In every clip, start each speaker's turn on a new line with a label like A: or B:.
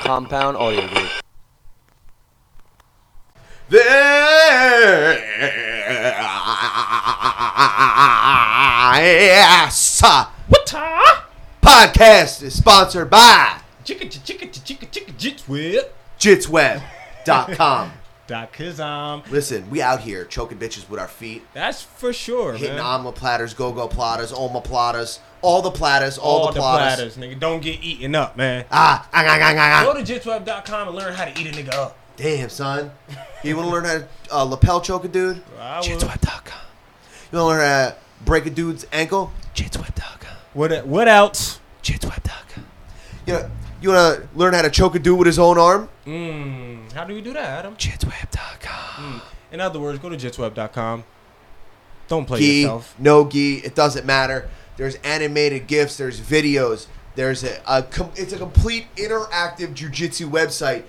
A: Compound Audio Group.
B: This
C: What time?
B: podcast is sponsored by
C: Chicka chicka chicka chicka jits with.
B: jitsweb.com.
C: Doc Kazam.
B: Listen, we out here choking bitches with our feet,
C: That's for sure,
B: hitting
C: man.
B: omelet platters, go-go platters, oma platters, all the platters, all, the, platters.
C: platters, nigga. Don't get eaten up, man.
B: Ah, ah, ah, ah, ah,
C: Go
B: ah.
C: to jitsweb.com and learn how to eat a nigga up.
B: Damn, son. You want to learn how to uh, lapel choke a dude?
C: I will-
A: Jitsweb.com.
B: You want to learn how to break a dude's ankle?
A: Jitsweb.com.
C: What what else?
A: Jitsweb.com.
B: You know, you want to learn how to choke a dude with his own arm?
C: Mm, how do we do that, Adam?
A: Jitsweb.com.
C: In other words, go to jitsweb.com. Don't play
B: gi,
C: yourself.
B: no gi, it doesn't matter. There's animated gifs, there's videos, there's a, a com- it's a complete interactive jujitsu website.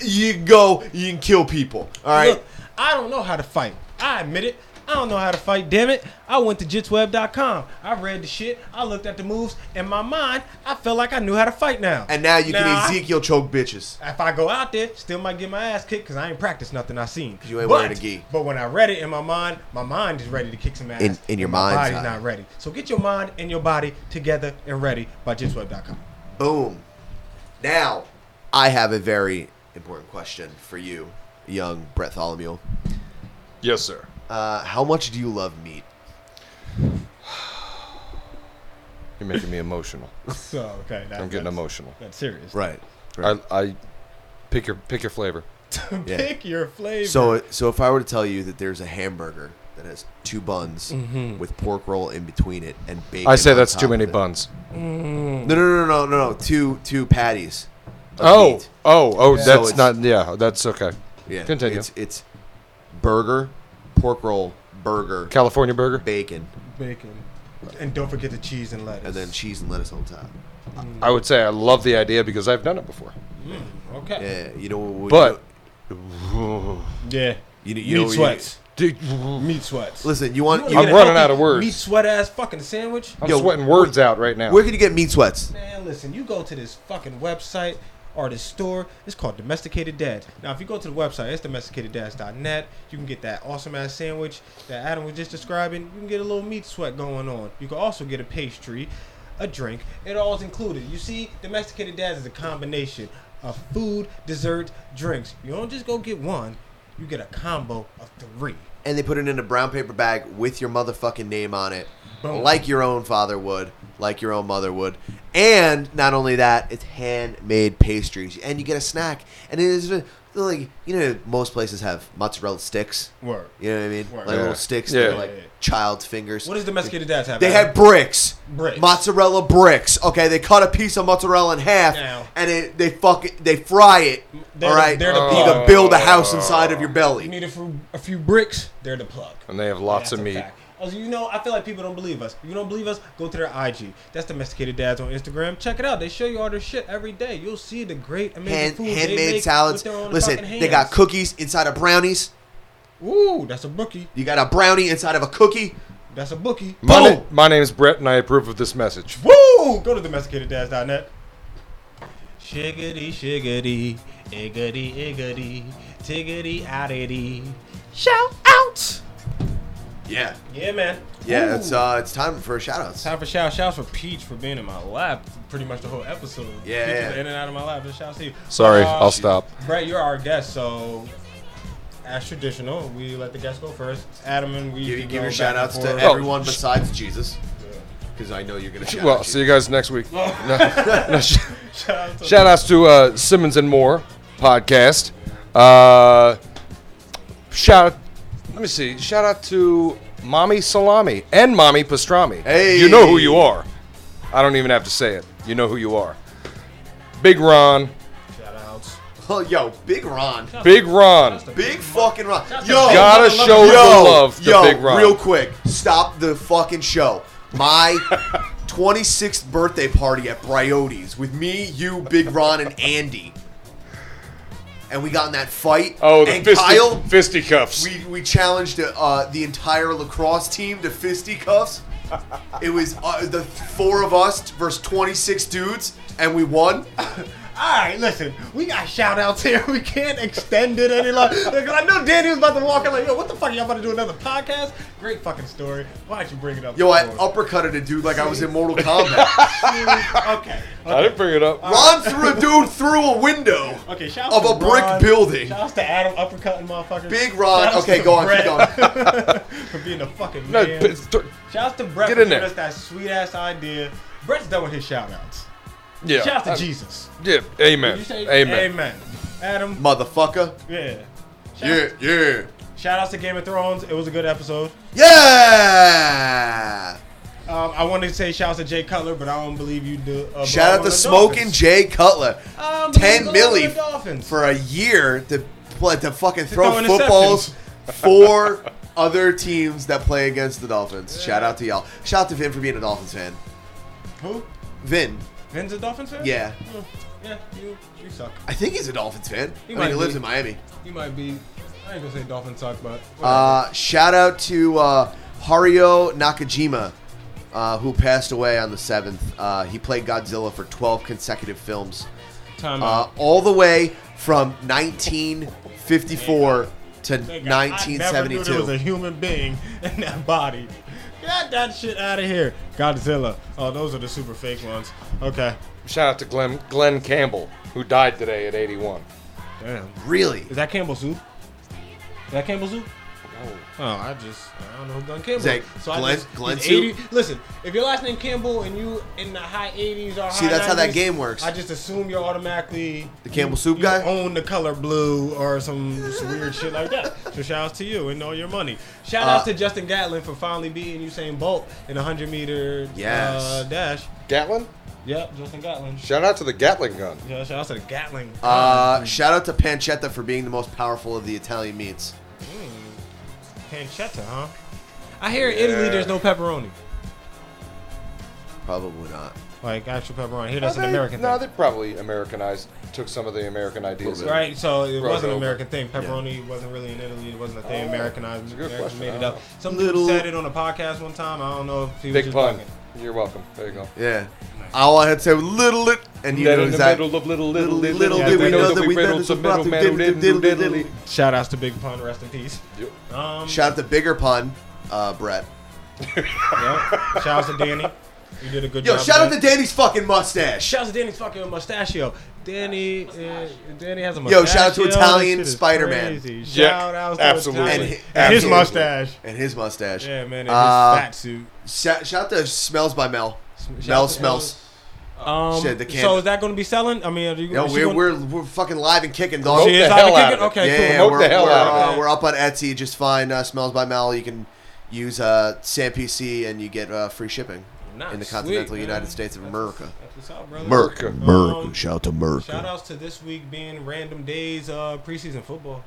B: You can go, you can kill people. All right,
C: Look, I don't know how to fight. I admit it. I don't know how to fight, damn it. I went to jitsweb.com. I read the shit. I looked at the moves. In my mind, I felt like I knew how to fight now.
B: and now you
C: Nah.
B: can Ezekiel choke bitches.
C: If I go out there, still might get my ass kicked because I ain't practiced nothing I seen.
B: 'Cause you ain't
C: but,
B: wearing a gi.
C: But when I read it in my mind, my mind is ready to kick some ass.
B: In- in your
C: and my
B: mind's
C: body's
B: eye.
C: not ready. So get your mind and your body together and ready by jitsweb.com.
B: Boom. Now, I have a very important question for you, young Brett Tholomew.
D: Yes, sir.
B: Uh, how much do you love meat?
D: You're making me emotional.
C: So okay, that,
D: I'm getting
C: that's,
D: emotional.
C: That's serious.
B: Right.
D: I, I pick your pick your flavor.
B: Yeah.
C: Pick your flavor.
B: So, so if I were to tell you that there's a hamburger that has two buns with pork roll in between it and bacon,
D: I say
B: on
D: that's
B: top
D: too
B: of
D: many
B: it.
D: buns.
B: No, no, no, no, no, no. Two, two patties. of
D: Oh,
B: meat.
D: oh, oh,
B: So
D: that's
B: it's-
D: not. Yeah, that's okay.
B: yeah.
D: Continue.
B: It's, it's burger, pork roll, burger,
D: California burger.
B: bacon,
C: bacon, and don't forget the cheese and lettuce.
B: and then cheese and lettuce on top.
D: I would say I love the idea because I've done it before.
C: okay.
B: Yeah, you know. what-
D: But
C: Yeah.
B: you, know- you know
C: Meat
B: what you-
C: sweats.
D: dude,
C: Meat sweats.
B: listen, you want?
C: wanna
B: You
D: I'm
C: get a
D: running
C: healthy
D: out of words.
C: Meat sweat ass fucking sandwich.
D: I'm
B: Yo,
D: sweating words out right now.
B: where can you get meat sweats?
C: Man, listen, you go to this fucking website or this store. It's called Domesticated Dads. Now, if you go to the website, it's domesticateddads.net. You can get that awesome ass sandwich that Adam was just describing. You can get a little meat sweat going on. You can also get a pastry, a drink. It all's included. You see, Domesticated Dads is a combination of food, dessert, drinks. You don't just go get one, you get a combo of three.
B: And they put it in a brown paper bag with your motherfucking name on it,
C: Boom.
B: like your own father would, like your own mother would. And not only that, it's handmade pastries, and you get a snack. And it is uh, like you know, most places have mozzarella sticks.
C: Word.
B: You know what I mean?
C: Right.
B: Like
D: Yeah.
B: little sticks, that are
D: Yeah.
B: like child's fingers.
C: What does Domesticated Dads have?
B: they
C: Adam?
B: had bricks,
C: Bricks.
B: mozzarella bricks. Okay, they cut a piece of mozzarella in half,
C: Now.
B: and it, they fuck it, they fry it.
C: They're
B: all
C: the-
B: right,
C: they're the
B: you
C: plug.
B: can build a house inside of your
C: You
B: belly.
C: need a few, a few bricks, they're the plug.
D: and they have lots
C: That's
D: of
C: a
D: meat.
C: fact. Also, you know, I feel like people don't believe us. If you don't believe us, go to their IG. That's Domesticated Dads on Instagram. Check it out. They show you all their shit every day. You'll see the great, amazing
B: Hand,
C: food they
B: handmade
C: make
B: salads.
C: With their own
B: Listen,
C: fucking
B: they got
C: hands.
B: cookies inside of brownies.
C: Ooh, that's a bookie.
B: You got a brownie inside of a cookie.
C: That's a bookie.
D: My,
B: Boom.
D: na- my name is Brett, and I approve of this message.
C: Woo! Go to domesticateddads.net. Shiggity, shiggity, iggity, iggity, tiggity, outity. Shout out!
B: Yeah,
C: Yeah, man.
B: yeah.
C: Ooh.
B: It's uh, it's time for shoutouts.
C: Time for shout shouts for Peach for being in my lap pretty much the whole episode.
B: Yeah,
C: Peach
B: yeah.
C: was in and out of my lap. Just shouts to you.
D: Sorry,
C: Uh,
B: Oh,
D: I'll stop.
C: Brett, you're our guest, so as traditional, we let the guest go first. Adam and we
B: Give, you
C: can
B: give
C: go
B: your
C: back
B: shout outs
C: and
B: to
C: forth.
B: everyone besides Jesus, because I know you're gonna shout
D: Well,
B: out
D: see
B: Jesus.
D: you guys next week.
B: Oh.
D: No, no, sh-
C: Shout out to
D: shout outs to uh, Simmons and Moore podcast. Uh, shout. Let me see. Shout out to Mommy Salami and Mommy Pastrami.
B: Hey.
D: you know who you are. I don't even have to say it. You know who you are. Big Ron.
C: shout outs.
B: Oh, yo, Big Ron.
D: Big Ron.
B: Big fucking Ron.
C: Shout out to
B: Yo,
C: Big
D: Gotta
C: Ron.
D: show
B: yo,
D: the love to
B: yo,
D: Big Ron.
B: real quick, stop the fucking show. My 26th birthday party at Briodes with me, you, Big Ron, and Andy. And we got in that fight.
D: Oh, the
B: and
D: fisti-
B: Kyle,
D: fisticuffs.
B: we, we challenged uh, the entire lacrosse team to fisticuffs. It was uh, the four of us versus 26 dudes, and we won.
C: All right, listen, we got shout outs here. We can't extend it any longer. Because I know Danny was about to walk in like, yo, what the fuck? Y'all about to do another podcast? Great fucking story. Why don't you bring it up?
B: Yo, I
C: before?
B: uppercutted a dude like I was in Mortal Kombat.
C: okay.
D: I didn't bring it up.
B: Ron threw a dude through a window.
C: Okay, shout
B: Of
C: to
B: a brick
C: Ron.
B: building.
C: Shout outs to Adam uppercutting motherfuckers.
B: Big Ron.
C: Shout outs
B: Okay,
C: to
B: go on, keep
C: Brett
B: going.
C: for being a fucking
D: No,
C: man.
D: but it's th-
C: Shout out to Brett
D: Get
C: for
D: in
C: giving
D: there.
C: us that sweet ass idea. Brett's done with his shout outs.
D: yeah.
C: Shout out to
D: I-
C: Jesus.
D: Yeah. Amen.
C: You say-
D: Amen.
C: Amen. Adam,
B: Motherfucker.
C: yeah. Shout,
B: Yeah, yeah.
C: shout outs to Game of Thrones. It was a good episode.
B: Yeah.
C: Um, I wanted to say shout out to Jay Cutler, but I don't believe you do. Uh,
B: Shout out to Smoking Jay Cutler.
C: Um,
B: Ten milli
C: Dolphins.
B: for a year to play, to fucking throw,
C: throw
B: footballs for other teams that play against the Dolphins. Shout out to y'all. Shout out to Vin for being a Dolphins fan.
C: Who?
B: Vin,
C: Vin's a Dolphins fan?
B: yeah,
C: Mm, Yeah, you, you suck.
B: I think he's a Dolphins fan.
C: He
B: I mean, he
C: might
B: lives
C: be.
B: in Miami.
C: You might be. I ain't gonna say Dolphins suck, but. whatever.
B: Uh, shout out to uh, Hario Nakajima, uh, who passed away on the seventh. Uh, he played Godzilla for twelve consecutive films.
C: Time
B: uh,
C: out.
B: all the way from 1954 to
C: Thank God. I never knew there was a
B: 1972.
C: human being in that body. Get that shit out of here. Godzilla. Oh, those are the super fake ones. Okay.
D: Shout out to Glenn Glenn Campbell, who died today at 81.
C: Damn.
B: Really?
C: Is that Campbell Soup? Is that Campbell Soup? Oh, I just I don't know who Glenn Campbell. Is
B: that Glenn-
C: just,
B: Glenn
C: he's
B: Soup?
C: 80 Listen, if your last name Campbell and you in the high 80s or
B: See,
C: high
B: that's how that
C: 90s,
B: game works.
C: I just assume you're automatically
B: The Campbell
C: you-
B: Soup
C: you
B: guy?
C: Own the color blue or some, some weird shit like that. So shout out to you and all your money. Shout out
B: Uh,
C: to Justin Gatlin for finally beating Usain Bolt in a 100 meter
B: Yes.
C: uh, dash.
D: Gatlin?
C: Yep, Justin Gatlin.
D: Shout out to the Gatling gun.
C: Yeah, shout out to the Gatlin.
B: Uh, shout out to pancetta for being the most powerful of the Italian meats.
C: Pancetta, huh? I hear in Italy there's no pepperoni.
B: Probably not.
C: Like actual pepperoni. Here that's
D: Are
C: an
D: they-
C: American
D: No,
C: thing.
D: they probably Americanized, took some of the American ideas.
B: bit.
C: Right, so it
D: Right,
C: wasn't an
D: right.
C: American thing. Pepperoni wasn't really in Italy. It wasn't a thing. Americanized.
D: that's a good
C: Americans
D: question.
C: made
D: I
C: it
D: don't
C: up. Some
B: Little-
C: little said it on a podcast one time. I don't know if he
D: Big
C: was just
D: pun.
C: talking.
D: You're welcome. There you go.
B: Yeah. All I had to say was little it, and you know
D: in the
B: exactly.
D: middle of little, little,
B: Little, little,
D: little,
C: yeah,
B: did
C: they
B: we
C: know
B: know
C: that
B: that we
D: riddled
B: riddled
D: some
B: some
D: middle, middle, diddle, diddle.
B: diddle
C: Shout outs to Big Pun. Rest in peace.
D: Yep.
C: Um,
B: Shout out to Bigger Pun, uh, Brett.
C: yeah. Shout outs to Danny. You did a good
B: Yo,
C: job.
B: shout out
C: Dan.
B: to Danny's fucking mustache.
C: Shout out to Danny's fucking mustachio. Danny, uh, Danny has a mustachio.
B: Yo, shout out to
C: This
B: Italian
C: shit is
B: Spider-Man.
C: crazy.
D: Yeah,
C: Shout out to
D: absolutely.
C: Italian-
B: And hi-
C: and his
B: absolutely.
C: mustache.
B: And his mustache.
C: Yeah, man, and his
B: Uh,
C: fat suit.
B: Shout, shout out to Smells by Mel.
C: Shout
B: Mel
C: out to
B: smells.
C: Um,
B: Shit, the can-
C: so is that going to be selling? I mean, are you,
B: Yo,
C: is
B: we're,
C: she gonna- Oh,
B: we're, we're fucking live and kicking, dog.
C: she
D: the
C: is
D: hell
C: out
D: out
C: of
D: of
C: kicking. Okay,
D: it.
B: yeah,
C: cool.
B: yeah,
D: Poke
B: we're,
D: the hell
B: we're,
D: out of
B: uh,
C: it.
B: we're up on Etsy. Just find uh, Smells by Mel. You can use uh, Sam PC and you get uh, free shipping
C: Nice.
B: in the continental
C: Sweet, man.
B: United States of
C: That's
B: America.
C: what's- that's what's up, brother.
D: Merca.
B: Merca.
C: Um,
B: shout out to Merca.
C: Shout outs to this week being random days uh preseason football.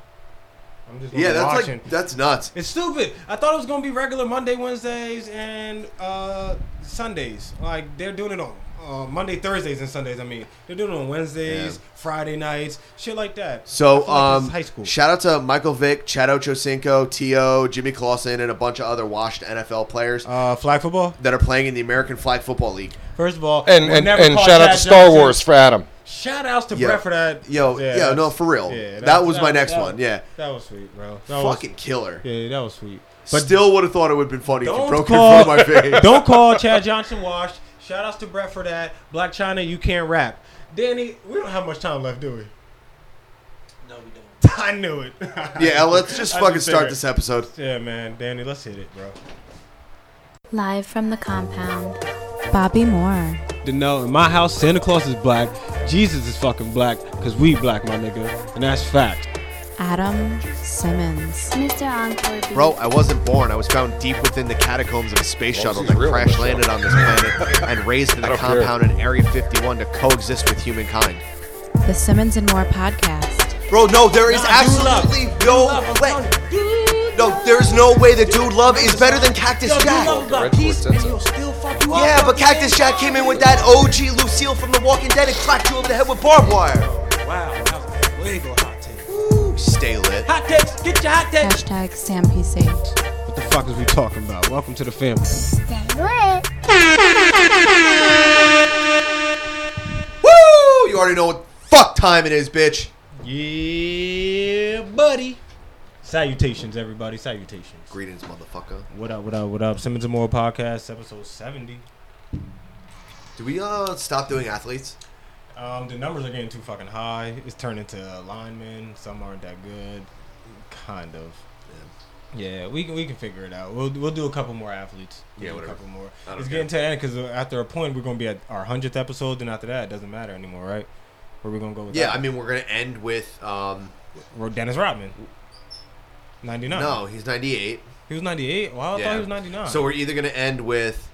C: I'm just gonna
B: Yeah,
C: be
B: that's
C: watching.
B: like that's nuts.
C: it's stupid. I thought it was gonna be regular Monday, Wednesdays, and uh, Sundays. Like they're doing it on uh, Monday, Thursdays, and Sundays. I mean, they're doing it on Wednesdays,
B: Yeah.
C: Friday nights, shit like that. I
B: So,
C: feel like this
B: um,
C: is high school.
B: shout out to Michael Vick, Chad Ochocinco, T.O., Jimmy Clausen, and a bunch of other washed NFL players
C: uh, flag football.
B: that are playing in the American Flag Football League.
C: First of all,
D: And,
C: we're
D: and,
C: never
D: and
C: called
D: shout out
C: Chad
D: to Star
C: Johnson.
D: Wars for Adam.
C: Shout outs to
B: Yeah.
C: Brett for that.
B: Yo, yeah,
C: that's-
B: no, for real.
C: yeah,
B: that was my
C: that-
B: next
C: that-
B: one. Yeah,
C: That was sweet, bro. That
B: fucking killer.
C: Was, yeah, that was sweet.
B: But still, would have thought it would have been funny if you
C: Don't
B: broke
C: call-
B: it in front of my face.
C: Don't call Chad Johnson washed. Shout outs to Brett for that. Black China, you can't rap. Danny, we don't have much time left, do we?
A: No, we don't.
C: I knew it.
B: Yeah, let's just
C: I
B: fucking
C: just
B: start
C: figured.
B: this episode.
C: Yeah, man, Danny, let's hit it, bro.
E: Live from the compound, Bobby Moore.
C: To know in my house, Santa Claus is black. Jesus is fucking black because we black, my nigga, and that's fact.
E: Adam Simmons. Mr. Encore.
B: Bro, I wasn't born. I was found deep within the catacombs of a space
D: Well,
B: shuttle
D: this is
B: that
D: real,
B: crash
D: this
B: landed on this planet and raised in a
D: don't care.
B: compound in Area 51 to coexist with humankind.
E: The Simmons and More podcast.
B: Bro, no, there is absolutely no way. No, there's no way that Dude Love is better than Cactus Jack. Yeah, but Cactus Jack came in with that OG Lucille from The Walking Dead and cracked you over the head with barbed wire.
A: Wow, that was way go hot take.
B: Ooh, Stay lit.
A: Hot takes, get your hot takes.
E: Hashtag SamPC.
C: What the fuck is we talking about? Welcome to the family.
B: Woo! You already know what the fuck time it is, bitch.
C: Yeah, buddy. Salutations, everybody. Salutations.
B: Greetings, motherfucker.
C: What up, what up, what up? Simmons and More Podcast, episode 70.
B: Do we uh stop doing athletes?
C: Um, the numbers are getting too fucking high. It's turning to linemen. Some aren't that good. Kind of. Yeah, we can we can figure it out. We'll we'll do a couple more athletes. We'll
B: Yeah,
C: do a
B: whatever.
C: couple more.
B: I don't
C: It's
B: care.
C: getting to the end because after a point we're gonna be at our hundredth episode. Then after that, it doesn't matter anymore, right? Where we gonna go with
B: Yeah, I
C: that?
B: mean we're gonna end with um
C: Ro- Dennis Rodman, ninety nine.
B: no, he's ninety eight.
C: he was ninety eight. Well, I
B: Yeah.
C: thought he was ninety nine.
B: So we're either gonna end with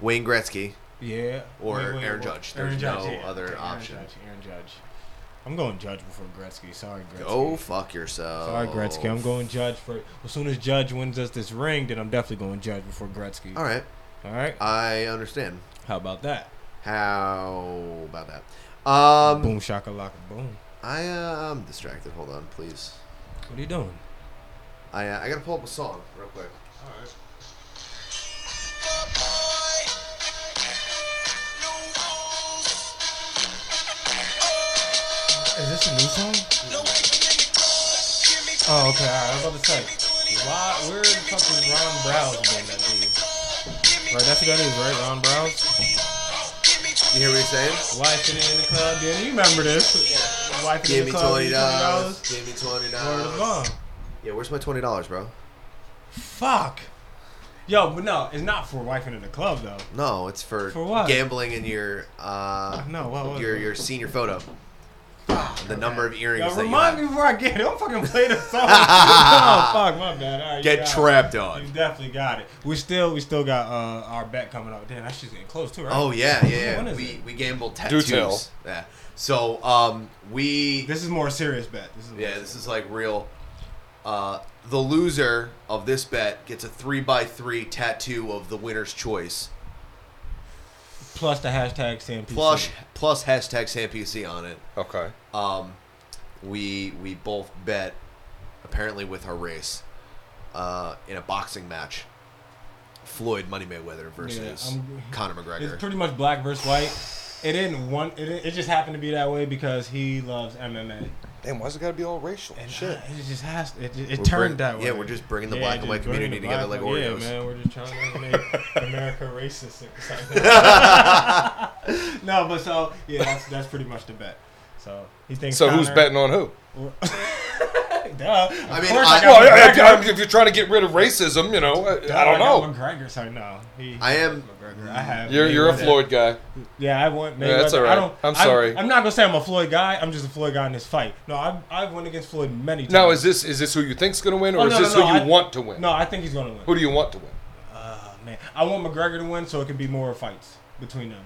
B: Wayne Gretzky.
C: yeah,
B: or Aaron Judge. There's no other
C: Aaron
B: option.
C: Judge, Aaron Judge. I'm going Judge before Gretzky. Sorry, Gretzky.
B: Go fuck yourself.
C: Sorry, Gretzky. I'm going Judge for. As soon as Judge wins us this ring, then I'm definitely going Judge before Gretzky.
B: All right,
C: All right.
B: I understand.
C: How about that?
B: How about that? Um,
C: boom, shakalaka, boom.
B: I uh, I'm distracted. Hold on, please.
C: What are you doing?
B: I uh, I gotta pull up a song real quick.
C: Is this a new song? Oh, okay. All right. I was about to say. Why? Where the fuck is Ron Browse been that dude? Right, that's who that is, right? Ron Browse.
B: You hear what he's saying?
C: Wife it in the club. Then you remember this? Wife it
B: Give
C: in
B: me
C: the club.
B: twenty
C: give me
B: dollars.
C: $20.
B: Give me twenty
C: Word of
B: dollars.
C: God.
B: Yeah, where's my twenty dollars, bro?
C: Fuck. Yo, but no, it's not for wife in the club though.
B: No, it's for,
C: For what?
B: gambling in your uh
C: No, what was
B: your
C: it?
B: your senior photo. The number of earrings.
C: Yo,
B: that you
C: remind
B: have.
C: me before I get it. Don't fucking play the song. oh fuck, my bad. All right, you
B: Get
C: got it.
B: trapped
C: You
B: on.
C: definitely got it. We still, we still got uh, our bet coming up. Damn, that shit's getting close too, right?
B: Oh yeah, yeah.
C: When
B: yeah.
C: is
B: We
C: it?
B: we gambled
D: Do
B: tattoos.
D: tell.
B: Yeah. So um we
C: This is more a serious bet. This is a
B: yeah this is like real. Uh, the loser of this bet gets a three by three tattoo of the winner's choice,
C: plus the hashtag Sam PC.
B: plus plus hashtag SamPC on it.
D: Okay.
B: Um, we we both bet, apparently with our race, uh, in a boxing match. Floyd Money Mayweather versus
C: I'm-
B: Conor
C: It's
B: McGregor.
C: pretty much black versus white. It didn't one. It, didn't- it just happened to be that way because he loves MMA.
D: Damn, why's it gotta be all racial?
C: And
D: Shit.
C: uh, it just has. It, it,
B: We're
C: it
B: bring-
C: turned that way.
B: yeah, we're just bringing the black and
C: just
B: white
C: bringing
B: community
C: the
B: together
C: black-
B: like Oreos.
C: Yeah, man, we're just trying to make America racist. or something. no, but so yeah, that's that's pretty much the bet. So he thinks.
D: So who's
C: Conor-
D: betting on who?
C: Duh. I
B: mean,
C: mean,
B: I-
C: I, got
D: Well, I-
C: McGregor.
D: I- I- if you're trying to get rid of racism, you know, I, I
C: got
D: don't know.
C: McGregor, so no. He,
B: I am-
C: McGregor. I have.
D: You're you're a
C: Mayweather.
D: Floyd guy.
C: Yeah, I want. Mayweather.
D: Yeah, that's all right.
C: I don't,
D: I'm sorry.
C: I'm not gonna say I'm a Floyd guy. I'm just a Floyd guy in this fight. No, I've I've won against Floyd many times.
D: Now, is this is this who you think's gonna win, or
C: Oh,
D: is
C: no,
D: this
C: no, no,
D: who you
C: I-
D: want to win?
C: No, I think he's gonna win.
D: Who do you want to win?
C: Oh, man, I want McGregor to win so it could be more fights between them,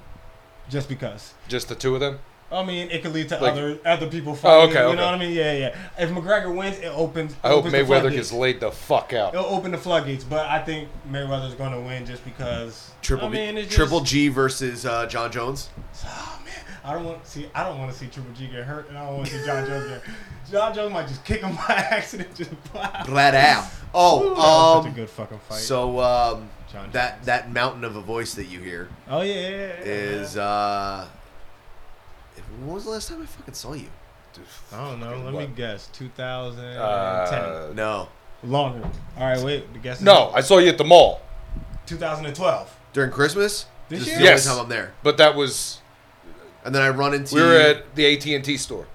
C: just because.
D: Just the two of them?
C: I mean, it could lead to
D: Like- Oh,
C: other other people fighting.
D: okay,
C: you
D: okay.
C: know what I mean? Yeah, yeah. If McGregor wins, it opens.
D: I hope
C: opens the
D: Mayweather
C: floodgates.
D: gets laid the fuck out.
C: It'll open the floodgates, but I think Mayweather's gonna win just because.
B: Triple
C: I
B: B-
C: mean, it's
B: Triple
C: just-
B: G versus uh, John Jones.
C: Oh man, I don't want see. I don't want to see Triple G get hurt, and I don't want to see John Jones get. John Jones might just kick him by accident. Just wow.
B: Glad out.
C: Ooh, that was
B: Oh,
C: such a
B: um,
C: good fucking fight.
B: so um,
C: John
B: that
C: Jones.
B: that mountain of a voice that you hear
C: oh yeah, yeah, yeah, yeah.
B: is uh, when was the last time I fucking saw you?
C: I don't know. Let me
D: What?
C: guess. 2010.
D: Uh,
B: No,
C: Longer. All right, wait. The guess. is-
D: No, I saw you at the mall,
C: 2012.
B: during Christmas.
C: This
B: is
C: year?
B: the
D: Yes.
B: only time I'm there,
D: but that was
B: and then I run into.
D: we were at the AT and T store.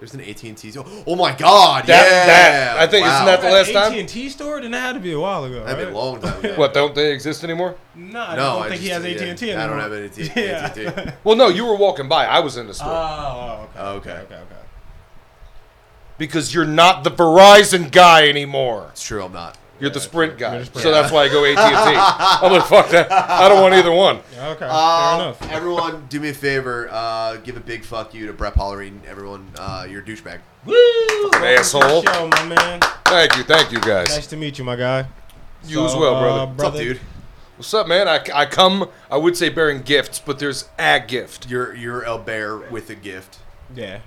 B: There's an AT and T. Oh my God!
D: That-
B: yeah,
D: that- I think- isn't that the
B: Wow.
D: last time?
C: AT&T store? Then that had to be a while ago.
B: That'd be
C: right?
B: a long time. ago.
D: What don't they exist anymore?
C: No,
B: No,
C: I don't
B: I
C: think he
B: just-
C: has AT&T
B: yeah,
C: anymore.
B: I don't have AT&T.
C: Yeah.
D: Well, no, you were walking by. I was in the store
C: oh, okay.
B: Okay.
C: Okay, okay.
D: because you're not the Verizon guy anymore.
B: It's true. I'm not.
D: You're the Sprint guy,
C: You're the Sprint
D: so
C: guy.
D: that's why I go AT and T. I'm like, fuck that. I don't want either one.
C: Yeah, Okay,
B: Um,
C: fair enough.
B: everyone, do me a favor. Uh, give a big fuck you to Brett Pollerine. Everyone, uh, you're a douchebag.
C: Woo! Welcome to
D: asshole.
C: the Show, my man.
D: Thank you, thank you guys.
C: Nice uh, to meet you, my guy.
D: You as well, brother. What's up,
B: What's up, dude?
D: What's up, man? I, I come. I would say bearing gifts, but there's a gift.
B: You're you're a bear with a gift.
C: Yeah.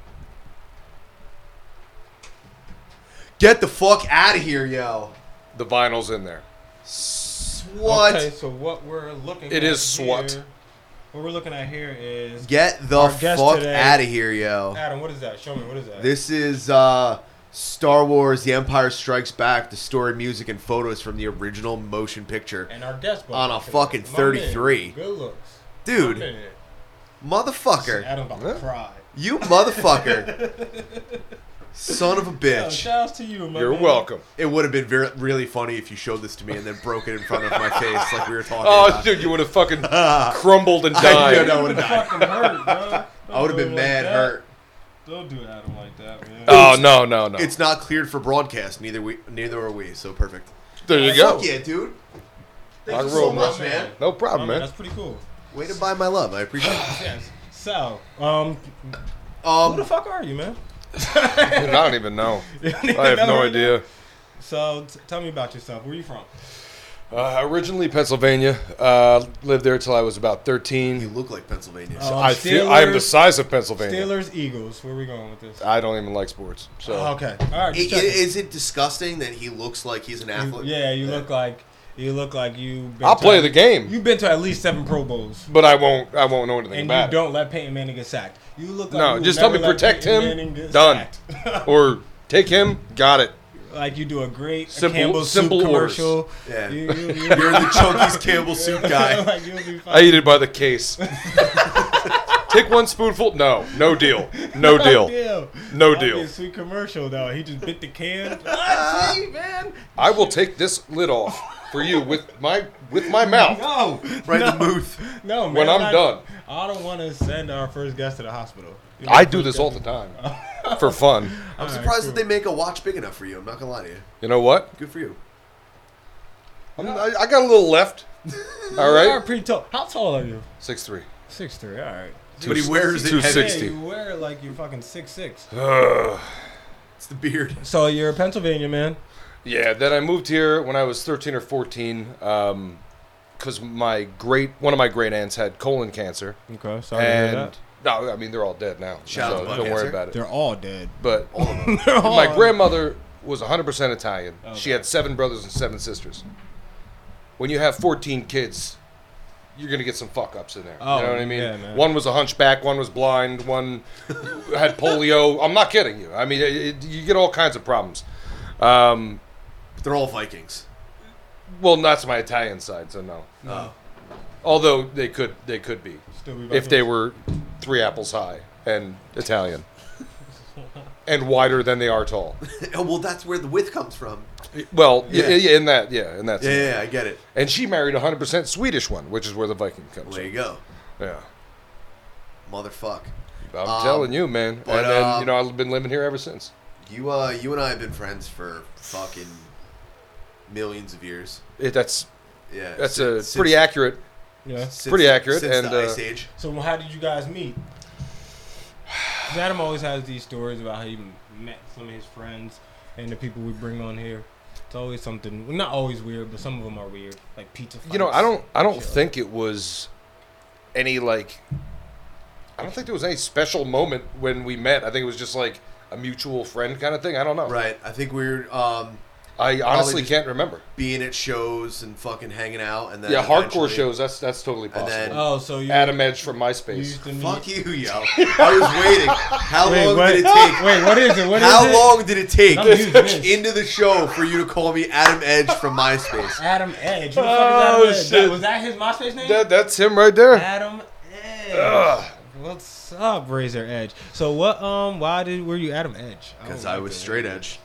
B: Get the fuck out of here, yo.
D: The vinyl's in there.
B: Swat.
C: Okay, so what we're looking
D: It
C: at
D: is SWAT.
C: here What we're looking at here is
B: Get the
C: Our guest
B: fuck
C: today-
B: out of here, yo.
C: Adam. What is that? Show me. What is that?
B: This is uh, Star Wars: The Empire Strikes Back. The story, music, and photos from the original motion picture.
C: and our guest
B: On a
C: book.
B: fucking
C: My
B: 33.
C: man, Good looks, My
B: Dude,
C: man.
B: motherfucker,
C: Adam about to
D: Huh?
C: cry.
B: you motherfucker, son of a
C: Yo,
B: bitch.
C: shout out to you, my
D: You're
C: man.
D: welcome.
B: It would have been ver- really funny if you showed this to me and then broke it in front of my face like we were talking
D: Oh,
B: about.
D: dude, you would have fucking crumbled and
B: I,
D: died.
B: you know, I would
C: Would've
B: have died.
C: fucking hurt, bro.
B: I would have
C: Oh,
B: been mad hurt.
C: Don't do Adam like that, man.
D: Oh no, no, no!
B: It's not cleared for broadcast. Neither we, neither are we. So perfect.
D: there you go.
B: Fuck yeah, dude. Thank
D: Rock
B: you
D: and
B: so
D: roll,
B: much,
C: man.
B: man.
D: No
C: My man,
D: problem, man.
C: Oh, That's pretty cool.
B: Way to buy my love. I appreciate it.
C: Yes. So, um, who the
B: Um,
C: fuck are you, man?
D: Dude, I don't even know.
C: I
D: I have no idea.
C: So, t- tell me about yourself. Where you from?
D: Uh, originally Pennsylvania, uh, lived there till I was about
B: you
D: thirteen.
B: look like Pennsylvania.
C: Oh,
D: I feel I am the
C: Steelers-
D: size of Pennsylvania.
C: Steelers, Eagles. Where we going with this?
D: I don't even like sports, so
C: Oh, okay. All right.
B: Is
C: just checking.
B: it disgusting that he looks like he's an
C: You-
B: athlete?
C: yeah, you look like you look like you. been
D: I'll
C: to
D: play
C: at
D: the
C: least-
D: game.
C: You've been to at least seven Pro Bowls,
D: but I won't. I won't know anything
C: and you
D: about
C: don't let Peyton Manning get sacked. You look like
D: it. No,
C: you
D: just
C: will
D: help me
C: never let
D: protect
C: Peyton
D: him.
C: Manning get
D: Done.
C: sacked.
D: or take him. Got it.
C: like you do a great
D: Simple-
C: Campbell
D: simple
C: soup
D: orders.
C: commercial.
B: Yeah.
C: You, you, you,
B: You're the Chunky's Campbell soup guy.
C: like you'll be fine.
D: I eat it by the case. take one spoonful. No, no deal. No deal.
C: deal.
D: No
C: That'd be
D: deal.
C: a sweet commercial though. He just bit the can. Ah, see, man.
D: I will take this lid off for you with my with my mouth.
C: No,
B: Right
C: no,
B: in the booth.
C: No, man.
D: When I'm
C: I-
D: done.
C: I don't want to send our first guest to the hospital. You know,
D: I
C: first
D: do this
C: guest-
D: all the time for fun.
B: I'm
C: All right,
B: surprised
C: cool.
B: that they make a watch big enough for you. I'm not gonna lie to you.
D: You know what?
B: Good for you.
D: I'm, I, I got a little left. All
C: You are
D: right,
C: pretty tall. How tall are you?
D: six three.
C: Six three. All right.
B: but he wears it. heavy.
D: 260.
C: Yeah, you wear like you're fucking six six.
B: It's the beard.
C: So you're a Pennsylvania man.
D: Yeah, then I moved here when I was 13 or 14 because my great one of my great aunts had colon cancer,
C: Okay.
B: Oh,
C: Sorry
D: and no, I mean they're all dead now,
B: Shout out
D: so
B: to
D: don't
B: Blood
D: worry
B: Cancer.
D: about it.
C: They're all dead.
D: But
C: They're all
D: my grandmother was 100% Italian. She
C: Okay.
D: had seven brothers and seven sisters. When you have 14 kids, you're gonna get some fuck ups in there.
C: Oh,
D: you know what I mean?
C: yeah, man.
D: one was a hunchback, one was blind, one had polio. I'm not kidding you. I mean, it, it, you get all kinds of problems. Um,
B: They're all Vikings.
D: Well, that's my Italian side, so no.
B: Oh.
D: Although they could, they could be
C: Still be
D: if they were three apples high and Italian and wider than they are tall.
B: Oh, well, that's where the width comes from.
D: Well, yeah,
B: Yeah.
D: yeah in that, yeah, in that.
B: Yeah,
D: sense.
B: yeah, I get it.
D: And she married a hundred percent Swedish one, which is where the Viking comes.
B: Well, there you
D: from.
B: go,
D: Yeah,
B: motherfuck.
D: I'm
B: Um,
D: telling you, man.
B: but,
D: and then
B: uh,
D: you know I've been living here ever since.
B: You, uh, you and I have been friends for fucking millions of years.
D: It, that's
B: Yeah,
D: that's
B: si-
D: a
B: since-
D: pretty accurate.
C: Yeah.
B: since-
D: pretty accurate,
B: Since
D: and,
B: the
D: uh,
B: Ice Age.
C: So how did you guys meet? 'Cause Adam always has these stories about how he met some of his friends and the people we bring on here. It's always something. Well, not always weird, but some of them are weird, like pizza. Fights.
D: You know, I don't, I don't
C: Sure.
D: think it was any like. I don't think there was any special moment when we met. I think it was just like a mutual friend kind of thing. I don't know.
B: Right. I think we're um,
D: I honestly
B: just-
D: can't remember.
B: being at shows and fucking hanging out, and then
D: yeah, hardcore
B: eventually-
D: shows. That's that's totally
B: And
D: possible.
B: then-
C: Oh, so you
D: Adam Edge from
C: you
D: MySpace.
C: used to meet.
B: Fuck you, yo. I was waiting. How
C: Wait,
B: long
C: what?
B: did it take?
C: Wait, what is it? What is
B: How
C: it?
B: long did it take
C: I'm using this.
B: into the show for you to call me Adam Edge from MySpace?
C: Adam Edge. Who the
D: Oh,
C: fuck is Adam Edge?
D: shit.
C: That- was that his MySpace name?
D: That, that's him right there.
C: Adam Edge. What's up, Razor Edge? So what? Um, why did were you Adam Edge?
B: Because
C: don't
B: I
C: like
B: was
C: that.
B: straight edge.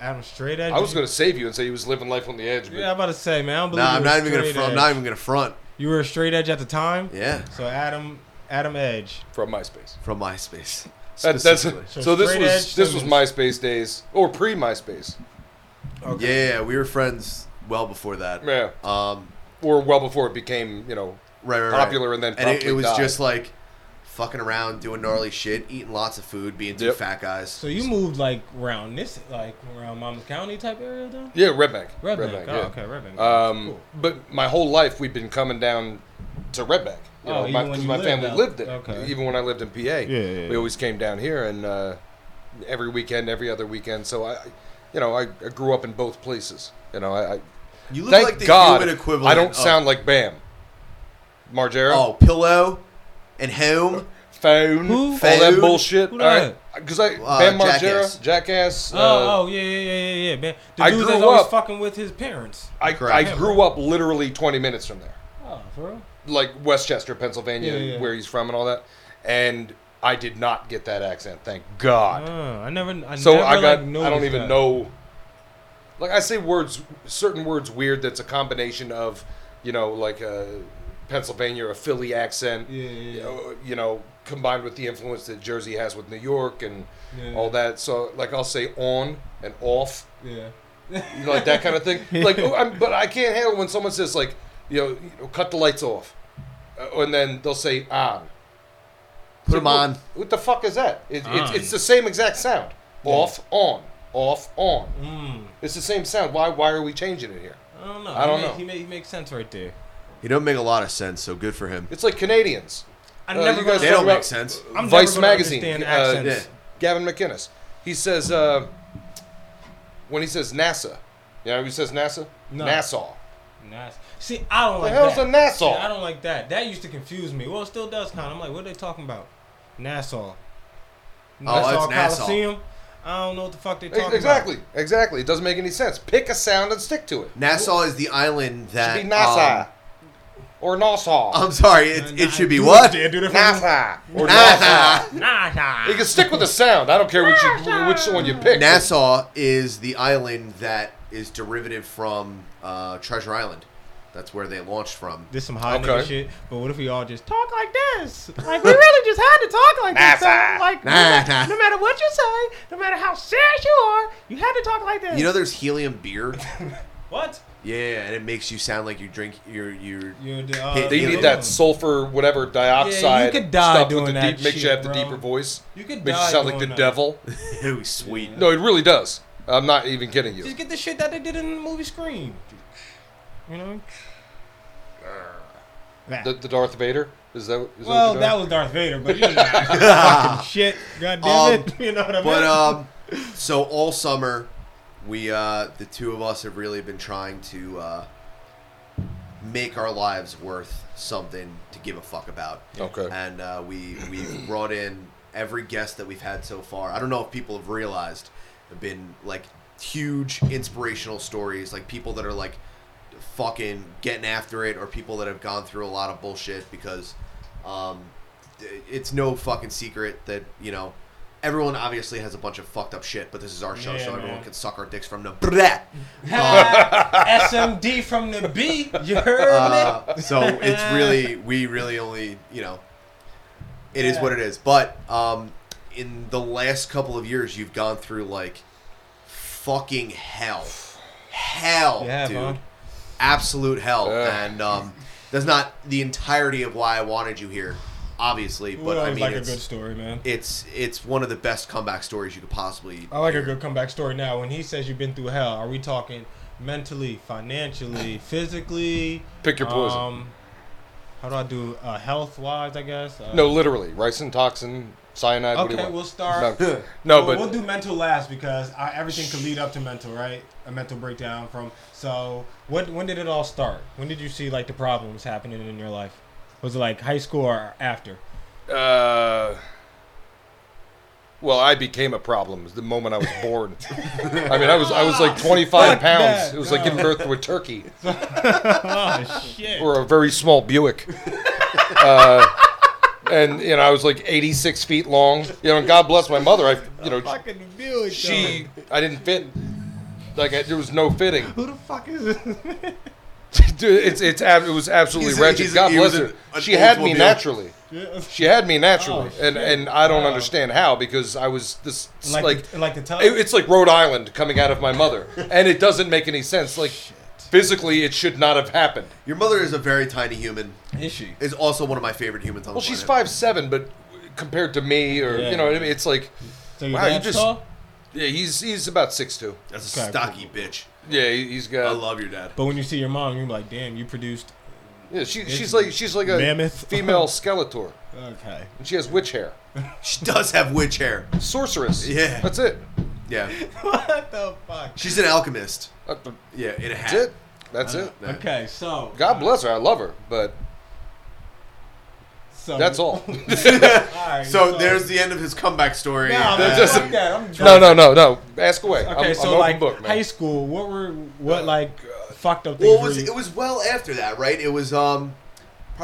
C: Adam Straight Edge.
D: I was gonna save you and say he was living life on the edge, but
C: Yeah, I'm about to say, man. I don't believe
B: Nah,
C: you
B: I'm
C: were
B: not even gonna
C: straight
B: front. I'm
C: edge.
B: not even gonna front.
C: You were a straight edge at the time.
B: Yeah,
C: So Adam, Adam Edge.
D: from MySpace.
B: from MySpace.
D: That, that's
B: Specifically.
D: so.
C: So
D: this
C: straight
D: was
C: edge
D: this was
C: Simmons.
D: MySpace days or pre MySpace.
B: Yeah, we were friends well before that.
D: Yeah,
B: Um,
D: or well before it became you know
B: right, right, right.
D: Popular and then
B: and it, it
D: promptly
B: was
D: died.
B: just like fucking around, doing gnarly shit, eating lots of food, being two
D: Yep.
B: fat guys.
C: So you moved like around this, like around Mama County type area, though.
D: yeah Red Bank.
C: Red, Bank.
D: Bank,
C: Oh,
D: yeah.
C: okay, Red Bank.
D: Um,
C: Cool.
D: But my whole life, we've been coming down to Red Bank. You
C: Oh,
D: know,
C: even
D: my,
C: when
D: 'cause
C: you
D: my
C: lived
D: family
C: out-
D: lived there.
C: okay.
D: Even when I lived in PA,
C: yeah,
D: we
C: yeah.
D: always came down here and uh, every weekend, every other weekend. So I, I- you know, I, I grew up in both places. You know, I, I
B: You look
D: thank
B: like the
D: God
B: human equivalent.
D: I don't
B: of-
D: sound like Bam. Margera.
B: Oh, pillow, and whom?
D: Phone,
C: Who?
D: all that
B: Phone?
D: bullshit.
C: Who
D: All
C: that?
D: right, because I
B: Uh,
D: Bam Margera,
B: Jackass.
D: Jackass. uh,
C: oh, oh, yeah, yeah, yeah, yeah, yeah, man. The
D: I
C: dude
D: grew
C: that's always
D: up-
C: fucking with his parents.
D: I,
B: Correct.
D: I grew up literally 20 minutes from there,
C: Oh, for real?
D: like Westchester, Pennsylvania,
C: Yeah, yeah.
D: where he's from and all that. And I did not get that accent, thank God.
C: Uh, I never. I
D: so
C: never,
D: I got,
C: Like,
D: I
C: noticed
D: don't even
C: that.
D: know. Like I say words, certain words weird that's a combination of, you know, like a Pennsylvania or Philly accent,
C: Yeah, yeah, yeah.
D: uh, you know, combined with the influence that Jersey has with New York and
C: Yeah.
D: all that. So like I'll say on and off.
C: Yeah.
D: You know, like that kind of thing. Like, oh, I'm, but I can't handle when someone says like, you know, you know, cut the lights off, uh, and then they'll say on.
B: Put them
D: What-
B: on.
D: What the fuck is that? It, it's,
C: On.
D: it's the same exact sound. Off, on, off, on.
C: Mm,
D: It's the same sound. Why? Why are we changing it here?
C: I don't know.
D: I don't
C: he
D: know.
C: Make, he, make, he makes sense right there.
B: He don't make a lot of sense, so good for him.
D: It's like Canadians.
C: I
D: Uh,
C: never.
D: you guys
B: They
C: gonna-
B: don't
D: Talk
B: make
D: about-
B: sense.
C: I'm
D: Vice
C: never gonna
D: magazine,
C: understand
D: uh,
C: accents.
B: yeah.
D: Gavin McInnes. He says uh, when he says NASA. You know, how he says NASA.
C: No.
D: Nassau.
C: Nice. See, I don't
D: The
C: like
D: hell's
C: that.
D: a Nassau?
C: See, I don't like that. That used to confuse me. Well, it still does kind of. I'm like, what are they talking about? Nassau.
B: it's Nassau.
C: Coliseum. I don't know what the fuck they're
D: E-
C: talking
D: Exactly.
C: about.
D: Exactly. It doesn't make any sense. Pick a sound and stick to it.
B: Nassau is the island that.
D: Should be NASA.
B: um,
D: or Nassau.
B: I'm sorry, it, it should be
C: Do
B: what?
C: Yeah, do that for me.
D: NASA. Or
B: NASA.
D: NASA.
C: Nassau.
D: You can stick with the sound. I don't care which you, which one you pick.
B: Nassau is the island that is derivative from uh, Treasure Island. That's where they launched from.
C: This some high nigga
D: Okay.
C: shit. But what if we all just talk like this? Like we really just had to talk like this.
D: Nassau.
C: son. Like no
B: Nah,
C: ma-
B: nah.
C: no matter what you say, no matter how serious you are, you had to talk like this.
B: You know, there's helium beer.
C: what?
B: Yeah, and it makes you sound like you drink your your.
C: You're
B: Hey,
D: They
B: Yeah,
D: need
B: look.
D: that sulfur, whatever dioxide.
C: Yeah, you could die
D: stuff
C: doing
D: with the
C: that
D: deep, Makes you
C: shit,
D: have the
C: bro.
D: deeper voice.
C: You could
D: Makes
C: die
D: you sound like
C: doing
D: the
C: that.
D: devil.
B: Ooh, sweet.
D: No, it really does. I'm not even kidding you.
C: Just get the shit that they did in the movie Scream. You know? That.
D: The, the Darth Vader is that? Is
C: well,
D: that, what you're
C: that
D: doing?
C: was Darth Vader, but you know, fucking shit. God damn it. You know what I mean?
B: But um, so all summer, we uh, the two of us have really been trying to uh, make our lives worth something to give a fuck about.
D: Okay.
B: And uh, we we brought in every guest that we've had so far. I don't know if people have realized have been like huge inspirational stories, like people that are like fucking getting after it, or people that have gone through a lot of bullshit because um, it's no fucking secret that you know. Everyone obviously has a bunch of fucked up shit, but this is our show,
C: Yeah,
B: so
C: man.
B: everyone can suck our dicks from the brat.
C: SMD from the B. You heard me?
B: Uh, so it's really we really only you know it is what it is but um in the last couple of years you've gone through like fucking hell hell
C: Yeah,
B: oh, dude
C: Vaughn.
B: absolute hell
D: Ugh.
B: and um that's not the entirety of why i wanted you here obviously
C: We
B: but i
C: always
B: mean
C: like a
B: it's,
C: good story, man.
B: it's it's one of the best comeback stories you could possibly
C: I like a good comeback story. Now, when he says you've been through hell, are we talking mentally, financially, physically?
D: Pick your poison.
C: Um, how do I do uh, health wise? I guess. Uh,
D: no, literally, ricin toxin, cyanide. what do you
C: Okay,
D: want?
C: we'll start.
D: No, no,
C: Well,
D: but
C: we'll do mental last because I, everything could lead up to mental, right? A mental breakdown from. So, what? When did it all start? When did you see like the problems happening in your life? Was it like high school or after?
D: Uh, well, I became a problem the moment I was born. I mean, I was I was like 25
C: Fuck
D: pounds.
C: that.
D: It was like giving birth to a turkey
C: Oh shit!
D: or a very small Buick. Uh, and you know, I was like 86 feet long. You know, and God bless my mother. I, you know,
C: Fucking Buick.
D: she, I didn't fit. Like I, there was no fitting.
C: though. Who the fuck is this?
D: Dude, it's it's ab- it was absolutely
B: He's a-
D: wretched.
B: he's a-
D: God
B: he
D: bless
B: was
D: her.
B: an- an
D: she had me
B: Oldsmobile.
D: naturally. She had me naturally,
C: Oh, shit.
D: and and I don't
C: Wow.
D: understand how because I was this
C: like
D: like
C: like the, like the tele-
D: it- it's like Rhode Island coming out of my mother, and it doesn't make any sense. Like physically, it should not have happened.
B: your mother is a very tiny human
C: Is she?
B: is also one of my favorite humans on
D: Well,
B: the
D: she's
B: planet.
D: five seven, but compared to me, or
C: Yeah.
D: you know, what I mean, it's like
C: So your
D: Wow, you
C: dad's
D: just-
C: tall?
D: yeah, he's he's about six two.
B: that's a
C: Okay,
B: stocky bitch
D: Yeah, he- he's
B: i
D: got.
B: love your dad
C: But when you see your mom, you're like, damn, you produced.
D: Yeah, she, she's like she's like a
C: Mammoth.
D: female Skeletor,
C: Okay.
D: and she has witch hair.
B: She does have witch hair.
D: Sorceress.
B: Yeah.
D: that's it.
B: Yeah.
C: what the fuck?
B: She's an alchemist.
D: That-
B: Yeah, in a hat.
D: That's it. That's it.
B: Yeah.
C: Okay, so
D: God bless her. I love her, but
C: So
D: That's all.
C: all right,
B: So there's the end of his comeback story.
C: No, I'm
B: Uh,
C: not- fuck that. I'm
D: no,
C: done.
D: no, no, no. Ask away. I'm,
C: Okay,
D: I'm
C: so
D: open
C: like
D: book, man.
C: high school, what were what like fucked up things?
B: well, it was
C: were you-
B: it was well after that, right? It was um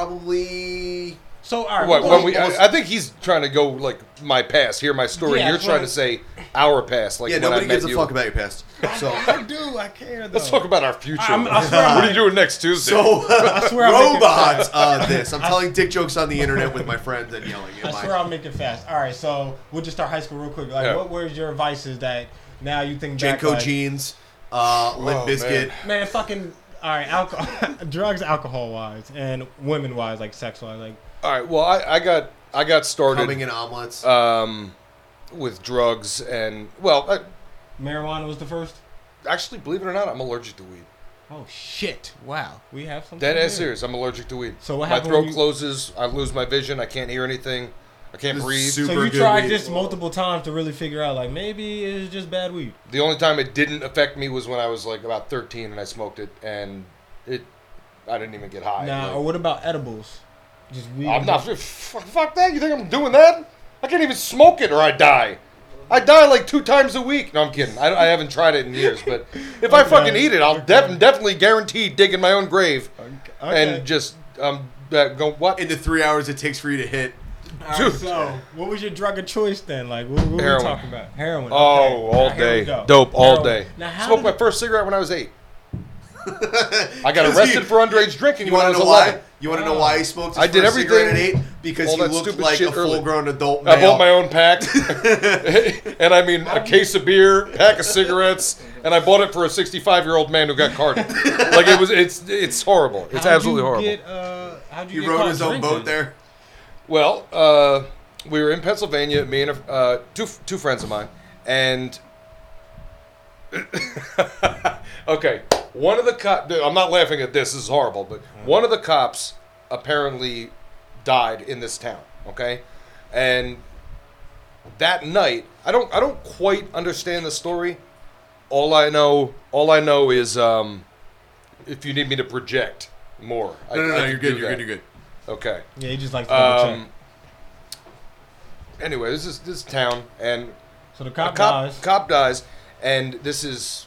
B: probably
C: so all right.
D: What,
C: well,
D: when we, I, I think he's trying to go like my past, hear my story.
C: Yeah,
D: You're
C: that's
D: trying
C: what
D: to say our past, like
B: yeah.
D: when I
B: Nobody
D: met
B: gives a
D: you.
B: fuck about your past. So
C: I do. I care though.
D: uh, Let's talk about our future.
C: I'm- I swear I'm
D: what are
C: like-
D: you doing next Tuesday?
B: so
C: swear I'm making
B: robots uh, this. I'm telling dick jokes on the internet with my friends and yelling. At
C: I
B: my,
C: swear I'll make it fast. All right, so we'll just start high school real quick. Like,
D: Yeah.
C: what were your vices that now you think back?
B: Jenko
C: like,
B: jeans, uh, Limp
D: Oh,
B: Biscuit.
D: man.
C: Man, fucking. All right, alcohol, drugs, alcohol wise, and women wise, like sex wise, like
D: All right. Well, I, I got I
B: Coming
D: got started
B: in omelets.
D: um, with drugs and well, I,
C: marijuana was the first.
D: actually, believe it or not, I'm allergic to weed.
C: Oh shit! Wow, we have something.
D: Dead ass
C: here.
D: serious. I'm allergic to weed.
C: Hmm. So what
D: My
C: happened
D: throat
C: when you-
D: closes. I lose my vision. I can't hear anything. I can't
B: This is
D: breathe.
B: super-
C: So you
B: good
C: tried
B: weed.
C: this multiple times to really figure out, like maybe it's just bad weed.
D: The only time it didn't affect me was when I was like about 13 and I smoked it and it. I didn't even get high.
C: Now,
D: Like,
C: or what about edibles? Just weed.
D: I'm not. f- Fuck that. You think I'm doing that? I can't even smoke it or I die. I die like two times a week. No, I'm kidding. I, I haven't tried it in years, but if I
C: Okay.
D: fucking eat it, I'll def- definitely guarantee digging my own grave
C: Okay.
D: and just um uh, go what
B: in the three hours it takes for you to hit.
C: All right,
D: Dude.
C: so, what was your drug of choice then? Like, what, what were
D: Heroin.
C: we talking about? Heroin.
D: Oh,
C: okay.
D: all
C: Now, here
D: day,
C: we go.
D: dope,
C: Heroin.
D: all day.
C: Now, how
D: Smoked
C: did
D: my
C: it-
D: first cigarette when I was eight. I got
B: 'Cause
D: arrested
B: he-
D: for underage drinking
B: You
D: when I
B: want
D: was
B: to know why?
D: eleven.
B: You want to know why he smoked? His
D: I did
B: first cigarette
D: everything-
B: at eight because
D: all
B: he
D: that
B: looked
D: stupid
B: like a
D: shit early.
B: full-grown adult.
D: I
B: male.
D: bought my own pack, and I mean a case of beer, pack of cigarettes, and I bought it for a 65-year-old man who got carded. Like it was, it's it's horrible. It's
C: how'd
D: absolutely
C: you
D: horrible.
C: Get, uh, how'd you
B: He
C: get
B: rode
C: caught
B: his own boat
C: drinking?
B: there.
D: Well, uh, we were in Pennsylvania, me and a, uh, two two friends of mine, and okay, one of the cop. I'm not laughing at this. This is horrible, but
B: Mm-hmm.
D: one of the cops apparently died in this town. Okay, and that night, I don't I don't quite understand the story. All I know, all I know is um, if you need me to project more, I-
B: No, no, no.
D: I can
B: You're
D: do
B: good. You're
D: that.
B: good. You're good.
D: Okay.
C: Yeah, he just likes to double
D: Um,
C: check.
D: anyway, this is this is town, and
C: So the
D: a
C: cop,
D: cop
C: dies.
D: cop dies, and this is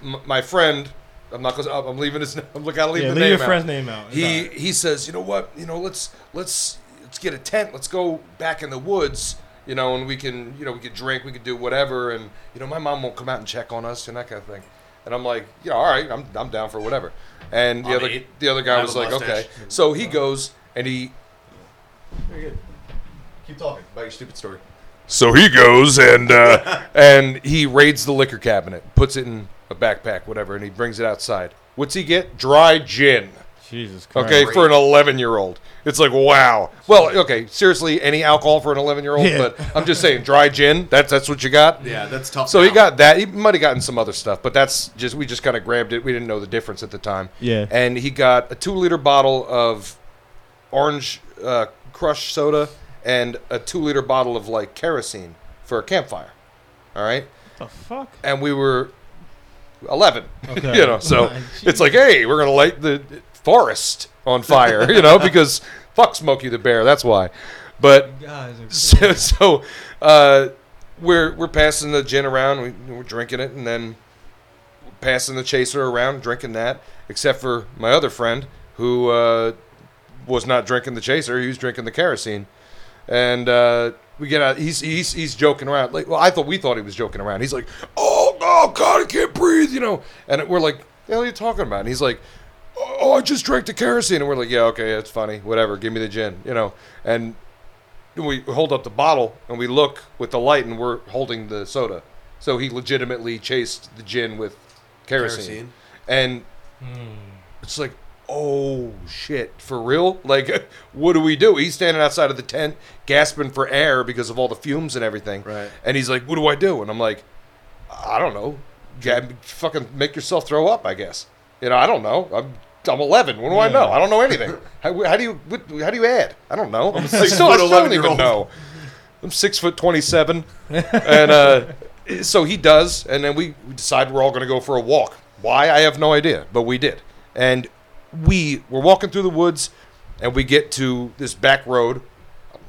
D: m- my friend. I'm not gonna. I'm leaving his. I'm look. I leave
C: yeah,
D: the
C: leave
D: name
C: your
D: out.
C: friend's name out. It's all
D: He
C: right.
D: he says, you know what? You know, let's let's let's get a tent. Let's go back in the woods. You know, and we can you know we could drink, we could do whatever, and you know my mom won't come out and check on us and that kind of thing. And I'm like, yeah, all right, I'm I'm down for whatever. And the
B: I'm
D: other
B: eight.
D: the other
B: I
D: guy
B: have
D: was
B: a
D: like,
B: mustache.
D: okay. So he goes and he
B: Keep talking about your stupid story.
D: So he goes and uh, and he raids the liquor cabinet, puts it in a backpack, whatever, and he brings it outside. What's he get? Dry gin.
C: Jesus Christ.
D: Okay, for an 11 year old, it's like wow. Well, okay, seriously, any alcohol for an 11 year old,
C: Yeah.
D: but I'm just saying, dry gin. That's that's what you got.
B: Yeah, that's tough.
D: So he
B: now.
D: got that. He might have gotten some other stuff, but that's just we just kind of grabbed it. We didn't know the difference at the time.
C: Yeah.
D: And he got a two liter bottle of orange uh, crush soda and a two liter bottle of like kerosene for a campfire. All right.
C: What the fuck?
D: And we were eleven.
C: Okay.
D: you know, so
C: My
D: it's like, hey, we're gonna light the forest on fire. You know, because fuck Smokey the Bear. That's why. But
C: Guys are
D: so, so uh, we're we're passing the gin around, we, we're drinking it, and then passing the chaser around, drinking that. Except for my other friend who uh, was not drinking the chaser; he was drinking the kerosene. And uh, we get out. He's he's he's joking around. Like, well, I thought we thought he was joking around. He's like, "Oh, oh God, I can't breathe," you know. And we're like, "The hell are you talking about?" And he's like. Oh, I just drank the kerosene, and we're like, yeah, okay, that's funny, whatever. Give me the gin, you know. And we hold up the bottle and we look with the light and we're holding the soda. So he legitimately chased the gin with kerosene.
B: Kerosene.
D: And it's like, oh shit, for real? Like, what do we do? He's standing outside of the tent gasping for air because of all the fumes and everything.
B: Right.
D: And he's like, what do I do? And I'm like, I don't know. Gab, fucking make yourself throw up, I guess. You know, I don't know. I'm, I'm 11. What do I know? I don't know anything. How, how do you what, how do you add? I don't know. I'm
B: six
D: still, I
B: foot
D: still
B: 11
D: don't
B: year
D: even
B: old.
D: know. I'm six foot 27, and uh, so he does, and then we we decide we're all going to go for a walk. Why I have no idea, but we did, and we were walking through the woods, and we get to this back road.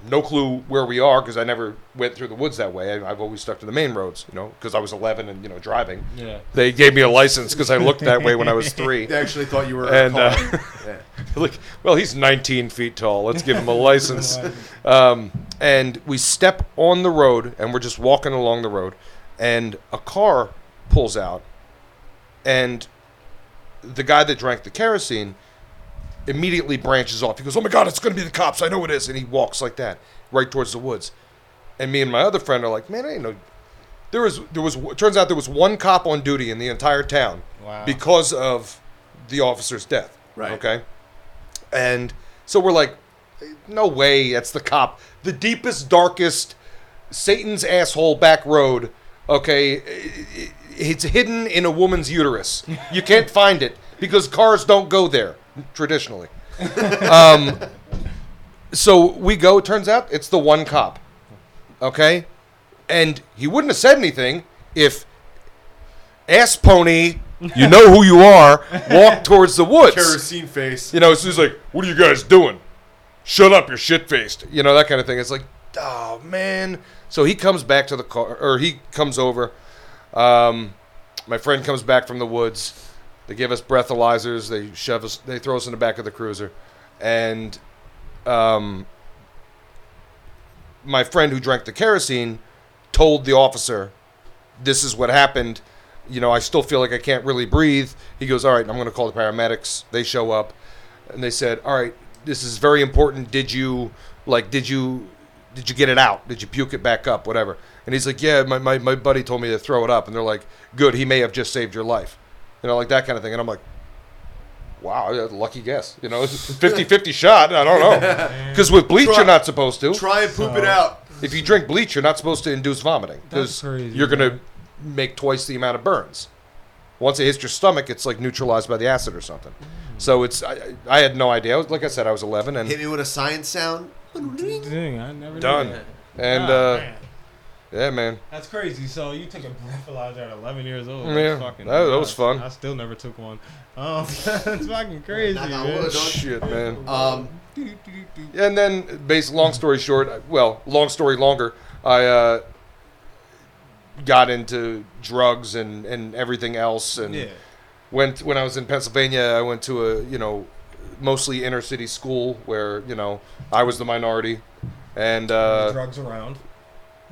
D: No clue where we are because I never went through the woods that way. I, I've always stuck to the main roads, you know, because I was 11 and you know driving.
C: Yeah.
D: They gave me a license because I looked that way when I was three.
B: They actually thought you were a
D: And,
B: car.
D: uh,
B: yeah.
D: like, well, he's 19 feet tall. Let's give him a license. Um, and we step on the road, and we're just walking along the road, and a car pulls out, and the guy that drank the kerosene immediately branches off. He goes, "Oh my God, it's going to be the cops! I know it is!" And he walks like that right towards the woods. And me and my other friend are like, "Man, I didn't know." There was there was turns out there was one cop on duty in the entire town
C: Wow.
D: because of the officer's death.
B: Right.
D: Okay. And so we're like, no way, that's the cop. The deepest, darkest, Satan's asshole back road. Okay, it's hidden in a woman's uterus. You can't find it because cars don't go there traditionally. Um, so we go. Turns out it's the one cop. Okay, and he wouldn't have said anything if ass pony. You know who you are. Walk towards the woods.
B: Kerosene face.
D: You know, so he's like, "What are you guys doing? Shut up, you're shit faced." You know that kind of thing. It's like, oh man. So he comes back to the car, or he comes over. Um, my friend comes back from the woods. They give us breathalyzers. They shove us. They throw us in the back of the cruiser, and um, my friend who drank the kerosene told the officer, "This is what happened. You know, I still feel like I can't really breathe." He goes, "All right, I'm going to call the paramedics." They show up, and they said, "All right, this is very important. Did you like? Did you did you get it out? Did you puke it back up? Whatever." And he's like, "Yeah, my my, my buddy told me to throw it up." And they're like, "Good. He may have just saved your life." You know, like that kind of thing. And I'm like, "Wow, lucky guess." You know, it's a 50-50 shot. I don't know, because with bleach
B: Try-
D: you're not supposed to.
B: Try and poop it out.
D: If you drink bleach, you're not supposed to induce vomiting
C: That's
D: because
C: crazy,
D: you're going to
C: man.
D: make twice the amount of burns. Once it hits your stomach, it's like neutralized by the acid or something.
C: Mm.
D: So it's I, I I had no idea. I was- Like I said, I was 11
B: Hit
D: and
B: me with a science sound.
C: Dang, I never knew
D: done.
C: that.
D: And
C: Ah,
D: uh,
C: man.
D: yeah, man,
C: That's crazy. So you took a breathalyzer at 11 years old.
D: Yeah,
C: That's fucking
D: that- that was
C: nuts.
D: fun.
C: I still never took one. Um, that's fucking crazy,
B: Knock on
C: man.
B: wood. Done.
D: shit, man.
B: Um,
D: And then, based long story short, I- well, long story longer, I uh, got into drugs and and everything else and.
C: Yeah.
D: went when I was in Pennsylvania. I went to a you know mostly inner city school where you know I was the minority, and
C: The
D: uh,
C: drugs around.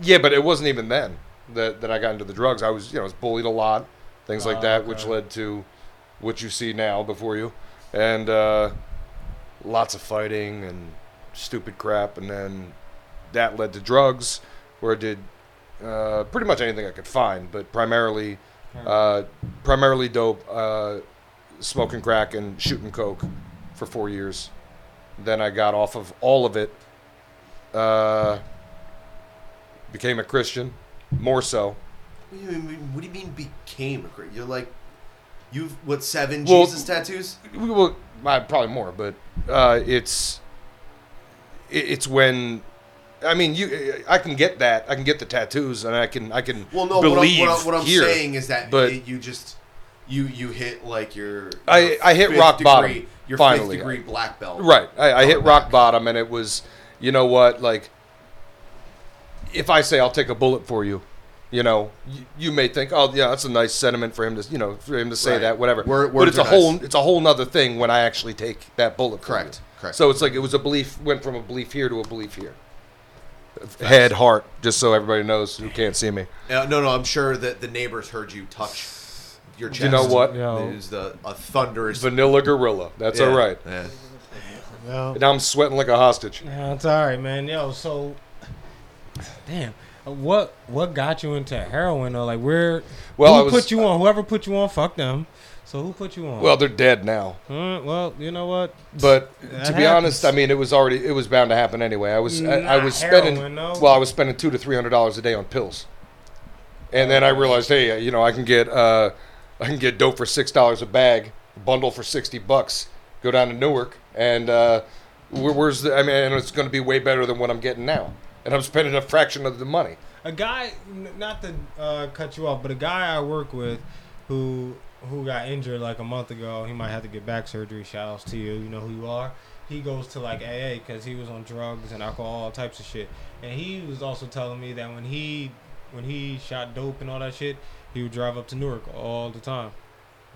D: yeah, but it wasn't even then that that I got into the drugs. I was you know I was bullied a lot, things like
C: Oh,
D: that,
C: okay.
D: which led to what you see now before you, and uh, lots of fighting and stupid crap, and then that led to drugs where I did. Uh, pretty much anything I could find, but primarily uh, primarily dope, uh, smoking crack and shooting coke for four years. Then I got off of all of it. Uh, became a Christian, more
B: what,
D: so.
B: do you mean, what do you mean became a Christian? You're like, you've, what, seven
D: Well-
B: Jesus tattoos?
D: We will I- probably more, but uh, it's it, it's when. I mean, you. I can get that. I can get the tattoos, and I can. I can
B: Well, no,
D: believe
B: what, I, what, I, what I'm
D: here.
B: saying is that
D: but-
B: it- you just, you you hit like your.
D: I-
B: your
D: I hit
B: fifth
D: rock
B: degree,
D: bottom,
B: Your
D: finally.
B: fifth degree black belt.
D: Right. I, I hit rock bottom, and it was, you know what, like, if I say I'll take a bullet for you, you know, you, you may think, oh yeah, that's a nice sentiment for him to, you know, for him to say
B: Right.
D: that, whatever.
B: Wor-
D: but
B: words
D: it's
B: are
D: a whole,
B: nice.
D: it's a whole nother thing when I actually take that bullet. from
B: Correct,
D: you.
B: correct.
D: So it's like it was a belief went from a belief here to a belief here. Head, heart, just so everybody knows who can't see me.
B: Uh, no, no, I'm sure that the neighbors heard you touch your chest.
D: You know what?
C: Yo.
B: It was the, a thunderous.
D: Vanilla gorilla. That's
B: Yeah,
D: all right.
B: yeah.
C: No.
D: Now I'm sweating like a hostage.
C: Yeah, it's all right, man. Yo, so damn, what what got you into heroin though? Like, where?
D: Well,
C: who
D: I was-
C: put you on? Whoever put you on, fuck them. So who put you on?
D: Well, they're dead now.
C: Huh? well, you know what?
D: But
C: That
D: to be honest,
C: happens.
D: I mean, it was already it was bound to happen anyway. I was I, I
C: Not
D: was
C: heroin,
D: spending
C: no.
D: well, I was spending two to three hundred dollars a day on pills, and then I realized, hey, you know, I can get uh, I can get dope for six dollars a bag, bundle for sixty bucks, go down to Newark, and uh, where, where's the I mean, and it's going to be way better than what I'm getting now, and I'm spending a fraction of the money.
C: A guy, n- not to uh, cut you off, but a guy I work with who who got injured like a month ago, he might have to get back surgery. Shout outs to you. You know who you are. he goes to like AA because he was on drugs and alcohol all types of shit. And he was also telling me that when he when he shot dope and all that shit, he would drive up to Newark all the time.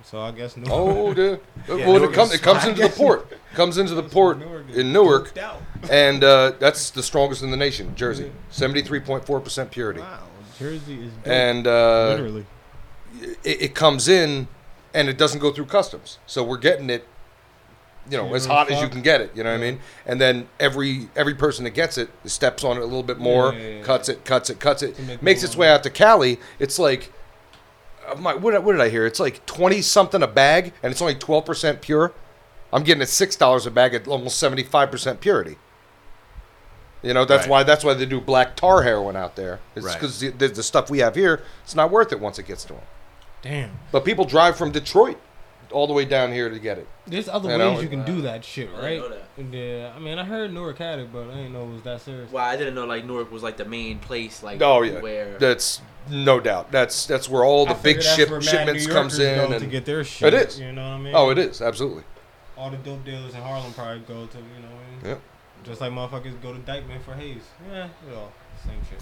C: So I guess Newark.
D: Oh, the, well,
B: Newark
D: it, come,
B: is-
D: it comes
C: I
D: into the
C: guess-
D: port. Comes into the port
C: is
D: in Newark,
C: doped out.
D: and uh, that's the strongest in the nation. Jersey, seventy-three point four percent purity,
C: Wow, Jersey is dope.
D: and uh,
C: literally.
D: it, it comes in, and it doesn't go through customs. So we're getting it, you know,
C: Yeah,
D: as hot as you
C: fuck.
D: can get it. You know what I mean? And then every every person that gets it steps on it a little bit more,
C: Yeah, yeah, yeah,
D: cuts it, cuts it, cuts it,
C: To make
D: makes
C: more
D: its way out to Cali. It's like. uh, My, what, did I- what did I hear? It's like twenty something a bag, and it's only twelve percent pure. I'm getting it six dollars a bag at almost seventy five percent purity. You know that's
B: Right.
D: why that's why they do black tar heroin out there. It's
B: Right.
D: because the, the stuff we have here, it's not worth it once it gets to them.
C: Damn.
D: But people drive from Detroit all the way down here to get it.
C: There's other
D: You
C: ways
D: know,
C: you can
A: wow.
C: do that shit,
F: I
C: right?
F: didn't know
C: Yeah, I mean, I heard Newark had it, but I didn't know it was that serious.
F: Well, I didn't know like Newark was like the main place, like
D: Oh yeah,
F: where
D: that's no doubt. That's that's where all the
C: I
D: big
C: figured that's where
D: ship
C: mad
D: shipments
C: New
D: comes
C: Yorkers
D: in,
C: go to
D: and
C: get their shit.
D: is.
C: You know what I mean?
D: oh, it is absolutely.
C: All the dope dealers in Harlem probably go to, you know. What I mean?
D: Yep.
C: Just like motherfuckers go to Dykeman for Hayes. Yeah, you know, same shit.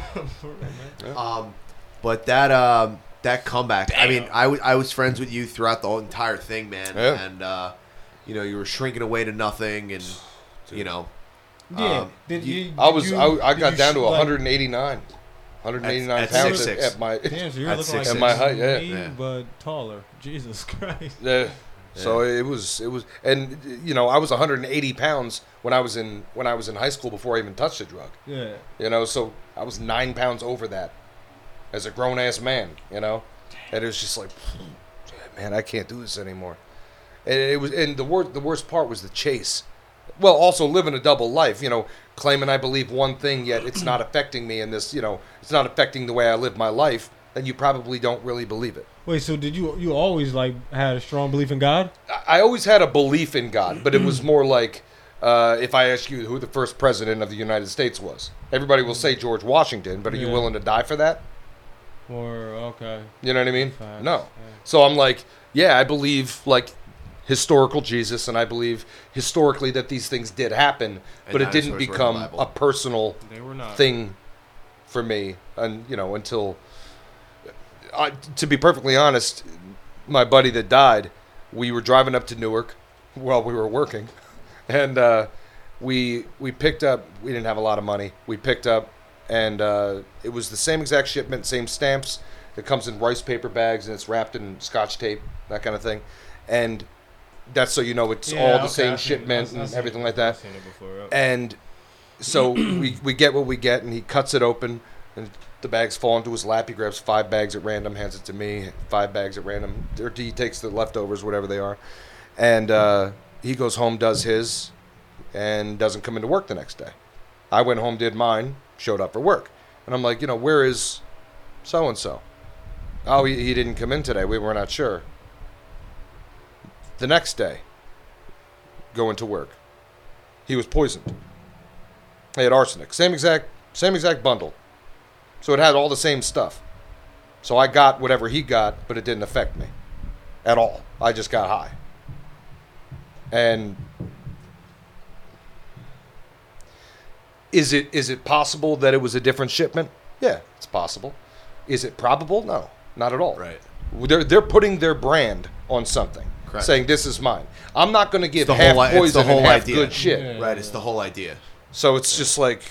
C: For real, man.
B: Um, but that um, that comeback. I mean, I wa- I was friends with you throughout the whole entire thing, man.
D: Yeah.
B: And uh, you know, you were shrinking away to nothing, and you know,
C: yeah.
B: Um,
C: Did
B: you-
C: you,
D: I was
C: did you-
D: I, I
C: did
D: got
C: you
D: down to
C: shoot, like-
D: 189, 189
B: At- at
D: pounds
B: 6'6".
D: at, at my.
C: Damn, so you're
B: At
C: looking
B: six,
C: like
B: six.
D: At my height, yeah.
C: me,
B: Yeah.
C: but taller. Jesus Christ.
D: Yeah. So it was it was and you know I was 180 pounds when I was in when I was in high school before I even touched a drug.
C: Yeah.
D: You know, so I was nine pounds over that as a grown ass man. You know, and it was just like, man, I can't do this anymore. And it was, and the worst, the worst part was the chase. Well, also living a double life. You know, claiming I believe one thing, yet it's not affecting me in this. You know, it's not affecting the way I live my life. Then you probably don't really believe it.
C: Wait, so did you you always like had a strong belief in God?
D: I- I always had a belief in God, but it was more like uh, if I ask you who the first president of the United States was, everybody will say George Washington, but are you
C: Yeah.
D: willing to die for that?
C: Or okay.
D: You know what I mean?
C: Facts,
D: No.
C: yeah.
D: So I'm like, yeah, I believe like historical Jesus, and I believe historically that these things did happen,
B: And
D: but it
B: dinosaurs
D: didn't
B: were in the
D: become
B: Bible.
D: a personal
C: They were not.
D: thing for me, and you know until. I, to be perfectly honest, my buddy that died, we were driving up to Newark while we were working, and uh, we we picked up. We didn't have a lot of money. We picked up, and uh, it was the same exact shipment, same stamps. It comes in rice paper bags and it's wrapped in scotch tape, that kind of thing, and that's so you know it's
C: Yeah,
D: all the
C: okay,
D: same
C: I've seen it.
D: shipment
C: I've- I've
D: and
C: seen
D: everything
C: it.
D: like
C: I've
D: that
C: seen it before, yeah.
D: and so we we get what we get, and he cuts it open, and the bags fall into his lap. He grabs five bags at random, hands it to me, five bags at random, or he takes the leftovers, whatever they are, and uh, he goes home, does his, and doesn't come into work the next day. I went home, did mine, showed up for work, and I'm like, you know, where is so and so? Oh, he, he didn't come in today. We were not sure. The next day, go into work. He was poisoned. They had arsenic. Same exact same exact bundle. So it had all the same stuff. So I got whatever he got, but it didn't affect me at all. I just got high. And is it is it possible that it was a different shipment? Yeah, it's possible. Is it probable? No, not at all.
B: Right.
D: They're they're putting their brand on something,
B: Correct.
D: saying this is mine. I'm not going to give
B: the
D: half
B: whole i- it's the
D: poison
B: whole
D: and half
B: idea.
D: good shit.
C: Yeah.
B: right? It's the whole idea.
D: So it's just like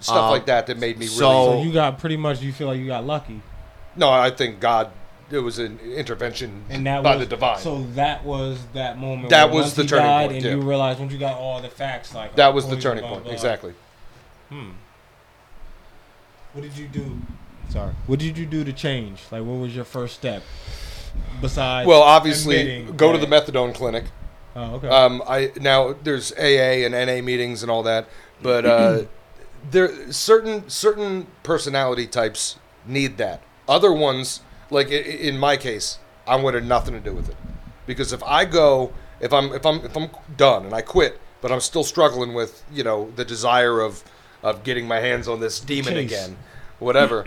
D: stuff
B: Um,
D: like that that made me really.
B: so-
C: So you got pretty much. You feel like you got lucky,
D: no, I think God. It was an intervention
C: and that
D: by
C: was
D: the divine.
C: So that was that moment.
D: That
C: where
D: was
C: once
D: the
C: he
D: turning
C: died and
D: point, yeah.
C: you realized once you got all the facts, like
D: that was the
C: poison,
D: turning
C: blah,
D: point.
C: blah.
D: Exactly.
C: What did you do? Sorry. What did you do to change? Like, what was your first step? Besides,
D: Well, obviously,
C: admitting
D: go to
C: that-
D: the methadone clinic.
C: Oh, okay.
D: Um, I now there's AA and NA meetings and all that, but uh, there certain certain personality types need that. Other ones, like i- i- in my case, I wanted nothing to do with it because if I go, if I'm if I'm if I'm done and I quit, but I'm still struggling with you know the desire of of getting my hands on this demon
C: Chase.
D: again, whatever.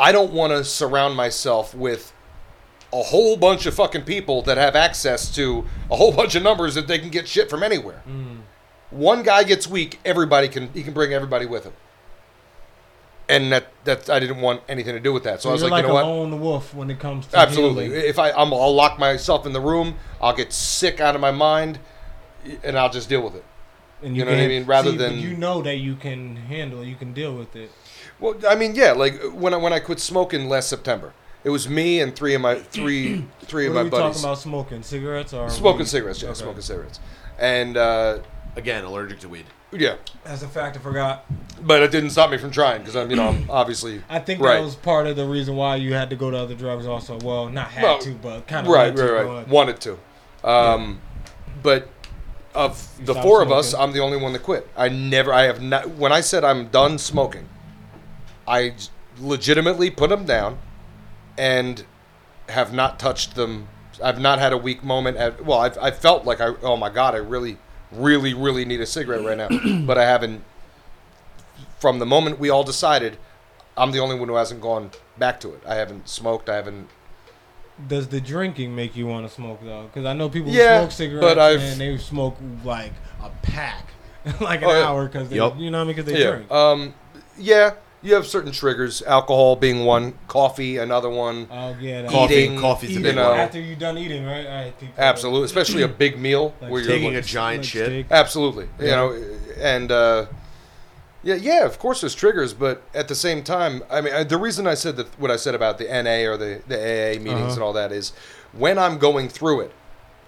D: I don't want to surround myself with a whole bunch of fucking people that have access to a whole bunch of numbers that they can get shit from anywhere.
C: Mm.
D: One guy gets weak, everybody can he can bring everybody with him. And that that I didn't want anything to do with that. So, I was
C: you're
D: like,
C: like
D: you know what?
C: a lone wolf when it comes to
D: Absolutely.
C: healing.
D: If I, I'm, I'll lock myself in the room. I'll get sick out of my mind, and I'll just deal with it.
C: and
D: You know what I mean? Rather
C: see, but
D: than-
C: you know that you can handle, you can deal with it.
D: Well, I mean, yeah. Like when I when I quit smoking last September, it was me and three of my three three of
C: what are
D: my
C: we
D: buddies
C: talking about? Smoking cigarettes or
D: smoking
C: weed?
D: cigarettes. Yeah,
C: Okay.
D: smoking cigarettes. And uh,
B: Again, allergic to weed.
D: yeah,
C: That's a fact. I forgot.
D: but it didn't stop me from trying because I'm you know I'm obviously
C: I think
D: right.
C: that was part of the reason why you had to go to other drugs. Also, well, not had
D: Well,
C: to, but kind of
D: right, right, right. Wanted to, um, but of
C: You
D: the
C: stopped
D: four of us,
C: smoking.
D: I'm the only one that quit. I never, I have not. When I said I'm done smoking, I j- legitimately put them down, and have not touched them. I've not had a weak moment. At well, I've, I felt like I. Oh my god, I really, really, really need a cigarette right now, but I haven't. From the moment we all decided, I'm the only one who hasn't gone back to it. I haven't smoked. I haven't
C: Does the drinking make you want to smoke though? Because I know people who
D: Yeah,
C: smoke cigarettes
D: but I've-
C: and they smoke like a pack, like an
D: Oh, yeah.
C: hour, because they,
B: Yup.
C: you know what I mean? Because they
D: yeah.
C: drink.
D: Um, yeah, you have certain triggers. Alcohol being one, coffee another one.
C: oh yeah, that-
D: Coffee.
B: Eating Uh, coffee's a
C: Eating
B: big
D: know.
B: one.
C: after you done eating, right? All right people,
D: Absolutely, especially a big meal
C: Like
D: where you're
B: Taking a
D: like,
B: giant
C: Like
B: shit.
C: steak.
D: absolutely, you
C: Yeah.
D: know, and uh, yeah, yeah. Of course, there's triggers, but at the same time, I mean, I, the reason I said that what I said about the NA or the the AA meetings
C: Uh-huh.
D: and all that is when I'm going through it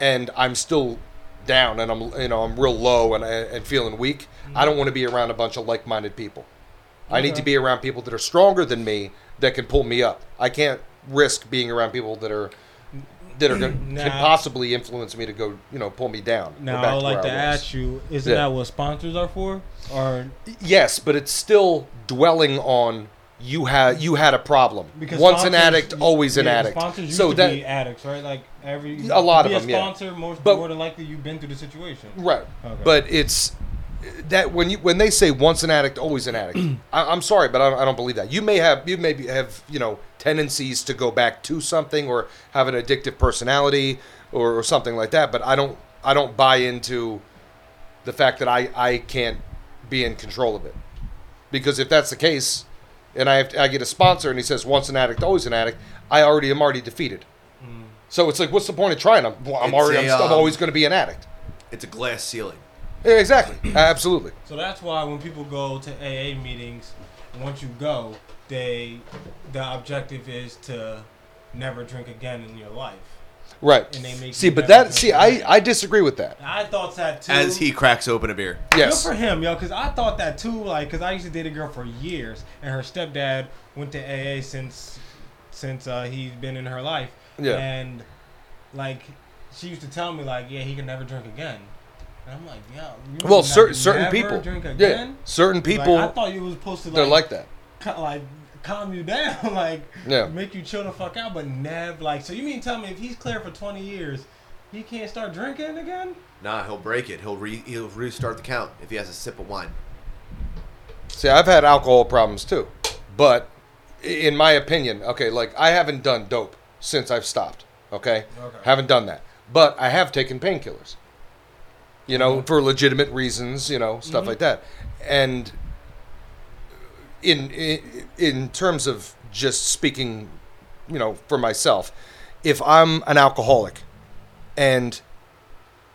D: and I'm still down and I'm you know I'm real low and and feeling weak. I don't want to be around a bunch of like-minded people. I need
C: Okay.
D: to be around people that are stronger than me that can pull me up. I can't risk being around people that are that are gonna,
C: Now-
D: can possibly influence me to go, you know, pull me down. or
C: Now
D: back
C: I would like
D: where
C: to
D: I was.
C: ask you: Isn't
D: Yeah.
C: that what sponsors are for? Or
D: Yes, but it's still dwelling on you had you had a problem. Once an
C: sponsors-
D: addict, always an
C: yeah,
D: addict.
C: Sponsors used
D: so
C: to
D: that
C: be addicts, right? Like every
D: A lot
C: to be
D: of them,
C: A
D: yeah.
C: sponsor, more,
D: But-
C: more than likely, you've been through the situation.
D: Right.
C: Okay.
D: But it's that when you when they say once an addict, always an addict. I, I'm sorry, but I, I don't believe that. You may have you may be- have you know tendencies to go back to something or have an addictive personality or, or something like that. But I don't I don't buy into the fact that I I can't be in control of it because if that's the case, and I have to, I get a sponsor and he says once an addict, always an addict, I already am already defeated. So it's like, what's the point of trying? I'm, well, I'm
B: It's
D: already,
B: a,
D: I'm, st- I'm
B: um,
D: always going to be an addict.
B: It's a glass ceiling.
D: Yeah, exactly. Absolutely.
C: So that's why when people go to AA meetings, once you go, they the objective is to never drink again in your life.
D: Right.
C: And they make
D: See,
C: you
D: but
C: never
D: that
C: drink
D: see,
C: again.
D: I I disagree with that.
C: And I thought that too.
B: As he cracks open a beer.
D: Yes.
C: Good for him, yo, because I thought that too. Like, because I used to date a girl for years, and her stepdad went to AA since since uh, he's been in her life.
D: Yeah.
C: And like, she used to tell me like, yeah, he can never drink again. And I'm like, yeah. You mean,
D: Well, cer-
C: like,
D: certain
C: never
D: people.
C: Drink
D: Yeah.
C: again?
D: Certain people
C: Like, I thought you was supposed to
D: they're
C: like,
D: like that.
C: ca- like calm you down, like
D: Yeah.
C: make you chill the fuck out, but never like. So you mean tell me if he's clear for 20 years, he can't start drinking again?
B: Nah, he'll break it. He'll re- he'll restart the count if he has a sip of wine.
D: See, I've had alcohol problems too, but i- in my opinion, okay, like I haven't done dope since I've stopped. Okay,
C: Okay.
D: haven't done that, but I have taken painkillers. You know, for legitimate reasons. You know, stuff like that, and in, in in terms of just speaking, you know, for myself, if I'm an alcoholic and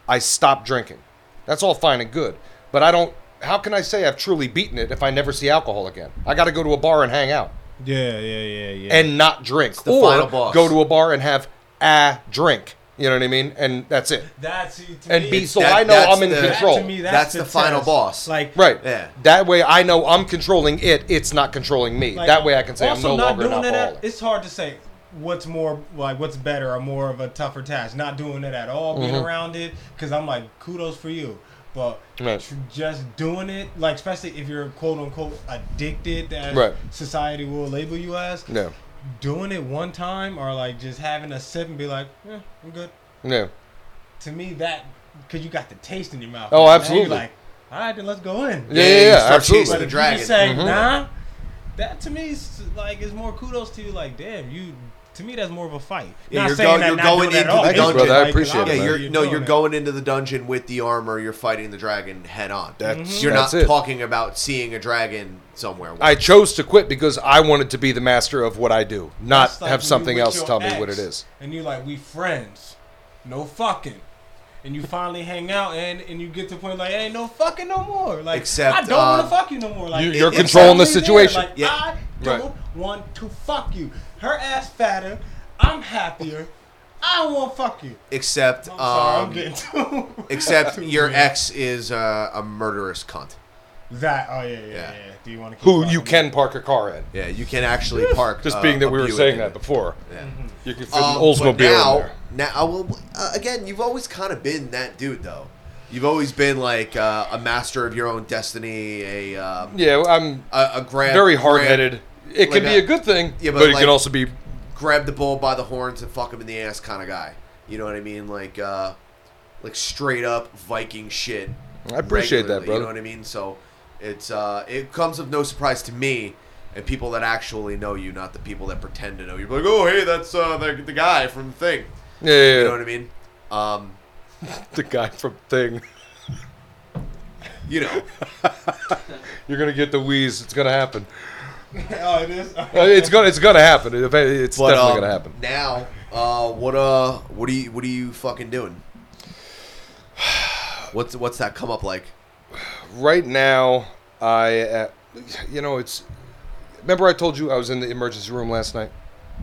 D: I stop drinking, that's all fine and good. But I don't. How can I say I've truly beaten it if I never see alcohol again? I got to go to a bar and hang out
C: Yeah, yeah, yeah, yeah.
D: and not drink,
B: the final
D: or
B: boss.
D: go to a bar and have a drink. You know what I mean? And that's it.
C: That's to
D: And
C: me,
D: be
C: it's-
D: so
B: that-
D: I know
B: that's
D: I'm in
B: the-
C: that
D: control.
C: to me,
B: That's the final
C: test.
B: boss.
C: Like
D: Right.
B: Yeah.
D: That way I know I'm controlling it. It's not controlling me.
C: like,
D: that way I can say I'm
C: also
D: no
C: not
D: longer an
C: doing it at-
D: alcoholic.
C: It's hard to say what's more like what's better or more of a tougher task. Not doing it at all, being
D: Mm-hmm.
C: around it, because I'm like kudos for you. But
D: Right.
C: tr- just doing it, like especially if you're quote unquote addicted, that
D: Right.
C: society will label you as.
D: no,
C: Doing it one time or like just having a sip and be like, eh, I'm good.
D: no.
C: To me, that because you got the taste in your mouth.
D: Oh,
C: Now you're
D: absolutely.
C: Like, all right, then let's go in.
D: Yeah, yeah,
B: you
D: yeah,
B: start
D: absolutely.
B: chasing
C: But
B: the
C: if
B: dragon. Mm-hmm.
C: you say nah, that to me is like is more kudos to you. Like, damn, you To me, that's more of a fight.
B: Yeah,
C: Not
B: you're
C: saying
B: go-
C: that
B: you're
C: not
B: going
C: doing that at
B: into
C: all.
B: the
C: It's
B: dungeon.
C: just
D: Brother, I
C: like, 'cause
D: appreciate it,
B: Yeah,
C: obviously
D: man.
B: you're, no, you're
C: doing
B: going into the dungeon with the armor. You're fighting the dragon head on.
C: Mm-hmm.
D: That's-
B: you're
D: that's
B: not
D: it.
B: talking about seeing a dragon somewhere.
D: I chose to quit because I wanted to be the master of what I do, not
C: That's like when
D: have
C: you
D: something
C: with
D: else
C: your
D: tell me what it
C: ex,
D: is.
C: And you like, we friends, no fucking. And you finally hang out and and you get to the point like, ain't no fucking no more. Like,
B: Except,
C: I don't want
B: uh,
C: to fuck you no more. Like,
D: you- you're
C: it's
D: controlling the
C: only there.
D: situation.
C: Like,
B: Yeah.
C: I
D: Right.
C: don't want to fuck you. Her ass fatter. I'm happier. I don't want to fuck you.
B: Except,
C: I'm sorry, I'm
B: um,
C: getting too.
B: except your
C: weird.
B: ex is uh, a murderous cunt.
C: that. Oh yeah, yeah, yeah.
B: Yeah.
C: yeah. Do you want to?
D: Who you can park a car in.
B: Yeah, you can actually park.
D: Just
B: uh,
D: being that
B: a
D: we were
B: Buick
D: saying
B: in
D: that
B: it.
D: before.
B: Yeah.
D: You can fit
B: Um,
D: an
B: but
D: Oldsmobile
B: now,
D: in there.
B: Now, well, uh, again, you've always kind of been that dude, though. You've always been like uh, a master of your own destiny, a um,
D: Yeah, well, I'm
B: a, a grab,
D: very
B: grab-
D: hard-headed. It
B: like
D: can be
B: a-
D: a good thing,
B: Yeah, but
D: but, it
B: like-
D: can also be
B: grab the bull by the horns and fuck him in the ass kind of guy. You know what I mean? Like, uh, like straight up Viking shit.
D: I appreciate that,
B: regularly, You
D: brother.
B: know what I mean? So it's uh, it comes of no surprise to me and people that actually know you, not the people that pretend to know you. Like, oh hey, that's uh, the, the guy from the thing.
D: yeah, yeah,
B: You
D: yeah.
B: know what I mean? Um,
D: the guy from Thing.
B: you know,
D: You're gonna get the wheeze. It's gonna happen.
C: oh, it is.
D: Uh, It's gonna it's gonna happen. It- It's
B: but
D: definitely
B: um,
D: gonna happen.
B: now. Uh, what uh, what do you what are you fucking doing? What's what's that come up like?
D: Right now, I uh, you know it's. Remember, I told you I was in the emergency room last night.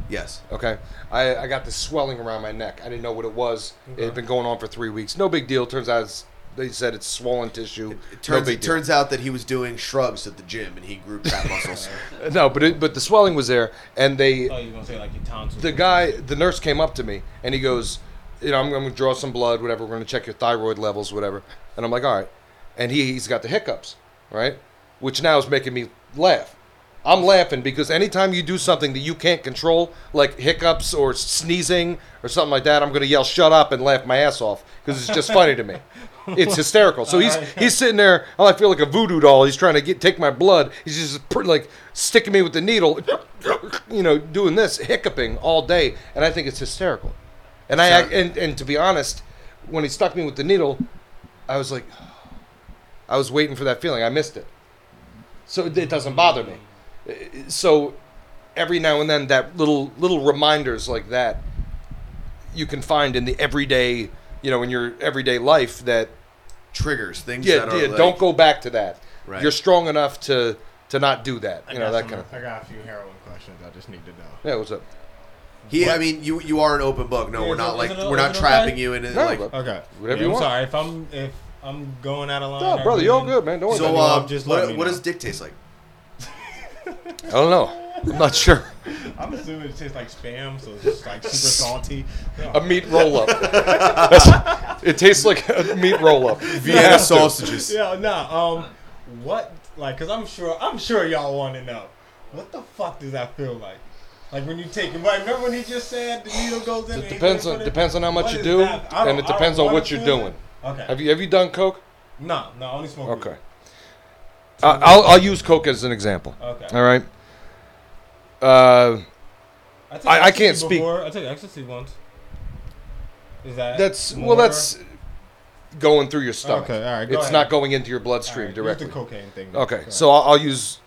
B: Yes.
D: Okay. I, I got this swelling around my neck. I didn't know what it was. It had been going on for three weeks. No big deal. Turns out it's, they said it's swollen tissue.
B: It turns,
D: no big
B: it turns out that he was doing shrugs at the gym and he grew crab muscles.
D: deal. No, but it, but the swelling was there, and they
C: Oh, you gonna say like your tonsils?
D: the guy, the nurse came up to me and he goes, you know, I'm going to draw some blood, whatever. We're going to check your thyroid levels, whatever. And I'm like, all right. And he, he's got the hiccups, right? Which now is making me laugh. I'm laughing because anytime you do something that you can't control, like hiccups or sneezing or something like that, I'm going to yell, shut up, and laugh my ass off because it's just funny to me. It's hysterical. So he's he's sitting there. oh, I feel like a voodoo doll. He's trying to get take my blood. He's just pr- like sticking me with the needle, you know, doing this hiccuping all day, and I think it's hysterical. And I
B: Sure.
D: and and to be honest, when he stuck me with the needle, I was like, I was waiting for that feeling. I missed it, so it, it doesn't bother me. Uh, So every now and then, that little little reminders like that you can find in the everyday, you know, in your everyday life that
B: Triggers, things
D: yeah,
B: that are
D: yeah
B: like-
D: don't go back to that.
B: Right.
D: You're strong enough to to not do that. You know that kind of.
C: I got a few heroin questions. I just need to know.
D: Yeah, what's up?
B: He, I mean, you you are an open book. No,
C: Yeah,
B: we're
C: is
B: not
C: it-
B: like
C: is it-
B: we're
C: is
B: not
C: it
B: trapping
C: okay?
B: you in it.
D: No,
B: like,
D: but-
C: Okay. Yeah,
D: Whatever you
C: I'm
D: want.
C: sorry if I'm if I'm going out of line.
D: No,
C: I
D: brother, you're all
C: really-
D: good, man. Don't worry.
B: so
D: about
B: uh,
C: Just let
B: what,
C: me
B: what
C: know.
B: does dick taste like?
D: it. I don't know. I'm not sure.
C: I'm assuming it tastes like spam, so it's just like super salty.
D: A
C: Yeah.
D: meat roll up. it tastes like a meat roll up.
B: Vienna sausages.
C: Yeah, nah. Um, what like? Cause I'm sure I'm sure y'all want to know. What the fuck does that feel like? Like when you take it, right? Remember when he just said the needle goes in? and
D: It
C: he
D: depends
C: goes
D: on
C: in?
D: depends on how
C: What
D: much you
C: is
D: do,
C: that? I
D: and
C: don't-
D: it
C: I don't
D: dhands on
C: wanna
D: what you're
C: feel
D: doing.
C: it. Okay.
D: Have you have you done coke?
C: No, no, I only smoke. weed.
D: Okay. I- I'll I'll use coke as an example.
C: Okay.
D: All right. Uh,
C: took
D: I- I
C: ecstasy
D: can't speak.
C: Before. I took ecstasy once. Is that
D: that's
C: more-
D: well, that's going through your stomach.
C: Okay, all right, go
D: it's
C: ahead.
D: not going into your
C: All
D: bloodstream
C: right, use
D: directly.
C: The cocaine thing.
D: Okay,
C: Go
D: so I'll, I'll use.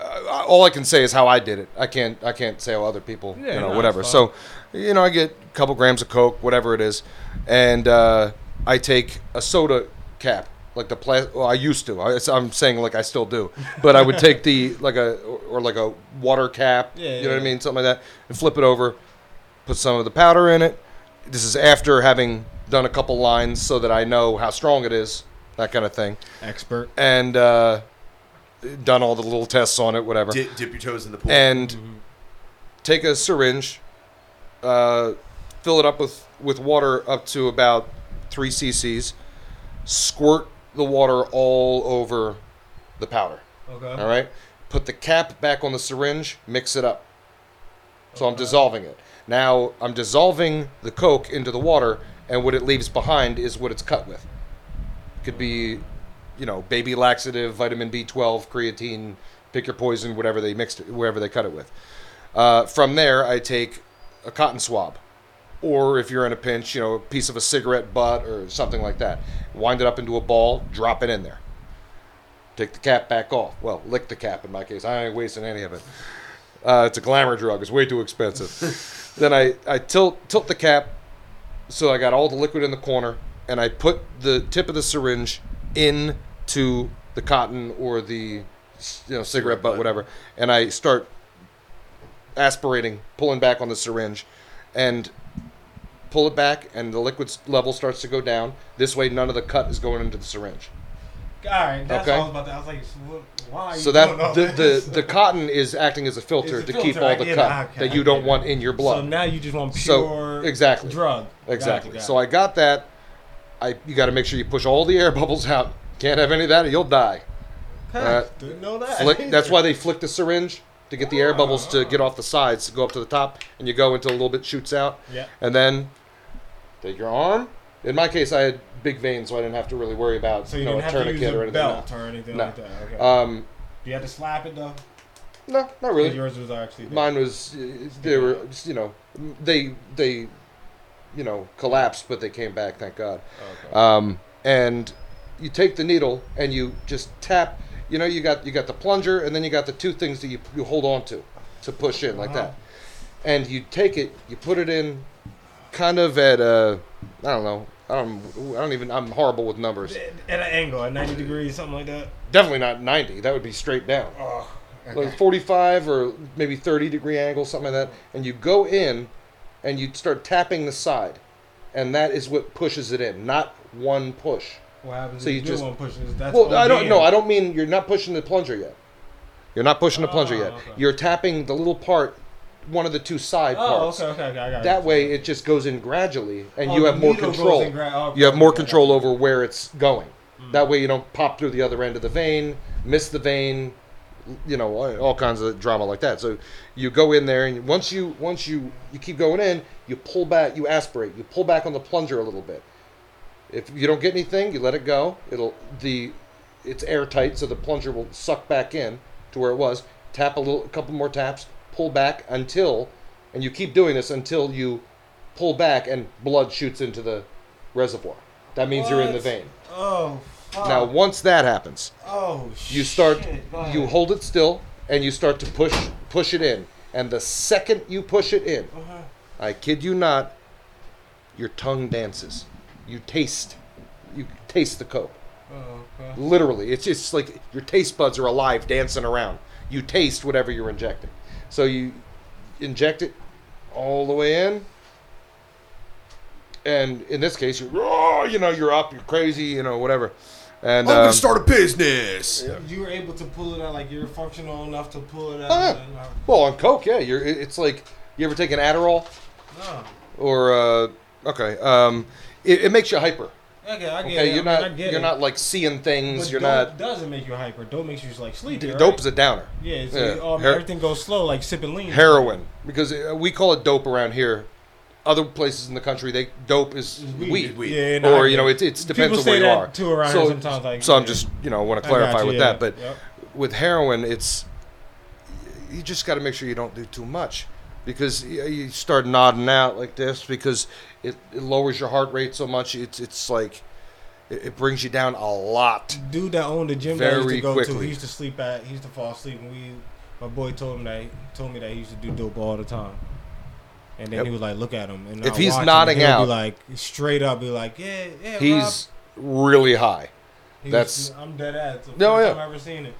D: Uh, all I can say is how I did it. I can't. I can't say how other people.
C: Yeah,
D: you know,
C: no,
D: whatever.
C: it's
D: So, you know, I get a couple grams of coke, whatever it is, and uh, I take a soda cap, like the plastic. Well, I used to. I, I'm saying like I still do, but I would take the like a or, or like a water cap.
C: Yeah,
D: you
C: yeah,
D: know what I
C: yeah.
D: mean, something like that, and flip it over, put some of the powder in it. This is after having done a couple lines, so that I know how strong it is, that kind of thing
C: ahead. expert.
D: and uh, done all the little tests on it, whatever.
B: Dip, dip your toes in the pool.
D: and take a syringe, uh, fill it up with, with water up to about three cc's, squirt the water all over the powder.
C: Okay.
D: All right, put the cap back on the syringe, mix it up. So I'm dissolving it. Now I'm dissolving the coke into the water, and what it leaves behind is what it's cut with. Could be, you know, baby laxative, vitamin B12, creatine, pick your poison, whatever they mixed it, wherever they cut it with. Uh, from there, I take a cotton swab, or if you're in a pinch, you know, a piece of a cigarette butt or something like that. Wind it up into a ball, drop it in there. Take the cap back off. Well, lick the cap in my case. I ain't wasting any of it. Uh, it's a glamour drug. It's way too expensive. then I, I tilt tilt the cap, so I got all the liquid in the corner, and I put the tip of the syringe into the cotton or the you know cigarette butt, whatever, and I start aspirating, pulling back on the syringe, and pull it back, and the liquid s- level starts to go down. This way, none of the cut is going into the syringe.
C: All right, that's
D: Okay.
C: all I was about to. I was like, so what- why? Are you
D: So that
C: doing all
D: the,
C: this?
D: the, the cotton is acting as a filter
C: It's a
D: to keep
C: filter, I
D: all the
C: get it,
D: cut
C: okay,
D: that
C: I
D: you
C: get
D: don't
C: it.
D: want in your blood.
C: So now you just want
D: So,
C: pure
D: exactly.
C: drug.
D: Exactly. So I got that. I you got to make sure you push all the air bubbles out. Can't have any of that, or you'll die. uh,
C: didn't know that.
D: Flick, that's why they flick the syringe to get the air bubbles to get off the sides to go up to the top, and you go until a little bit shoots out.
C: Yeah.
D: And then take your arm. In my case, I had big veins, so I didn't have to really worry about
C: So
D: you
C: you
D: know
C: didn't
D: a
C: have to
D: tourniquet
C: use a
D: or anything.
C: belt
D: no.
C: or anything
D: No.
C: like that. Okay.
D: Um,
C: you had to slap it though. 'Cause
D: no, not really.
C: Yours was actually. there.
D: Mine was uh, they were just, you know they they you know collapsed, but they came back. Thank God.
C: Okay.
D: Um, and you take the needle and you just tap. You know you got you got the plunger and then you got the two things that you you hold on to to push in like
C: Uh-huh.
D: that. And you take it, you put it in, kind of at a I don't know. I don't. I don't even. I'm horrible with numbers.
C: At an angle, at 90 degrees, something like that.
D: Definitely not 90. That would be straight down
C: Oh,
D: like 45 or maybe 30 degree angle, something like that. And you go in and you start tapping the side. And that is what pushes it in, not one push.
C: what happens
D: So
C: if
D: you
C: you
D: just-
C: do one push? Is That's
D: Well, I don't
C: ODing.
D: know. I don't mean you're not pushing the plunger yet. You're not pushing the plunger
C: Oh,
D: yet.
C: okay.
D: You're tapping the little part, one of the two side
C: Oh,
D: parts.
C: okay, okay, okay, I got it.
D: That way it just goes in gradually and
C: Oh,
D: you
C: the
D: have more
C: needle goes
D: control.
C: in gra- oh, okay,
D: you have more
C: okay, Mm. I got
D: control over where it's going. That way you don't pop through the other end of the vein, miss the vein, you know, all all kinds of drama like that. So you go in there and once you once you you keep going in, you pull back, you aspirate, you pull back on the plunger a little bit. If you don't get anything, you let it go. It'll the it's airtight, so the plunger will suck back in to where it was. Tap a little, a couple more taps, pull back until, and you keep doing this until you pull back and blood shoots into the reservoir. That means you're in the
C: What?
D: vein.
C: Oh, fuck.
D: Now, once that happens,
C: oh,
D: you start,
C: shit, go
D: you
C: ahead.
D: hold it still, and you start to push, push it in. And the second you push it in,
C: Uh-huh.
D: I kid you not, your tongue dances. You taste, you taste the coke.
C: Oh, okay.
D: Literally, it's just like your taste buds are alive, dancing around. You taste whatever you're injecting. So you inject it all the way in, and in this case, you're "Roar," you know you're up, you're crazy, you know whatever. And
B: I'm
D: um,
B: gonna start a business.
C: You were able to pull it out, like you're functional enough to pull it out.
D: Oh,
C: and,
D: yeah.
C: uh,
D: well on coke, yeah, you're. it- It's like you ever take an Adderall
C: no.
D: or uh, okay, um, it, it makes you hyper.
C: Okay, I get
D: Okay,
C: it. I
D: you're
C: mean,
D: not
C: I get
D: you're
C: it.
D: not like seeing things.
C: But
D: you're
C: dope
D: not
C: doesn't make you hyper. Dope makes you just like sleepy. Right?
D: dope is a downer.
C: yeah, so
D: yeah.
C: you- um,
D: Her-
C: everything goes slow, like sipping lean.
D: heroin because uh, we call it dope around here. Other places in the country, they dope is
C: It's
D: weed,
B: weed.
C: Yeah, no,
D: or
C: I
D: you
C: get
D: know,
C: it.
D: it, it depends
C: People
D: on
C: say
D: where you
C: that
D: are.
C: too around
D: so,
C: here sometimes, like,
D: so I'm
C: yeah.
D: just you know want to
C: I got
D: clarify
C: you,
D: with
C: yeah.
D: that, but
C: Yep.
D: with heroin, it's you just got to make sure you don't do too much because y- you start nodding out like this because it, it lowers your heart rate so much. It's it's like it, it brings you down a lot.
C: dude that owned the gym that I used
D: Very
C: to go to,
D: quickly.
C: he used to sleep at, he used to fall asleep, and we, my boy told him that, told me that he used to do dope all the time. And then
D: Yep.
C: he was like, "Look at him." And
D: If
C: I
D: he's
C: watch him,
D: nodding
C: he'll
D: out-
C: be like straight up, be like, "Yeah, yeah."
D: He's really high.
C: Rob." He
D: that's-
C: was- I'm dead ass. The
D: No,
C: first
D: yeah.
C: time I've ever seen it.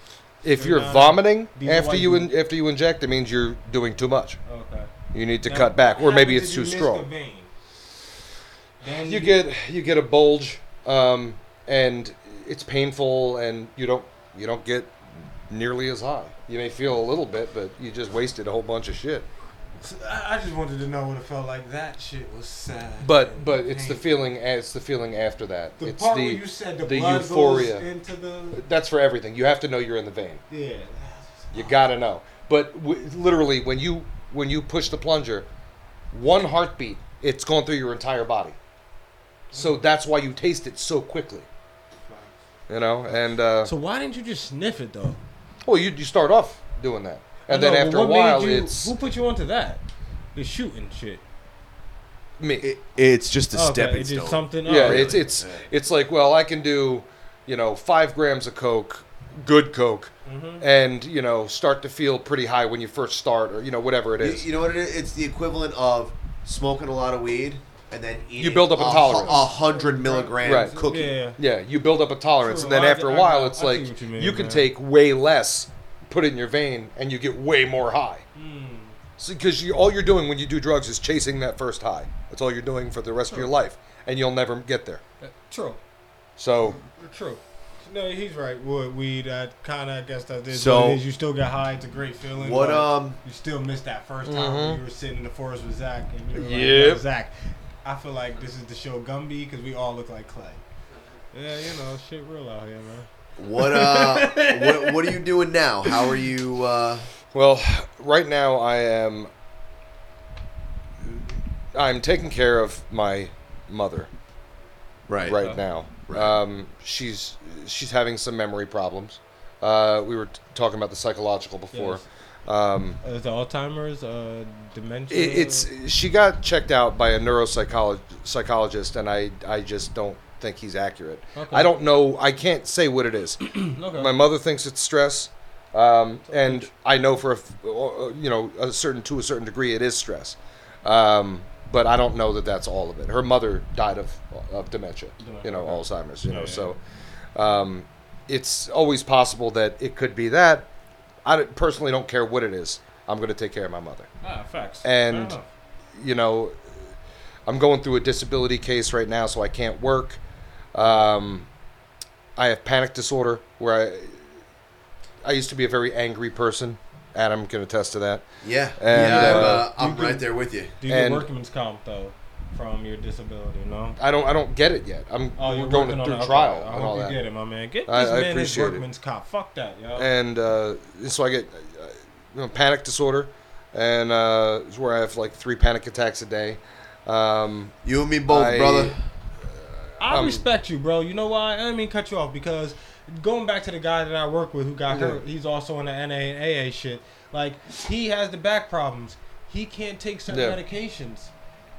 D: If
C: Straight
D: you're
C: down.
D: vomiting
C: These
D: after
C: white
D: you in,
C: dudes.
D: after you inject, it means you're doing too much.
C: Okay.
D: You need to
C: Now,
D: cut back,
C: how
D: or maybe
C: did
D: it's
C: you
D: too
C: miss the
D: strong.
C: vein? Then
D: You get you get a bulge, um, and it's painful, and you don't you don't get nearly as high. You may feel a little bit, but you just wasted a whole bunch of shit.
C: I I just wanted to know what it felt like. That shit was sad.
D: But
C: and
D: but it's the
C: painful.
D: feeling it's the feeling after that.
C: The
D: it's
C: part
D: the
C: where you said the,
D: the
C: blood
D: euphoria.
C: goes into the
D: that's for everything. You have to know you're in the vein.
C: yeah.
D: You gotta know. But w- literally, when you when you push the plunger, one heartbeat, it's going through your entire body. So that's why you taste it so quickly. You know, and uh,
C: So why didn't you just sniff it though?
D: well, you you start off doing that, and
C: No,
D: then
C: but
D: after a
C: what made
D: while,
C: you-
D: it's
C: who put you onto that? the shooting shit.
D: Me.
B: It, it's just a
C: Okay,
B: stepping
C: it's
B: stone.
C: just something.
D: yeah,
C: alright.
D: it's it's it's like well, I can do, you know, five grams of coke, good coke,
C: Mm-hmm.
D: and you know, start to feel pretty high when you first start, or you know, whatever it
B: You,
D: is.
B: you know what it is? It's the equivalent of smoking a lot of weed and then eating
D: build up a
B: hu-
D: tolerance.
B: a hundred milligram
D: Right.
B: cookie.
C: Yeah.
D: yeah, you build up a tolerance,
C: True,
D: and then
C: I-
D: after a
C: I-
D: while,
C: I-
D: it's
C: I see
D: like
C: what you mean,
D: can
C: yeah.
D: take way less, put it in your vein, and you get way more high.
C: Hmm.
D: Because you, all you're doing when you do drugs is chasing that first high. That's all you're doing for the rest of your life, and you'll never get there.
C: Uh, True.
D: So
C: True. No, he's right. Wood, weed, I kind of guess that is
B: So-
C: what it is. You still get high. It's a great feeling.
B: What
C: but
B: um?
C: You still missed that first time when you were sitting in the forest with Zach, and you were like,
D: Mm-hmm. Yep.
C: "Yo, Zach, I feel like this is the show Gumby because we all look like Clay. Yeah, you know, shit real out here, man.
B: What uh? what, what are you doing now? How are you? uh
D: Well, right now I am. I'm taking care of my mother
B: Right. Oh.
D: right now.
B: Right.
D: Um, she's she's having some memory problems. Uh, we were t- talking about the psychological before. Um,
C: Uh, is it Alzheimer's, uh, dementia?
D: it, it's she got checked out by a neuropsychologist, psychologist, and I I just don't think he's accurate.
C: Okay.
D: I don't know. I can't say what it is.
C: Okay.
D: My mother thinks it's stress, um, and I know for a, f- uh, you know a certain to a certain degree it is stress, um, but I don't know that that's all of it. Her mother died of of dementia, you know, Alzheimer's, you know.
C: yeah.
D: So um, it's always possible that it could be that. I don't- personally don't care what it is. I'm going to take care of my mother
C: ah, facts.
D: and you know i'm going through a disability case right now so i can't work um, i have panic disorder where i i used to be a very angry person adam can attest to that
B: Yeah.
D: And,
B: yeah. I'm,
D: uh,
B: uh,
C: you
B: I'm
C: can-
B: right there with you.
C: do you get
D: and-
C: workman's comp though from your disability? No.
D: i don't i don't get it yet i'm
C: Oh,
D: we're
C: you're
D: going
C: working
D: through
C: on it. Okay,
D: trial
C: I
D: and
C: hope
D: all
C: you
D: that
C: get it, my man. Get this
D: I- I
C: man his
D: appreciate it.
C: workman's comp. Fuck that, yo.
D: and uh, so i get uh, you know, panic disorder and uh, it's where i have like three panic attacks a day um,
B: You and me both,
D: I-
B: brother.
C: I
D: Um,
C: respect you, bro. You know why? I didn't mean to cut you off because going back to the guy that I work with who got
D: Yeah.
C: hurt, he's also in the NA and AA shit. Like he has the back problems. He can't take certain
D: Yeah.
C: medications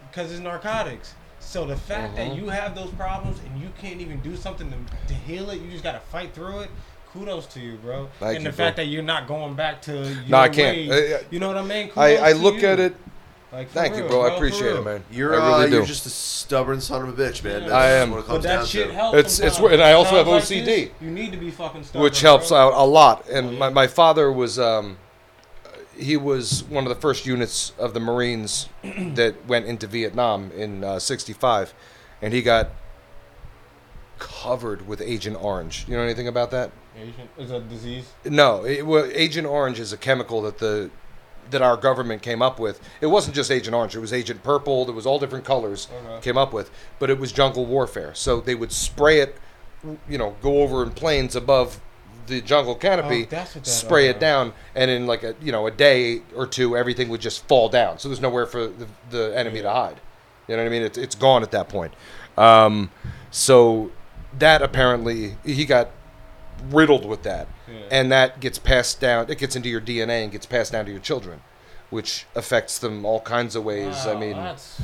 C: because it's narcotics. So the fact
D: Uh-huh.
C: that you have those problems and you can't even do something to, to heal it, you just gotta fight through it. Kudos to you, bro.
D: Thank
C: and
D: you,
C: the fact
D: bro.
C: that you're not going back to your
D: No, I can't.
C: ways,
D: I- I-
C: you know what I mean?
D: I,
C: Kudos
D: I
C: to
D: look
C: you.
D: at it
C: Like, for
D: thank you
C: real,
D: bro i
C: for
D: appreciate
C: real.
D: it man
B: You're
D: I really
B: uh,
D: do.
B: you're just a stubborn son of a bitch, man.
C: Yeah.
B: That's
D: I am.
B: What it
C: But
B: comes
C: that
B: down
C: shit
B: to.
C: helps.
D: It's- it's
C: sometimes.
D: weird, and I also
C: Times
D: have
C: like
D: OCD.
C: this, you need to be fucking stubborn,
D: which helps
C: bro.
D: out a lot. And
C: Oh, yeah.
D: my, my father was um, he was one of the first units of the Marines that went into Vietnam in uh, '65, and he got covered with Agent Orange. You know anything about that?
C: Asian is a disease.
D: No, it, well, Agent Orange is a chemical that the that our government came up with. It wasn't just Agent Orange; it was Agent Purple. There was all different colors
C: Okay.
D: came up with, but it was jungle warfare. So they would spray it, you know, go over in planes above the jungle canopy,
C: Oh, that's what that-
D: spray it
C: okay.
D: down, and in like a you know a day or two, everything would just fall down. So there's nowhere for the, the enemy to hide. You know what I mean? It's it's gone at that point. Um, so that apparently he got riddled with that,
C: Yeah.
D: and that gets passed down. It gets into your DNA and gets passed down to your children, which affects them all kinds of ways. I
C: Wow,
D: mean,
C: that's,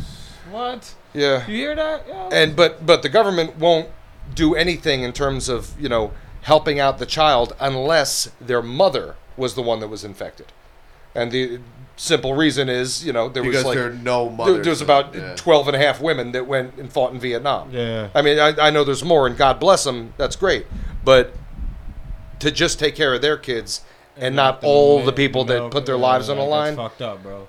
C: what?
D: yeah.
C: You hear that? Yo?
D: And but but the government won't do anything in terms of you know helping out the child unless their mother was the one that was infected, and the simple reason is you know there
B: Because
D: was like
B: there are no
D: there-
B: mothers.
D: there was about
B: yeah.
D: 12 and a half women that went and fought in Vietnam.
C: Yeah.
D: I mean, I, I know there's more, and God bless them. That's great. But to just take care of their kids and, not
C: The
D: all the
C: milk-
D: people that
C: milk,
D: put their
C: yeah,
D: lives on the
C: like, that's
D: line,
C: Fucked up, bro.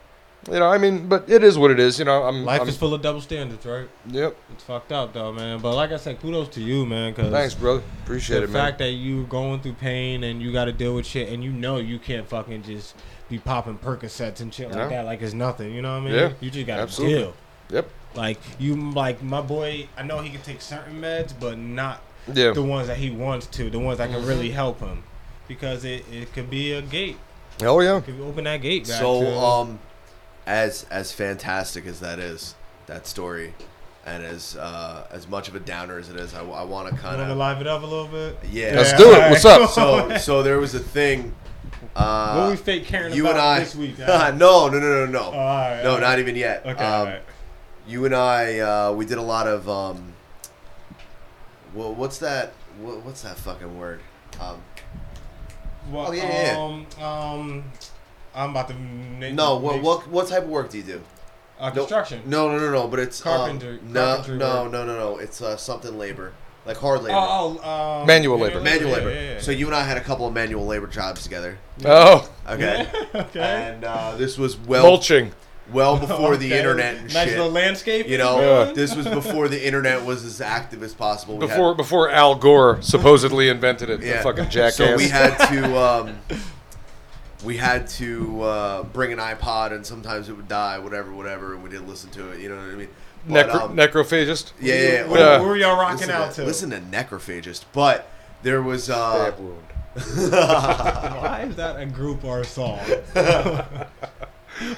D: you know, I mean, but it is what it is. You know, I'm.
C: Life
D: I'm-
C: is full of double standards, right?
D: Yep.
C: It's fucked up though, man. But like I said, kudos to you, man. Cause
D: Thanks, bro. Appreciate
C: the
D: it, man.
C: fact that you going through pain and you got to deal with shit, and you know you can't fucking just be popping Percocets and shit
D: Yeah.
C: like that, like it's nothing. You know what I mean?
D: Yeah,
C: You just got to
D: absolutely.
C: deal.
D: Yep.
C: Like you, like my boy. I know he can take certain meds, but not
D: Yeah.
C: the ones that he wants to, the ones that can
D: Mm-hmm.
C: really help him, because it, it could be a gate.
D: Oh yeah.
C: Could open that gate. Back
B: So
C: to,
B: um, as as fantastic as that is, that story, and as uh as much of a downer as it is, I, want to kind
C: want to
B: of
C: live it up a little bit.
B: yeah.
D: Let's do it. What's up?
B: So so there was a thing Uh,
C: What we fake caring
B: you
C: about
B: and I.
C: this week, huh?
B: no, no, no, no, no.
C: Oh, all right,
B: no,
C: all right.
B: not even yet.
C: Okay,
B: Um,
C: all right.
B: You and I, uh, we did a lot of. Um, wha- what's that? wha- what's that fucking word? Um,
C: Well,
B: oh, yeah,
C: um, um, I'm about to name.
B: no, what, what what type of work do you do?
C: Uh,
B: No-
C: construction.
B: No, no, no, no. But it's um,
C: Carpenter-
B: no,
C: carpentry
B: no,
C: work.
B: no, no, no. It's uh, something labor, like hard labor,
C: Oh, oh, um,
D: Manual labor.
B: manual
C: yeah,
B: labor.
C: yeah, yeah.
B: So you and I had a couple of manual labor jobs together.
D: Oh,
B: Okay.
C: okay.
B: And uh, this was well
D: mulching.
B: well before the
C: Okay.
B: internet and
C: nice
B: shit.
C: little landscape.
B: You know,
D: Yeah.
B: this was before the internet was as active as possible. We had-
D: Before before Al Gore supposedly invented it,
B: Yeah.
D: the fucking jackass.
B: so we had to, um, we had to uh, bring an iPod, and sometimes it would die, whatever, whatever, and we didn't listen to it. You know what I mean? But,
D: Necro-
B: um,
D: necrophagist.
B: yeah, yeah, yeah.
C: What,
D: Yeah.
C: what were y'all rocking
B: listen,
C: out
B: to,
C: to?
B: listen to necrophagist, but there was uh,
D: Stab wound.
C: Why is that a group or a song?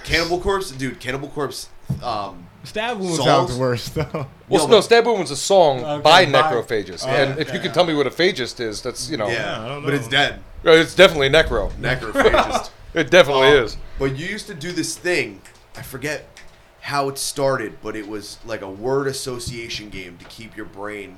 B: Cannibal Corpse, dude. Cannibal Corpse. Um,
C: Stab wound
B: Songs?
C: sounds worse though.
D: Well,
B: No,
D: no,
B: but-
D: Stab Wound was a song
C: Okay,
D: by
C: by-
D: necrophagist,
C: Oh,
D: and
C: okay,
D: if you can
C: yeah.
D: tell me what a phagist is, that's you know,
C: I
B: yeah,
C: don't
B: but
C: know.
B: it's dead.
D: it's definitely necro.
B: Necrophagist.
D: It definitely
B: Um,
D: Oh, is.
B: But you used to do this thing. I forget how it started, but it was like a word association game to keep your brain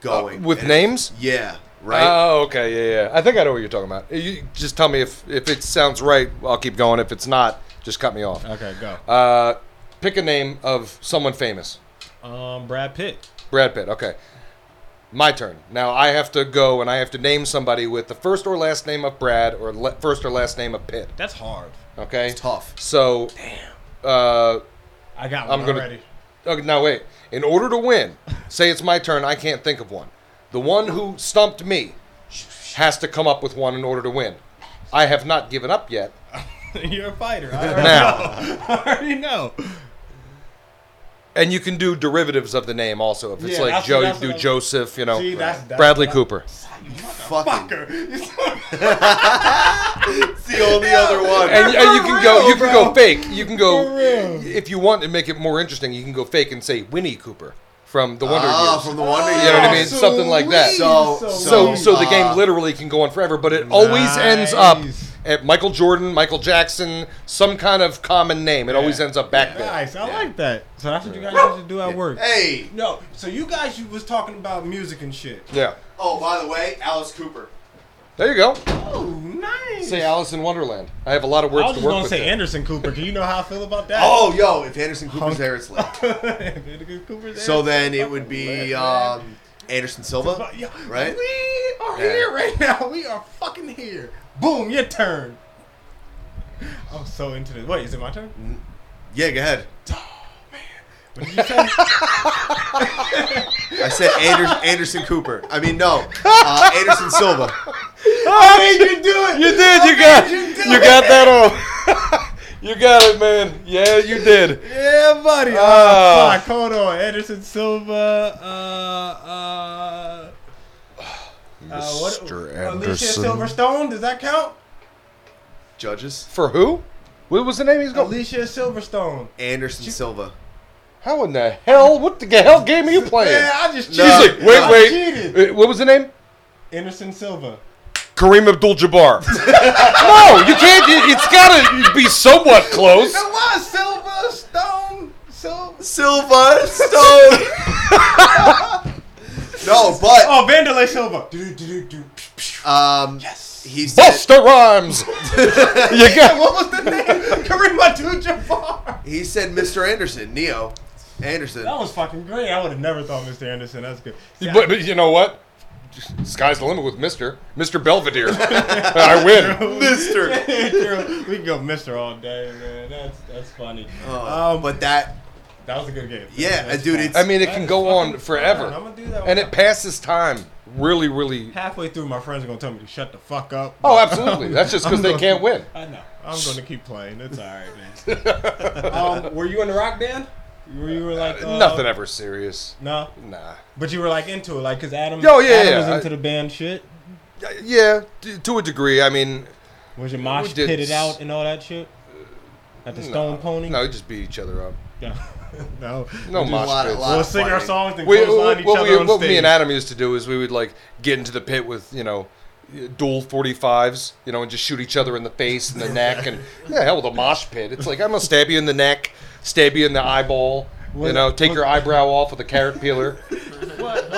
B: going
D: Uh, with
B: And-
D: names?
B: Yeah, right.
D: Oh, okay, yeah, yeah. I think I know what you're talking about. You just tell me if if it sounds right, I'll keep going. If it's not, just cut me off.
C: Okay, go.
D: Uh, pick a name of someone famous.
C: Um, Brad Pitt.
D: Brad Pitt. Okay. My turn. Now I have to go and I have to name somebody with the first or last name of Brad or le- first or last name of Pitt.
C: That's hard.
D: Okay.
B: It's tough.
D: So, uh,
C: I got
D: I'm
C: one
D: gonna-
C: already.
D: okay, uh, now wait. In order to win, say it's my turn. I can't think of one. The one who stumped me has to come up with one in order to win. I have not given up yet.
C: You're a fighter. I already
D: Now.
C: know. I already know.
D: And you can do derivatives of the name also. If it's
C: Yeah,
D: like
C: that's-
D: Joe, you
C: that's
D: can do
C: what I'm-
D: Joseph, you know.
C: See, that's- that's
D: Bradley
C: what I-
D: Cooper.
B: Fucking,
C: Fucker.
B: it's the only other one.
D: and, and you can go you can go fake you can
C: For
D: go
C: real.
D: if you want to make it more interesting you can go fake and say winnie cooper from the wonder
B: ah,
D: years
B: from the Wonder Years. Ah,
D: you know what i mean
C: so
D: something like that so
B: So,
C: So-
B: so,
D: so, the
B: uh,
C: Ah.
D: game literally can go on forever but it always ends up
C: Nice.
D: at michael jordan michael jackson some kind of common name it always
C: Yeah.
D: ends up back there
C: Nice. I
B: Yeah.
C: like that. So that's what you guys used to do at work.
B: Hey.
C: No. So you guys you was talking about music and shit.
D: yeah
B: Oh, by the way, Alice Cooper.
D: there you go
C: Oh, nice.
D: say alice in wonderland i have a lot of words
C: I was
D: to
C: just
D: work
C: gonna
D: with
C: say
D: there.
C: Anderson Cooper. Do you know how I feel about that?
B: Oh, yo, if Anderson Cooper's there, it's lit.
C: Cooper's
B: So
C: Anderson.
B: then it would be um, Anderson Silva,
C: But, yeah,
B: right?
C: We are
B: Yeah.
C: here right now. We are fucking here. Boom, your turn. I'm so into this. Wait, is it my turn?
B: Yeah, go ahead.
C: What did you say?
B: I said Anderson, Anderson Cooper. I mean, no, uh, Anderson Silva.
D: I mean, you do it. Oh, You did. You got. You, got that on. you got it, man. Yeah, you did.
C: yeah, buddy. Oh,
D: Ah.
C: fuck. Hold on. Anderson Silva. Uh, uh. Uh, what, Alicia Silverstone, does that count?
B: Judges.
D: For who? What was the name he's going?
C: Alicia Silverstone.
B: Anderson Silva.
D: How in the hell? What the hell game are you playing?
C: Yeah, I just
D: He's
B: No.
D: like,
C: cheated.
D: wait,
C: I
D: wait.
C: cheated.
D: Uh, What was the name?
C: Anderson Silva.
D: Kareem Abdul-Jabbar. no, you can't. It, it's got to be somewhat close.
C: It was Silverstone. Sil-
B: Silva Stone. no, but
C: Oh, Vandalay Silva. Do, do, do, do.
B: um,
C: Yes.
B: he said
D: Buster Rhymes. you got.
C: What was the name? Kareem Abdul-Jabbar.
B: he said Mr. Anderson, Neo Anderson.
C: That was fucking great. I would have never thought Mr. Anderson. That's good. See, I-
D: But, but you know what? Sky's the limit with Mister Mister Belvedere. I win.
B: Mister.
C: Drew, we can go Mr. all day, man. That's that's funny.
B: Oh,
C: um,
B: but that
C: that was a good game.
B: Yeah,
C: That's
B: dude,
C: fun.
B: it's-
D: I mean, it can go on forever,
C: I'm gonna do that.
D: and
C: one.
D: it passes time really, really.
C: halfway through, my friends are gonna tell me to shut the fuck up.
D: Oh, absolutely. That's just because they
C: I'm
D: can't win.
C: I know. I'm gonna keep playing. It's all right, man. um, were you in the rock band? Were you were like uh,
D: Nothing ever serious.
C: No,
D: Nah.
C: but you were like into it, like because Adam.
D: Yo, yeah,
C: Adam
D: yeah,
C: was
D: I-
C: into the band shit.
D: Y- Yeah, t- to a degree. I mean,
C: Was your mosh
D: We did
C: pitted
D: s-
C: out and all that shit? At the Stone Pony?
D: no, we just beat each other up.
C: no, no.
D: No
B: a lot,
D: mosh
B: a
D: pits.
B: lot.
C: We'll
B: of
C: sing our
B: fighting.
C: songs and
D: We,
C: clothesline
D: what
C: each
D: what
C: other
D: we,
C: on
D: what
C: stage.
D: me and Adam used to do is we would like get into the pit with you know dual 45s, you know, and just shoot each other in the face and the neck and yeah, hell with a mosh pit. It's like I'm gonna stab you in the neck, stab you in the eyeball, you
C: Was-
D: know, take your eyebrow off with a carrot peeler.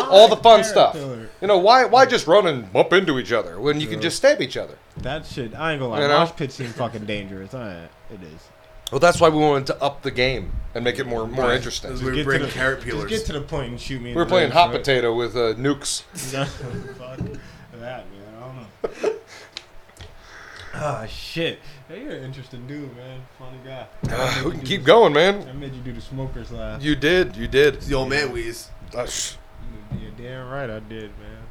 D: All the fun
C: Carrot
D: stuff.
C: peeler.
D: You know, why why just run and bump into each other when you can just stab each other?
C: That shit, I ain't gonna lie.
D: You know?
C: Mosh pit seem fucking dangerous. I, it is.
D: Well, that's why we wanted to up the game and make it more more interesting.
B: We
C: Get
B: bring
C: to the-
B: carrot
C: Just
B: peelers.
C: get to the point and shoot me. in
D: We were
C: the
D: playing
C: legs,
D: hot
C: right?
D: potato with uh, nukes.
C: Fuck that, man. I don't know. Ah, shit. Hey, you're an interesting dude, man. Funny guy.
D: Uh, we can keep going, man.
C: I made you do the smokers laugh.
D: You did, you did.
B: the old man wheeze.
D: Uh, sh-
C: You're damn right I did, man.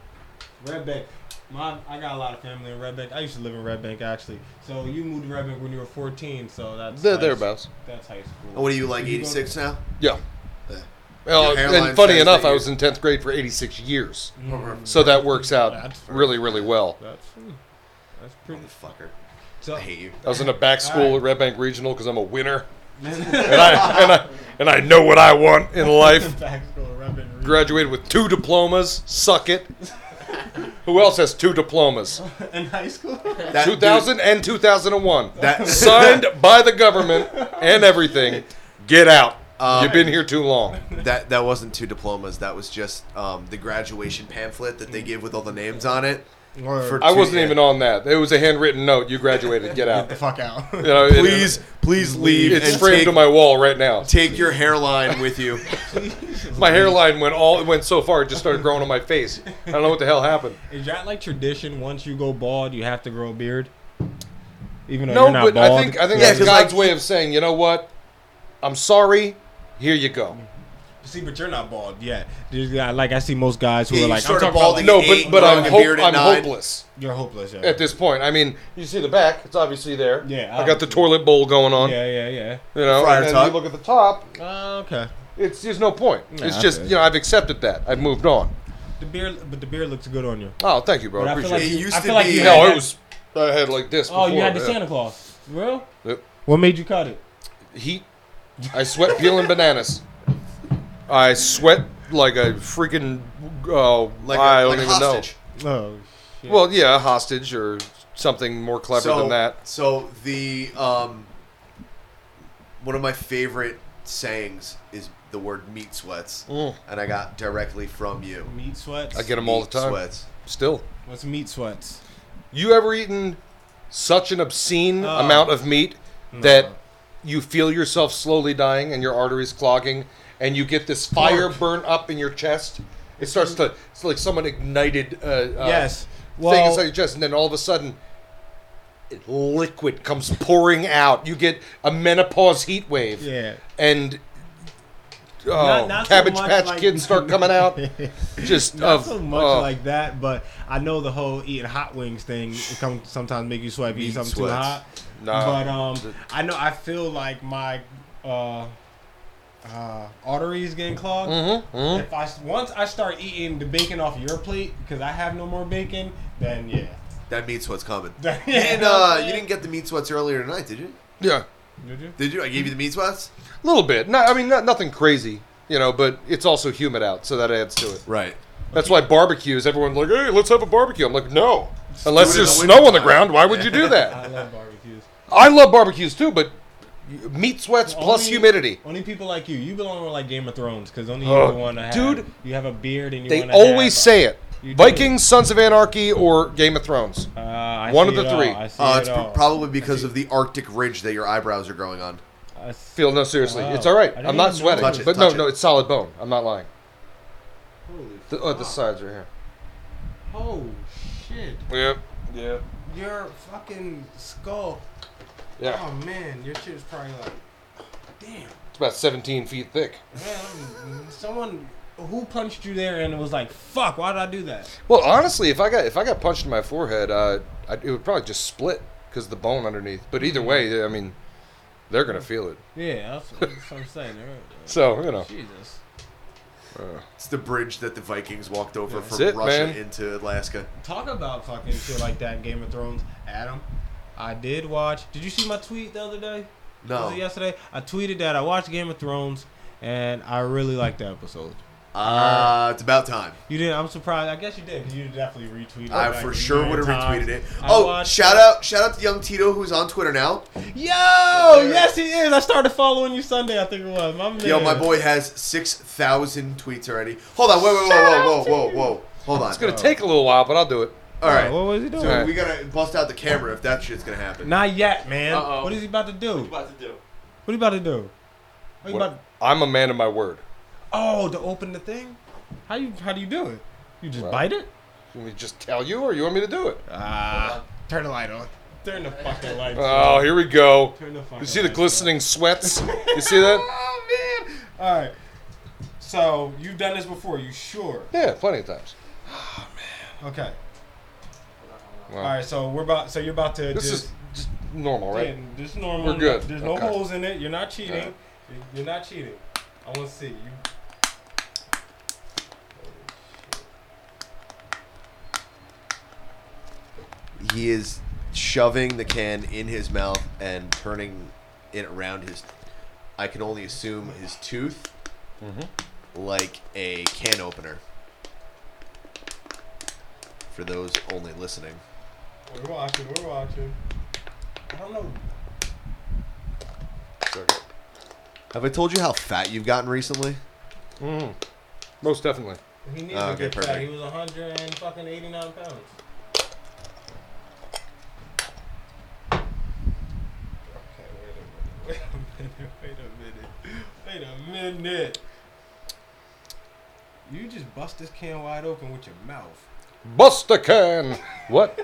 C: Red Bank. My, I got a lot of family in Red Bank. I used to live in Red Bank, actually. So you moved to Red Bank when you were 14, so that's...
D: there,
C: that's-
D: thereabouts.
C: That's high school.
B: And what are you like,
C: Did you go to-
B: 86 now?
D: Yeah.
B: Yeah.
D: Well,
B: Your hairline
D: and funny
B: says
D: enough,
B: that
D: I
B: you-
D: was in 10th grade for 86 years.
B: Mm-hmm.
C: Mm,
D: So that works out
C: That's fair.
D: really, really well.
C: that's, mm, that's pretty...
B: Motherfucker,
C: So,
B: I hate you.
D: I was in a back school at Red Bank Regional because I'm a winner. and, I, and, I, and I know what I want in life.
C: back school, Red Bank.
D: Graduated with two diplomas. Suck it. Who else has two diplomas?
C: In high school?
B: That, dude,
D: 2000 and 2001.
B: that
D: Signed by the government and everything. Get out.
B: Um,
D: You've been here too long.
B: that that wasn't two diplomas. That was just um, the graduation pamphlet that they give with all the names on it.
C: Word.
D: I wasn't
B: Yeah.
D: even on that. It was a handwritten note. You graduated. Get out.
C: Get the fuck out.
D: You know, it-
B: Please, please leave.
D: It's
B: and
D: framed
B: take,
D: to my wall right now.
B: take your hairline with you.
D: My hairline went all it went so far it just started growing on my face. I don't know what the hell happened.
C: Is that like tradition? Once you go bald, you have to grow a beard. Even though
D: No,
C: you're not
D: but
C: bald.
D: I think I think
B: Yeah,
D: that's
B: 'cause
D: God's
B: like-
D: way of saying, you know what? I'm sorry. Here you go.
C: see, but you're not bald yet. There's, yeah, like I see most guys who
B: Yeah,
C: are
B: you
C: like, I'm
B: started
C: talking
B: balding-
C: about
D: Oh, No, but
B: Eight,
D: but
B: growing
D: I'm
B: a
D: hope,
B: beard at
D: I'm
B: nine.
D: hopeless
C: like, you're hopeless. Yeah,
D: at this point. I mean, you see the back; it's obviously there.
C: Yeah,
D: I got the
C: obviously.
D: toilet bowl going on.
C: yeah, yeah,
D: You know,
B: Friar
D: and then
B: tuck.
D: you look at the top.
C: yeah. Uh, okay.
D: It's there's no point.
C: Nah,
D: it's
C: I
D: just
C: feel
D: you know I've accepted that. I've moved on.
C: The beard, but the beard looks good on you.
D: Oh, thank you, bro.
C: But
D: I
C: I feel
D: appreciate
C: like
D: it.
B: It
C: you,
B: used
C: I
B: to
C: feel like
B: be-
C: you
B: Yeah,
C: had
D: Hell,
C: that-
D: it was. I had like this.
C: Oh, you
D: before,
C: had the
D: yeah.
C: Santa Claus. Real?
D: Yep.
C: What made you cut it?
D: heat. I sweat peeling bananas. I sweat like a freaking. Oh,
B: Like, a-
D: I don't
B: like
D: even
B: hostage.
C: Oh, shit.
D: know. Well, yeah, a hostage or something more clever
B: so,
D: than that.
B: So the um, one of my favorite sayings is the word meat sweats,
D: Mm.
B: and I got directly from you.
C: meat sweats.
D: I get them all the
B: Meat
D: time.
B: Sweats.
D: Still,
C: What's meat sweats?
D: you ever eaten such an obscene
C: Oh.
D: amount of meat that you feel yourself slowly dying and your arteries clogging, and you get this fire burn up in your chest? It starts to. It's like someone ignited. Uh, uh,
C: yes.
D: thing
C: Well,
D: inside your chest, and then all of a sudden, it- liquid comes pouring out. You get a menopause heat wave,
C: yeah.
D: and oh,
C: not so
D: cabbage
C: much
D: patch
C: like-
D: kids start coming out. Just
C: Not
D: of,
C: so much
D: oh,
C: like that, but I know the whole eating hot wings thing it come, sometimes make you sweat if you eat
B: Meat
C: something too
B: sweats.
C: hot.
D: Nah.
C: But um, I know I feel like my uh, uh, arteries getting clogged.
D: mhm, mhm.
C: If I s- once I start eating the bacon off your plate because I have no more bacon, then yeah.
B: That meat sweat's coming.
C: Yeah,
B: you, didn't,
C: no,
B: uh,
C: man.
B: you didn't get the meat sweats earlier tonight, did you?
D: yeah,
C: Did you?
B: Did you? I gave you the meat sweats.
D: a little bit. Not, I mean, not, nothing crazy, you know. But it's also humid out, so that adds to it.
B: Right.
D: That's why barbecues. Everyone's like, "Hey, let's have a barbecue." I'm like, "No,
B: do
D: unless
B: it in
D: there's
B: the
D: snow on the
B: wintertime."
D: ground, why would you do
C: I
D: that?"
C: love barbecues.
D: I love barbecues too, but meat sweats plus
C: Only-
D: humidity.
C: Only people like you. You belong to like Game of Thrones because only
D: Oh,
C: you the one that
D: dude,
C: Have, you have a beard and you.
D: They
C: wanna
D: always
C: have- uh,
D: say it.
C: You
D: Vikings, Sons of Anarchy, or Game of Thrones.
C: Uh, I
D: One
C: see
D: of the
C: it all.
D: three.
C: I see
B: Uh,
C: it
B: it's
C: all.
B: pr- probably because of the Arctic ridge that your eyebrows are growing on.
C: I see-
D: Feel no, seriously,
C: Wow.
D: it's all right.
C: I didn't
D: I'm not
C: even know
D: sweating,
B: Touch it,
D: but no,
B: touch
D: no,
B: it.
D: it's solid bone. I'm not lying. The, oh, the sides are
C: Oh shit!
D: here. Yeah, yeah,
C: Your fucking skull.
D: yeah.
C: Oh man, your shit is probably like, damn.
D: It's about 17 feet thick.
C: Man, someone who punched you there and was like, "Fuck, why did I do that?"
D: Well, honestly, if I got if I got punched in my forehead, uh, I, it would probably just split because the bone underneath. But either way, I mean, they're gonna feel it.
C: Yeah, that's, that's what I'm saying. All right,
D: So you know,
C: uh, Jesus.
B: It's the bridge that the Vikings walked over
D: That's
B: from
D: it,
B: Russia
D: man.
B: into Alaska.
C: Talk about fucking shit like that. Game of Thrones, Adam. I did watch. Did you see my tweet the other day?
B: No.
C: Was it yesterday? I tweeted that I watched Game of Thrones and I really liked the episode.
B: Uh, it's about time.
C: You didn't. I'm surprised. I guess you did because you definitely retweeted.
B: I
C: it, like,
B: for sure
C: nine
B: would have
C: times.
B: retweeted it.
C: I
B: Oh,
C: watched
B: shout
C: it. Oh,
B: out, shout out to Young Tito who's on Twitter now.
C: Yo, yes he is. I started following you Sunday. I think it was. My man.
B: Yo, my boy has six thousand tweets already. Hold on, wait, wait, whoa, whoa, whoa, whoa, whoa. Hold on.
D: It's gonna take a little while, but I'll do it.
B: All
C: All right,
B: right,
C: what was he doing?
B: so we gotta bust out the camera if that shit's gonna happen.
C: Not yet, man.
F: Uh-oh.
C: What is he about to do? What
F: about to do?
C: are you about to do? What you
D: What-
C: about?
D: I'm a man of my word.
C: Oh, to open the thing. How you? How do you do it? You just
D: Well.
C: bite it?
D: You want me to just tell you, or you want me to do it?
C: Ah. turn the light on. Turn the fucking light.
D: Oh, here we go.
C: Turn the fucking.
D: You see the
C: lights
D: glistening sweats? You see that?
C: Oh man! All right. So you've done this before. You sure?
D: Yeah, plenty of times.
C: Okay.
D: Well,
C: All right. So we're about. So you're about to.
D: This
C: just,
D: is just normal,
C: yeah,
D: right?
C: this is normal.
D: We're good.
C: There's no
D: Okay.
C: holes in it. You're not cheating.
D: Alright.
C: You- You're not cheating. I want to see you.
B: He is shoving the can in his mouth and turning it around his, I can only assume his tooth, like a can opener. For those only listening,
C: We're watching. We're watching. I don't know.
B: have I told you how fat you've gotten recently?
D: Mm. Most definitely.
C: He needs
D: Ah,
B: Oh,
C: to
B: okay,
C: get fat. He
B: perfect.
C: was 189 pounds. Okay, wait a minute. Wait a minute. Wait a minute. Wait a minute. You just bust this can wide open with your mouth
D: Bust a can. What?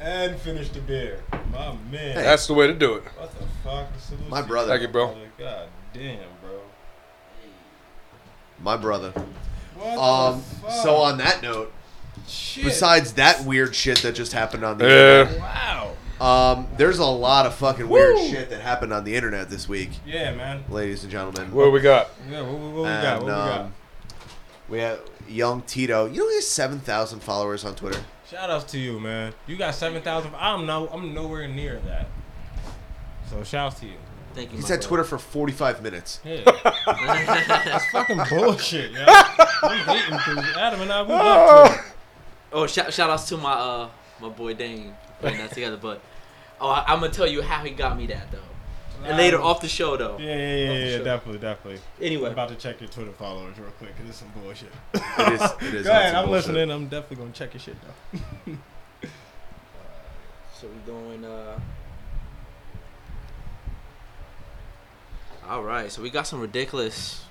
C: and finish the beer. My man.
D: That's the way to do it.
C: What the fuck? Salute
B: My
C: to you,
B: brother.
D: Thank you, bro.
C: God damn, bro.
B: My brother.
C: What
B: Um.
C: the fuck?
B: So on that note,
C: Shit.
B: besides that weird shit that just happened on the
D: Yeah.
C: Wow.
B: Um, there's a lot of fucking weird
C: Woo!
B: shit that happened on the internet this week,
C: Yeah, man.
B: ladies and gentlemen.
D: What do we got?
C: Yeah, what, what, what we got? What we
B: And,
C: got?
B: um, we have young Tito. You know he has seven thousand followers on Twitter.
C: Shout outs to you, man. You got seven thousand. I'm no, I'm nowhere near that. So shouts to you.
F: Thank you.
B: He's
F: my
B: had Twitter
F: brother.
B: for forty-five minutes.
C: Yeah, that's fucking bullshit, yo. I'm hating 'cause Adam and I we love Twitter.
F: oh, shout, shout outs to my uh my boy Dane. Putting that together, but oh, I, I'm gonna tell you how he got me that though. And later off the show though.
C: Yeah, yeah, yeah,
F: Oh,
C: yeah,
F: sure.
C: definitely, definitely. I'm
F: Anyway,
C: about to check your Twitter followers real quick because it's some bullshit.
B: It is. It is
C: Go ahead,
B: on some
C: I'm
B: bullshit.
C: listening. I'm definitely gonna check your shit though.
F: so we doing uh. All right, so we got some ridiculous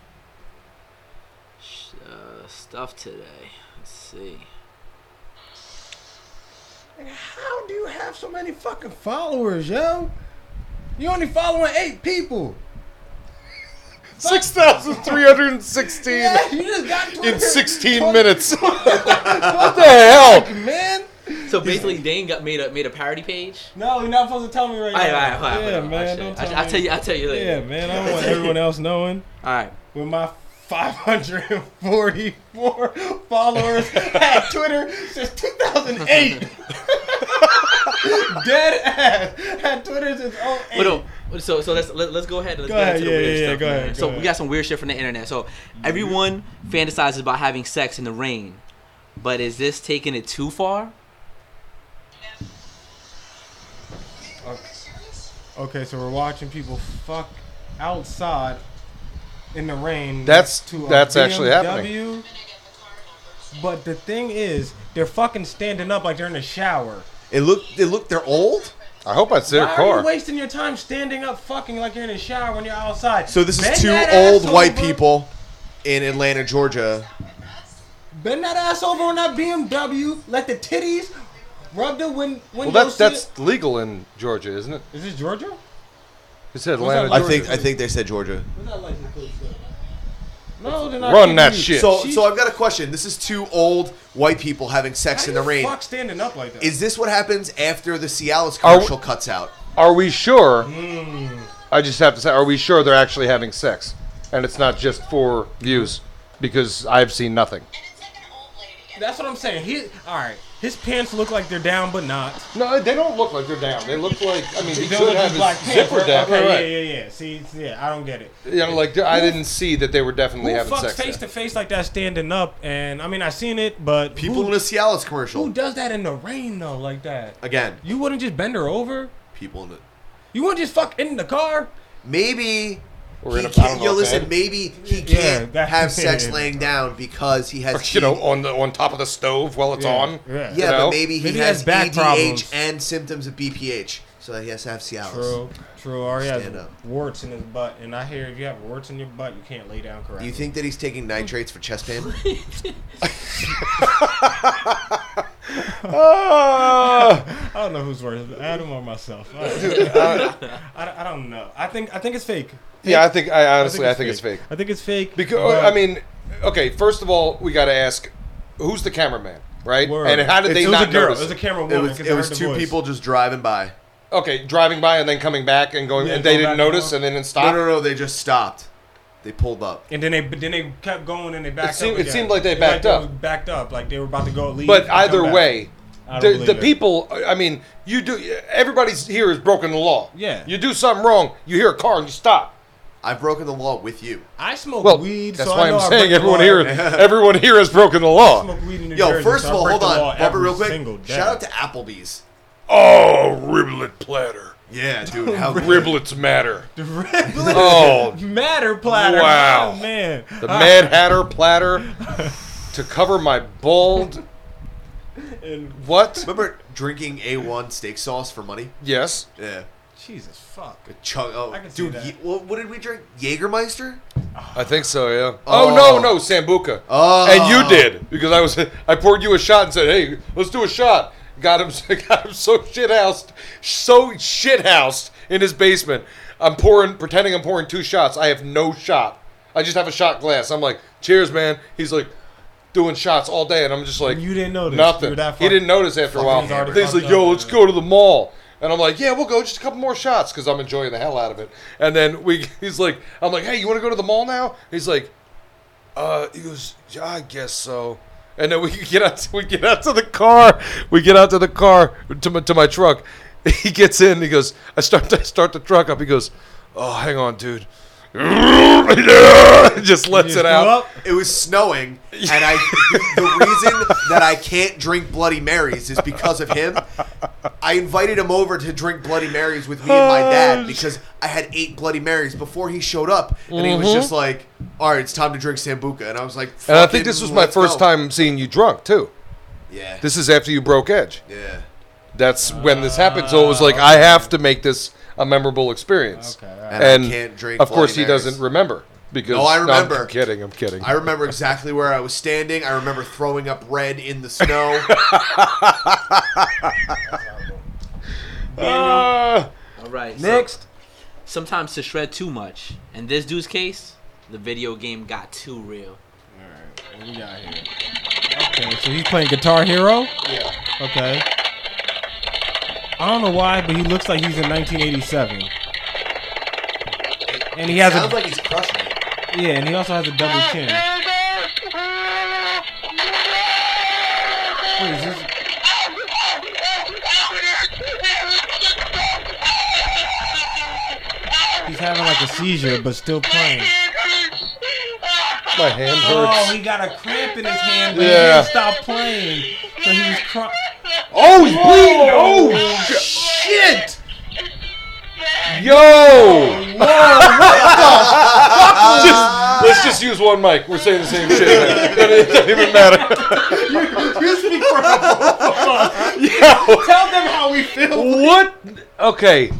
F: sh- uh, stuff today. Let's see.
C: How do you have so many fucking followers, yo? You only following eight people.
D: Six thousand three hundred and sixteen
C: you just got
D: in sixteen minutes. what the hell?
C: man.
F: So basically, Dane got made a made a parody page.
C: No, you're not supposed to tell me right
F: All right, all right,
C: now.
F: all right,
C: yeah,
F: all right,
C: man.
F: all
C: Don't
F: right.
C: tell
F: I-
C: me.
F: I'll tell you. I'll tell you later.
C: Yeah, man. I don't want everyone else knowing.
F: All right.
C: With my 544 followers at Twitter since 2008. Dead ass. Had Twitter since 08.
F: But no, so so let's let, let's go ahead and let's
C: Go
F: get
C: ahead,
F: into the
C: yeah,
F: weird
C: yeah,
F: stuff.
C: go
F: man.
C: ahead, go
F: so
C: ahead.
F: we got some weird shit from the internet. So everyone fantasizes about having sex in the rain, but is this taking it too far?
C: Okay, so we're watching people fuck outside in the rain.
D: That's-
C: to a
D: that's actually
C: BMW. But the thing is, they're fucking standing up like they're in a shower.
B: It looked. It looked. They're old.
D: I hope that's their
C: Why are
D: car.
C: you wasting your time standing up fucking like you're in a shower when you're outside?
B: So this
C: Bend
B: is two
C: that
B: old
C: ass
B: white
C: over-
B: people in Atlanta, Georgia.
C: Bend that ass over on that BMW. Let the titties rub the win-
D: Well,
C: window.
D: that's
C: seat.
D: that's legal in Georgia, isn't it?
C: Is this Georgia?
D: It's Atlanta,
B: I
D: Georgia.
B: think. I think they said Georgia.
C: What's that license plate say? No, they're not.
D: Run
C: giving
D: that
C: you-
D: shit.
B: So,
C: She's-
B: so I've got a question. This is two old white people having
C: How
B: sex
C: do
B: in the
C: you
B: rain.
C: Fuck standing up like that.
B: Is this what happens after the Cialis
D: Are we-
B: commercial cuts out?
D: Are we sure?
C: Hmm.
D: I just have to say, are we sure they're actually having sex, and it's not just for views? Because I've seen nothing.
C: That's what I'm saying. He, all right. His pants look like they're down, but not.
D: No, they don't look like they're down. They look like I mean, he
C: They
D: could
C: look like
D: have
C: black
D: his
C: pants,
D: zipper
C: right?
D: down.
C: Okay,
D: right.
C: Yeah, yeah, yeah. See, it's- yeah, I don't get it.
D: You know, like I didn't see that they were definitely
C: Who
D: having
C: fucks
D: sex.
C: face
D: there.
C: to face like that standing up? And I mean, I seen it, but
B: People
C: who,
B: in a Cialis
C: who
B: commercial.
C: does that in the rain though, like that?
B: Again,
C: You wouldn't just bend her over.
B: people in the.
C: You wouldn't just fuck in the car.
B: Maybe.
D: Or in
B: he
D: a- I
B: can't,
D: don't
B: yo,
D: know,
B: listen,
D: bed.
B: maybe he
C: Yeah,
B: can't
C: that-
B: have sex
C: yeah.
B: laying down because he has.
D: you know,
B: ED.
D: on the on top of the stove while it's on.
C: Yeah.
B: yeah,
D: know?
B: but maybe he
C: Maybe he
B: has,
C: has back
B: EDH
C: problems.
B: and symptoms of BPH, so he has to have Cialis.
C: True, true. Already
B: Stand
C: has
B: up.
C: warts in his butt, and I hear if you have warts in your butt, you can't lay down correctly.
B: You think that he's taking nitrates for chest pain?
D: Ah!
C: I don't know who's worse, Adam or myself. I, I don't- I don't know. I think I think it's fake.
D: yeah, I think I honestly I think it's fake.
C: I think it's fake.
D: Because
C: but-
D: I mean, okay, first of all, we got to ask who's the cameraman, right?
C: Word.
D: And how did they
C: it was
D: not
C: a girl.
D: notice?
C: It was a camera woman.
B: it was,
C: 'cause
B: it
C: I
B: was
C: heard the
B: two
C: voice.
B: people just driving by.
D: okay, driving by and then coming back and going,
C: Yeah,
D: and they
C: going
D: didn't
C: back and
D: notice
C: forth.
D: and, then it stopped.
B: No, no, no. They just stopped. They pulled up.
C: And then they but then they kept going and they backed
D: seemed-
C: up.
D: it
C: again.
D: seemed like they backed
C: they
D: up.
C: was backed up, like they were about to go leave. and
D: But
C: come
D: either
C: back.
D: way,
C: I don't
D: the, the
C: believe it.
D: people. I mean, you do. Everybody's here has broken the law.
C: Yeah.
D: You do something wrong, you hear a car and you stop.
B: I've broken the law with you.
C: I smoke
D: Well,
C: weed.
D: that's
C: so I
D: why
C: know
D: I'm
C: I break
D: saying
C: the
D: everyone
C: law.
D: here, everyone here has broken the
C: I
D: law.
C: smoke weed in New
B: Yo,
C: Jersey,
B: first
C: so
B: of
C: I
B: all,
C: break
B: hold
C: the law
B: on, Bubba,
C: every
B: real quick.
C: single day.
B: Shout out to Applebee's.
D: Oh, riblet platter.
B: Yeah, dude. How
D: Riblets matter.
C: Red
D: Oh,
C: Matter platter.
D: Wow.
C: Oh, man.
D: the Mad Hatter platter to cover my bald.
C: And-
D: What?
B: Remember drinking A1 steak sauce for money?
D: Yes.
B: Yeah.
C: Jesus fuck.
B: Chug. Oh,
C: I can see
B: dude.
C: that.
B: Ye- what, what did we drink? Jägermeister.
D: I think so, yeah. Oh, no, no, Sambuca.
B: Oh.
D: And you did because I was I poured you a shot and said, "Hey, let's do a shot." Got him got him so shithoused, so shithoused in his basement. I'm pouring pretending I'm pouring two shots. I have no shot. I just have a shot glass. I'm like, "Cheers, man." He's like doing shots all day and I'm just like
C: You didn't notice. You
D: Nothing.
C: were that
D: He didn't
C: fucking-
D: notice after a while.
C: He's already
D: But He's like,
C: fucked
D: "Yo,
C: up,
D: let's
C: yeah.
D: go go to the mall. And I'm like, yeah, we'll go just a couple more shots because I'm enjoying the hell out of it. And then we, he's like, I'm like, hey, you want to go to the mall now? He's like, uh, he goes, yeah, I guess so. And then we get out, we get out to the car, we get out to the car to my, to my truck. He gets in, he goes, I start to start the truck up. He goes, oh, hang on, dude. just lets
C: Just
D: it
C: go
D: out.
C: up.
B: It was snowing, and I. the reason that I can't drink Bloody Marys is because of him. I invited him over to drink Bloody Marys with me and
D: Oh,
B: my dad because I had eight Bloody Marys before he showed up, and he was just like, "All right, it's time to drink sambuca," and I was like,
D: Mm-hmm. And I think this was
B: "Fucking
D: my
B: let's
D: first
B: go."
D: time seeing you drunk too.
B: Yeah.
D: This is after you broke edge.
B: yeah.
D: That's when this happened. So it was like I have to make this a memorable experience.
C: Okay, all right.
B: And I can't drink
D: Of course,
B: Bloody
D: he doesn't
B: Marys.
D: remember because
B: No, I remember.
D: I'm kidding. I'm kidding.
B: I remember exactly where I was standing. I remember throwing up red in the snow.
D: Uh,
F: All right. so
C: Next.
F: sometimes to shred too much. In this dude's case, the video game got too real.
C: What we got here? Okay, so he's playing Guitar Hero.
D: yeah.
C: Okay. I don't know why, but he looks like he's in 1987. And he has
B: Sounds
C: a
B: like he's crushing it.
C: yeah, and he also has a double chin. Wait, is this? He's having like a seizure, but still playing.
D: My hand
C: Oh,
D: hurts.
C: he got a cramp in his hand, but
D: Yeah.
C: he didn't stop playing. So he was crying.
D: Oh, he's bleeding. Oh, sh- shit. Yo. Just- let's just use one mic. We're saying the same shit. it doesn't even matter.
C: Tell them how we feel.
D: What? Okay.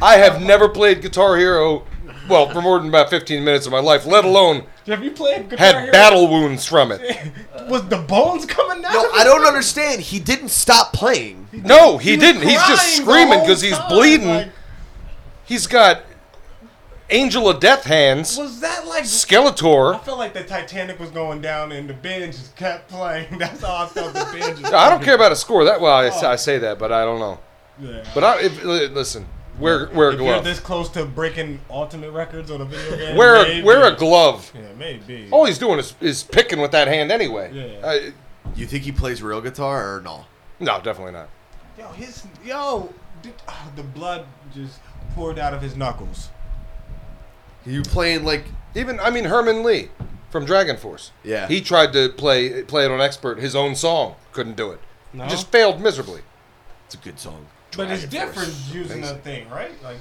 D: I have never played Guitar Hero, well, for more than about 15 minutes of my life, let alone
C: Have you played Guitar
D: had
C: Hero?
D: battle wounds from it.
C: Was the bones coming out?
B: No,
C: of
B: I
C: his-
B: don't understand. He didn't stop playing.
D: No, he, didn't. He's just
C: crying the
D: screaming
C: whole
D: because he's
C: time,
D: bleeding.
C: like-
D: he's got Angel of Death hands,
C: Was that like? I
D: Skeletor.
C: felt like the Titanic was going down and the band just kept playing. That's how I Oh. felt. The band just.
D: I don't care about a score. That well, I, I say that, but I don't know.
C: Yeah.
D: But I if, li- listen, wear wear a
C: if you're
D: glove.
C: this close to breaking Ultimate Records on a video game,
D: Wear a, Oh.
C: maybe.
D: wear a glove.
C: Yeah, maybe.
D: All he's doing is, is picking with that hand anyway.
C: Yeah.
D: I-
B: You think he plays real guitar or no?
D: No, definitely not.
C: Yo, his yo, dude, ah, the blood just poured out of his knuckles.
B: You playing like
D: Even I mean Herman Lee from Dragon Force.
B: Yeah.
D: He tried to play play it on expert his own song, couldn't do it.
C: No?
D: Just failed miserably.
B: it's a good song.
C: But it's
B: Dragon Force.
C: different using a thing, right? Like,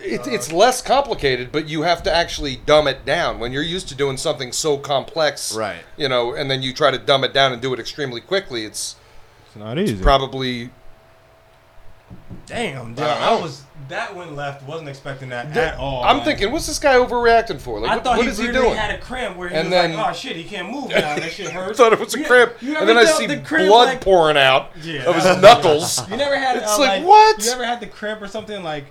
D: It, it's less complicated, but you have to actually dumb it down. When you're used to doing something so complex,
B: Right.
D: You know, and then you try to dumb it down and do it extremely quickly. It's
C: it's not easy.
D: probably
C: Damn, dude,
D: I don't
C: I
D: know.
C: was that one left. Wasn't expecting that at all.
D: I'm
C: man.
D: thinking, what's this guy overreacting for? Like,
C: I
D: what,
C: thought
D: what
C: he
D: is he
C: really
D: doing?
C: had a cramp where he
D: And
C: was
D: then-
C: like, "Oh shit, he can't move now. That shit hurts."
D: thought it was a
C: You-
D: cramp,
C: you
D: and
C: ever
D: then I
C: felt
D: see
C: the cramp,
D: blood
C: like-
D: pouring out
C: Yeah.
D: of his knuckles.
C: You never had.
D: It's
C: uh,
D: like, what?
C: You ever had the cramp or something like,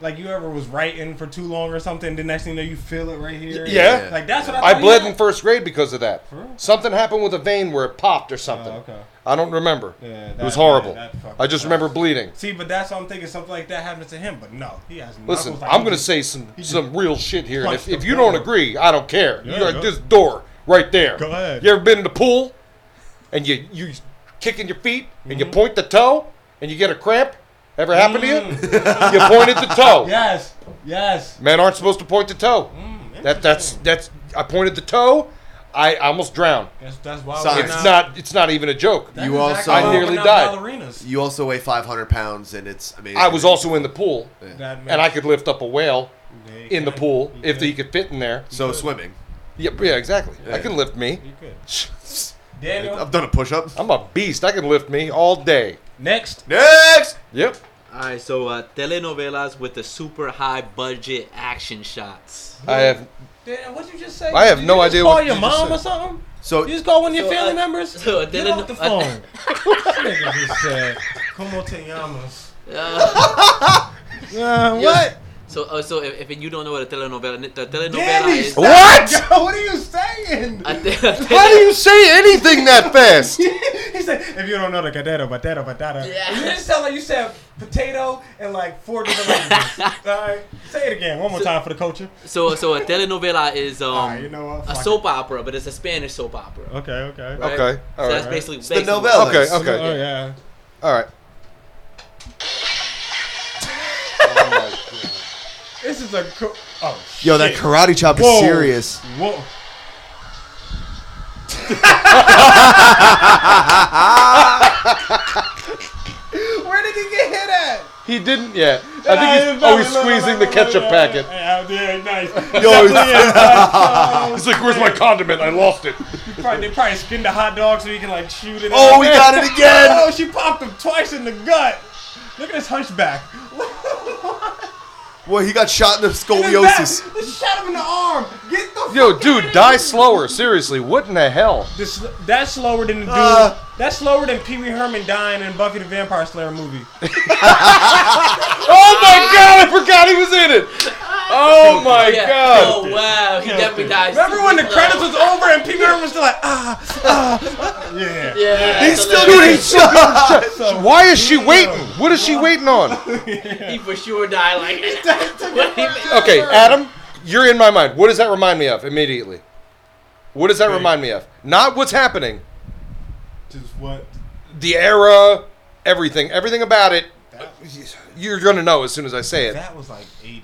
C: like you ever was writing for too long or something? The next thing you know, you feel it right here.
D: Yeah.
C: Like that's what I.
D: I
C: Thought
D: bled
C: he
D: in
C: had.
D: first grade because of that.
C: For real?
D: Something happened with a vein where it popped or something.
C: Oh, okay.
D: I don't remember.
C: Yeah,
D: it was
C: that-
D: horrible.
C: that- that fucking
D: I just
C: sucks.
D: remember bleeding.
C: See, but that's what I'm thinking. Something like that happened to him, but no, he has.
D: Listen,
C: knuckles like
D: I'm
C: he
D: gonna
C: just-
D: say some
C: he
D: some real shit here, and
C: punched
D: if, if
C: the
D: you don't
C: door.
D: agree, I don't care.
C: Yeah,
D: You're at
C: go.
D: this door right there.
C: Go ahead.
D: You ever been in the pool, and you you kicking your feet, and
C: Mm-hmm.
D: you point the toe, and you get a cramp? Ever happened
C: Mm.
D: to you? you pointed the toe.
C: Yes. Yes.
D: Men aren't supposed to point the toe.
C: Mm.
D: that that's that's I pointed the toe. I almost drowned.
C: That's, that's why
B: Signs.
C: we're
D: It's
B: No.
D: not it's not even a joke.
C: That
B: You
C: is
B: also-
C: actually
D: I nearly
C: opening
D: died.
C: up Ballerinas.
B: You also weigh 500 pounds, and it's amazing.
D: I was also in the pool,
C: That
D: and I could lift up a whale
C: Yeah, you
D: in the
C: could.
D: pool
C: You
D: if
C: could.
D: he could fit in there.
B: so swimming.
D: Yeah, yeah, exactly. I can lift me.
C: You could. Daniel.
B: I've done a push-up.
D: I'm a beast. I can lift me all day.
C: Next.
B: Next.
D: Yep.
F: All right, so uh, telenovelas with the super high budget action shots.
D: I have.
C: Daniel, what you just say?
D: I have
C: Did
D: no
C: you just
D: idea
C: Call
D: what
C: your
D: you just
C: mom
D: said.
C: or something.
B: So
C: You just call one of your
F: So,
C: family
F: uh,
C: members.
F: so, uh,
C: Get
F: then-
C: off the
F: uh,
C: phone. This nigga just said, "Como te llamas?"
F: Uh,
C: Uh,
F: what? so, uh, so if, if you don't know what a telenovela, the telenovela
C: Danny,
F: is.
C: stop.
D: What?
C: Yo, what are you saying?
F: a te- a
D: How do
F: tele-
D: you say anything that fast?
C: he said, "If you don't know the cadero, batero, batata."
F: Yeah.
C: You just sound like you said potato and like four different languages. All right, say it again one more time for the culture.
F: so, so a telenovela is um
C: All right, you know what?
F: a
C: Fuck it.
F: soap opera, but it's a Spanish soap opera.
C: Okay, okay.
F: right?
D: Okay,
F: So
D: all
F: that's
D: right.
F: basically
B: the
F: basically-
B: novella.
D: Okay.
B: Nice.
D: Okay.
C: Oh yeah.
D: All right.
C: This is a co- oh.
B: yo, that
C: shit.
B: karate chop is
C: Whoa.
B: serious.
C: Whoa. Where did he get hit at?
D: He didn't yet. I think he's. Oh, he's squeezing the ketchup packet.
C: Yeah, yeah, nice.
B: Yo,
D: He's like, "Where's my condiment? I lost it."
C: probably, they probably skinned the hot dog so he can like shoot it.
B: oh, we
C: we
B: got it again.
C: Oh, she popped him twice in the gut. Look at this hunchback.
B: Well, he got shot in the
C: In the back.
B: scoliosis.
C: Just shot him in the arm. Get the.
D: Yo, dude, die slower. Seriously, what in the hell?
C: This, that's slower than the dude.
B: Uh.
C: that's slower than Pee Wee Herman dying in Buffy the Vampire Slayer movie.
D: Oh my god, I forgot he was in it. Oh my
F: Yeah.
D: god.
F: Oh wow, he definitely died.
C: Remember
F: super
C: when the
F: slow.
C: credits was over and Pee Wee Herman was still like ah ah. yeah.
F: Yeah,
B: He's
F: so
B: still
F: then
D: Dude,
B: getting
D: he's so Why is she waiting? What is she waiting on?
F: He for sure died like. What do you mean?
D: Okay, Adam, you're in my mind. What does that remind me of immediately? What does that remind me of? Not what's happening.
C: Just what?
D: The era, everything, everything about it. You're gonna know as soon as I say it,
C: That was like 80s.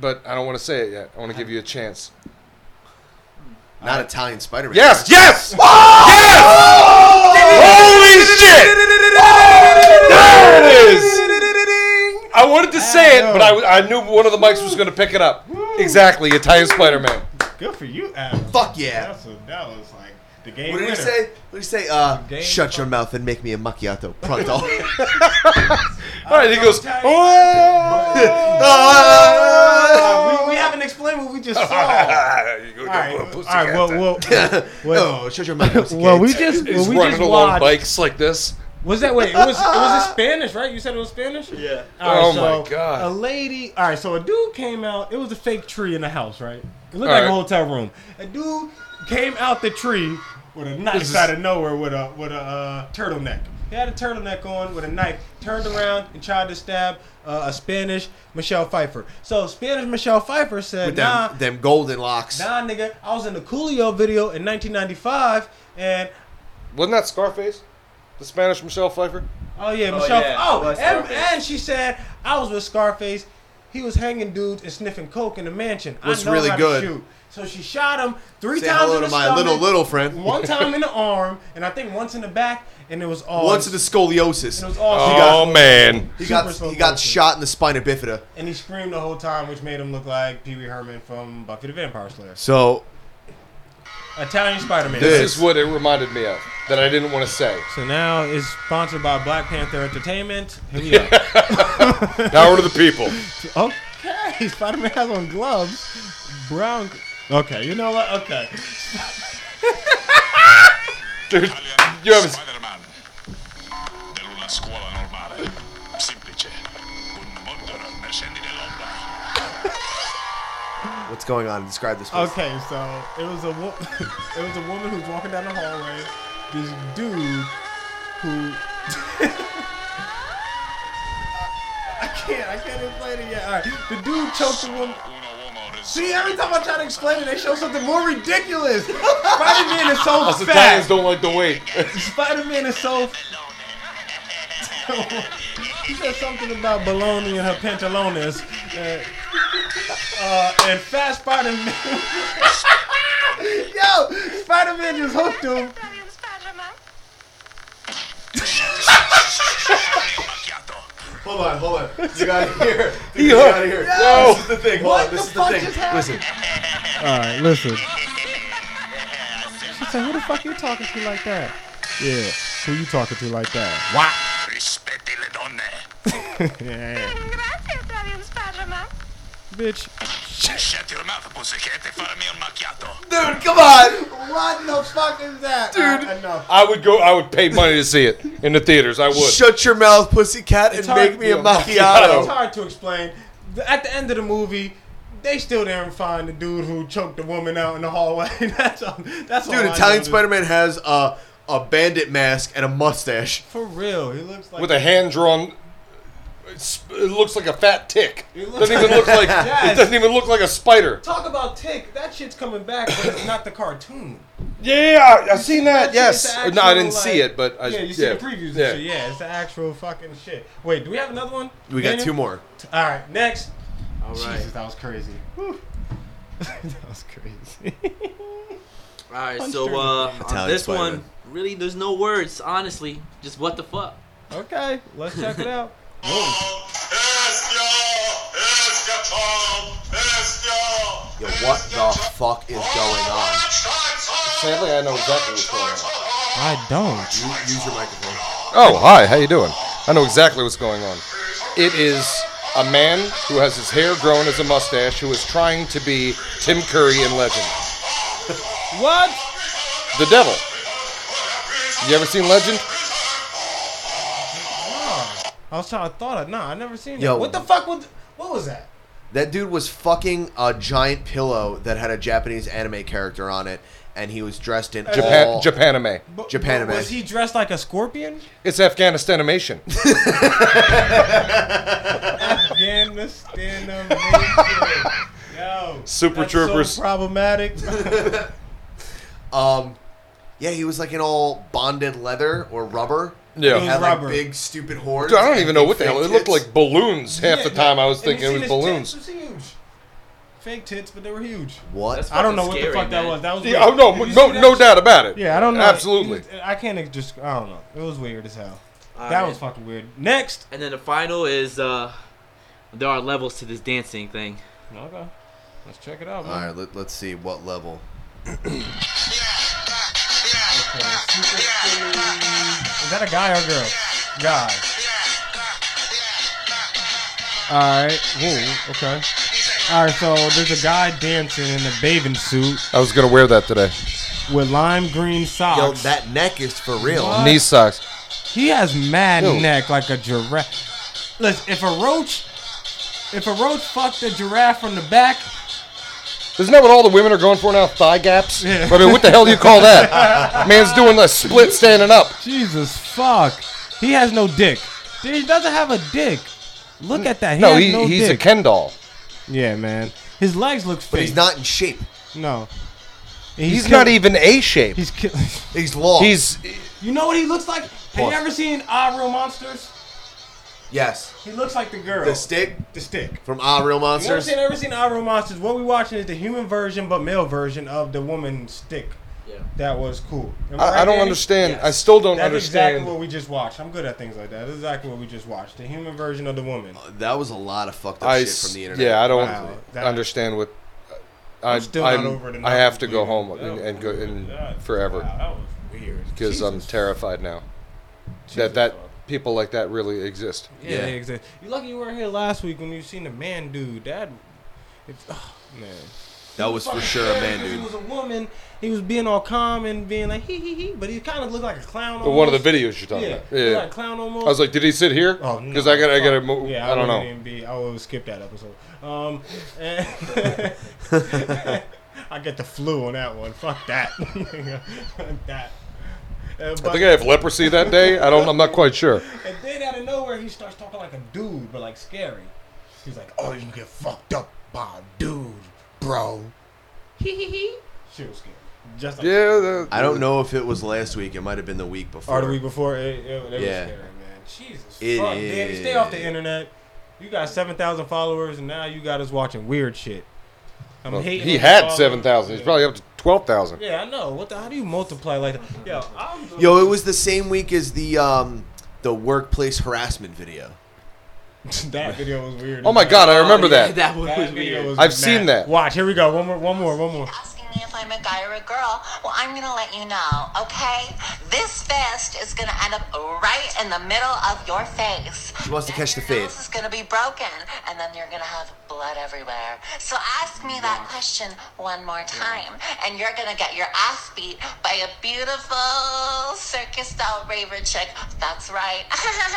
D: but I don't want to say it yet. I want to give you a chance.
B: Not Italian Spider-Man.
D: Yes, yes, yes! Holy shit! There it is. I wanted to say it, but I, w- I knew one of the mics was going to pick it up. Exactly, Italian Spider Man.
C: Good for you, Adam.
B: Fuck yeah.
C: That's a, that was like the game.
B: What did he
C: winner.
B: say? What did he say? Uh,
C: Game
B: shut your mouth and make me a macchiato pronto.
D: All right, he goes.
C: Uh, we, we haven't explained what we just saw. All right, all right. Well, well, well,
B: oh, shut your mouth.
C: well, we
B: pussycat.
C: just well,
D: He's
C: we
D: running
C: just
D: along
C: watched.
D: bikes like this.
C: Was that wait? It was it was in Spanish, right? You said it was Spanish.
F: Yeah.
C: All
D: Oh my God.
C: A lady. All right, so a dude came out. It was a fake tree in the house, right? It looked
D: All
C: like
D: right.
C: a hotel room. A dude came out the tree with a knife
D: is-
C: out of nowhere with a with a uh, turtleneck. He had a turtleneck on with a knife. Turned around and tried to stab uh, a Spanish Michelle Pfeiffer. So Spanish Michelle Pfeiffer said,
B: With
C: "Nah,
B: them, them golden locks.
C: Nah, nigga, I was in the Coolio video in 1995, and
D: Wasn't that Scarface? The Spanish Michelle Pfeiffer?
C: Oh yeah, Michelle.
G: yeah, it
C: Oh,
G: was
C: and,
G: Scarface.
C: and she said I was with Scarface. He was hanging dudes and sniffing coke in the mansion.
B: Looks
C: I know
B: really
C: how
B: good.
C: To shoot. So she shot him three
B: Say
C: times
B: hello
C: in
B: to
C: the
B: my
C: stomach,
B: little little friend.
C: one time in the arm, and I think once in the back, and it was all
B: Once the scoliosis.
C: and it was all
D: Oh,
C: she got-
D: man.
B: He
C: Super
B: got
C: slow
B: he got
C: motion.
B: shot in the spina bifida.
C: and he screamed the whole time, which made him look like Pee Wee Herman from Buffy the Vampire Slayer,
B: So
C: Italian Spider Man.
B: Dude.
D: This is what it reminded me of that I didn't want to say.
C: So now it's sponsored by Black Panther Entertainment. Here we are.
D: Power to the people.
C: Okay, Spider Man has on gloves. Brown. Okay, you know what? Okay.
D: Dude, you haven't.
H: Spider-Man per una scuola normale, semplice, un mondo non scendi nell'ombra.
B: what's going on? Describe this. Place.
C: Okay, so it was a wo- it was a woman who's walking down the hallway. This dude who I, I can't I can't explain it yet. All right, the dude choked the woman.
H: Uno uomo reso
C: See, every time I try to explain it, they show something more ridiculous. Spider Man is so
D: Us Italians
C: fat.
D: don't like the wait.
C: Spider Man is so. she said something about bologna and her pantalones. Uh, uh, and fat Spider Man. Yo, Spider Man just hooked him.
H: macchiato.
B: Hold on, hold on. You gotta hear.
D: He
B: You
D: hooked.
B: gotta hear.
D: No.
B: This is the thing. Hold on. This is the thing. Listen.
C: All right, listen. She said, "Who the fuck you talking to like that?" Yeah, who you talking to like that?
H: Rispetti le donne.
C: Yeah,
I: Grazie, Italian Spider-Man.
C: bitch.
H: Shut your mouth, pussycat, e farmi un macchiato.
B: Dude, come on.
C: What the fuck is that, Uh, dude? enough.
D: I would go. I would pay money to see it in the theaters. I would.
B: Shut your mouth, pussycat, and
C: It's hard
B: make me a
D: to be a
B: macchiato.
C: It's hard to explain. The- At the end of the movie, they still didn't find the dude who choked the woman out in the hallway. that's all, that's all
B: Dude,
C: I
B: Italian
C: noticed.
B: Spider Man has a a bandit mask and a mustache.
C: For real, he looks like
D: with a hand drawn. It looks like a fat tick. It
C: It looks
D: doesn't even look like. It
C: Yes.
D: doesn't even look like a spider.
C: Talk about tick. That shit's coming back, but it's not the cartoon.
D: Yeah, I've seen that.
C: That shit's
D: Yes.
C: the
D: No, I
C: actual,
D: didn't see
C: like-
D: it, but I,
C: yeah, you see the previews and
D: yeah.
C: shit. Yeah, it's the actual fucking shit. Wait, do we have another one?
B: We got
C: Daniel?
B: two more.
C: All right, next.
F: All right.
C: Jesus, that was crazy. Whew. that was crazy.
F: All right. So uh, on
B: Italian
F: this
B: Spider-Man.
F: one, really, there's no words. Honestly, just what the fuck.
C: okay, let's check it out.
B: Yo, what the fuck is going on?
D: Sadly, I know exactly what's going on.
C: I don't.
B: You, use your microphone.
D: Oh, hi. How you doing? I know exactly what's going on. It is a man who has his hair grown as a mustache who is trying to be Tim Curry in Legend.
C: What?
D: The devil. You ever seen Legend?
C: I was trying. I thought. I, nah, I never seen
B: Yo.
C: that. What the fuck? Was, what was that?
B: That dude was fucking a giant pillow that had a Japanese anime character on it, and he was dressed in
D: Japan,
B: all
D: Japanime.
C: But-
B: Japanime.
C: Was he dressed like a scorpion?
D: It's Afghanistanimation.
C: Afghanistan amazing. Yo.
D: Super
C: that's
D: Troopers.
C: So problematic.
B: Um, yeah, he was like in all bonded leather or rubber.
D: Yeah.
B: He had like
C: Rubber.
B: big stupid horns.
D: Dude, I don't
B: and
D: even know
B: big
D: what the
B: fake
D: hell. It looked
B: tits.
D: like balloons half the time. I was
C: And you
D: thinking it
C: seen
D: was
C: his
D: balloons.
C: Tits, it was huge. Fake tits, but they were huge.
B: what?
C: I don't know what the
F: Scary,
C: fuck that
F: man.
C: was. That was.
D: Yeah, oh
C: weird.
D: no,
C: Did you
D: no,
C: see that
D: no
C: shit?
D: doubt about it.
C: Yeah, I don't know.
D: Absolutely.
C: It was- I can't just. I don't know. It was weird as hell.
F: All
C: that
F: right.
C: was fucking weird. Next.
F: And then the final is uh, there are levels to this dancing thing.
C: Okay. Let's check it out,
B: All right, let, let's see what level.
C: Is that a guy or a girl? Guy. Alright. Whoa, okay. Alright, so there's a guy dancing in a bathing suit
D: I was gonna wear that today.
C: with lime green socks.
B: Yo, that neck is for real.
C: What?
D: Knee socks.
C: he has mad
D: Yo.
C: neck like a giraffe. Listen, if a roach if a roach fucked a giraffe from the back,
D: Isn't that what all the women are going for now? Thigh gaps?
C: Yeah.
D: I mean, what the hell do you call that? Man's doing the split standing up.
C: Jesus fuck. He has no dick. Dude, he doesn't have a dick. Look at that. He
D: no,
C: has
D: he,
C: no
D: he's
C: dick.
D: a Ken doll.
C: yeah, man. His legs look fake.
B: But he's not in shape.
C: No. And
D: He's,
C: kill-
D: not even A shape.
C: He's kill-
B: He's long.
D: He's
C: You know what he looks like? Have you
B: Pause.
C: ever seen Ah Real Monsters?
B: yes.
C: He looks like the girl.
B: The stick
C: The stick.
B: from Ah Real
C: You ever
B: Monsters.
C: seen ever seen Ah Real Monsters? What we watching is the human version, but male version of the woman stick.
F: Yeah.
C: That was cool. Am
D: I, I
C: right,
D: don't
C: Danny?
D: understand. I
F: Yes.
D: still don't
C: That's
D: understand.
C: exactly what we just watched. I'm good at things like that. That's exactly what we just watched. The human version of the woman.
B: That was a lot of fucked up
D: I
B: shit
D: s-
B: from the internet.
D: Yeah, I don't
C: Wow, that-
D: understand what. I,
C: I'm still not
D: I'm,
C: over the
D: I have to
C: novel
D: go home
C: completed.
D: and,
C: That
D: and go
C: was-
D: in
C: that-
D: forever
C: that was weird.
D: because I'm
C: Jesus.
D: terrified now
C: Jesus,
D: that that
C: dog.
D: people like that really exist.
C: Yeah,
B: Yeah.
C: they exist. You lucky you weren't here last week when you seen the man dude. That, it's, oh, man.
B: That was for
C: Fucking
B: sure a
C: scary
B: man,
C: 'cause He
B: dude.
C: was a woman. He was being all calm and being like hee hee hee, but he kind of looked like a clown.
D: But one of the
C: almost.
D: videos you're talking
C: Yeah,
D: about.
C: yeah. like
D: Yeah.
C: a clown almost.
D: I was like, did he sit here?
C: Oh no!
D: Because I got I got to
C: Fuck.
D: move.
C: Yeah,
D: I don't
C: wouldn't
D: know.
C: Even be, I would skip that episode. Um, and- I get the flu on that one. Fuck that. Fuck that. Uh,
D: I
C: but,
D: think I have leprosy that day. I don't. I'm not quite sure.
C: and then out of nowhere, he starts talking like a dude, but like scary. He's like, "Oh, you get fucked up by a dude, bro." Hee hee hee. She was scary. Just like
D: Yeah. that-
B: I don't know if it was last week. It might have been the week before.
C: Or the week before, it, it, it
B: Yeah.
C: was scary, man. Jesus
B: It
C: fuck, Danny, stay off the
B: is.
C: internet. You got seven thousand followers, and now you got us watching weird shit. I'm
D: well,
C: hating.
D: he
C: on
D: had
C: the
D: seven thousand.
C: followers.
D: He's probably up to twelve thousand.
C: Yeah, I know. What the? How do you multiply like that? Yo, I'm.
B: Yo, it was the same week as the um the workplace harassment video.
C: that video was weird.
D: Oh my god, I remember
F: Oh, yeah,
D: that.
F: That one
C: That
F: was
C: video
F: weird.
C: was
D: I've
C: mad.
D: seen that.
C: Watch. Here we go. One more. One more. One more.
G: asking me if I'm a guy or a girl. Well, I'm gonna let you know, okay? This fist is gonna end up right in the middle of your face.
B: She wants to catch the
G: Your
B: fade.
G: nose is gonna be broken, and then you're gonna have blood everywhere. So ask me that question one more time, and you're gonna get your ass beat by a beautiful circus-style raver chick. That's right.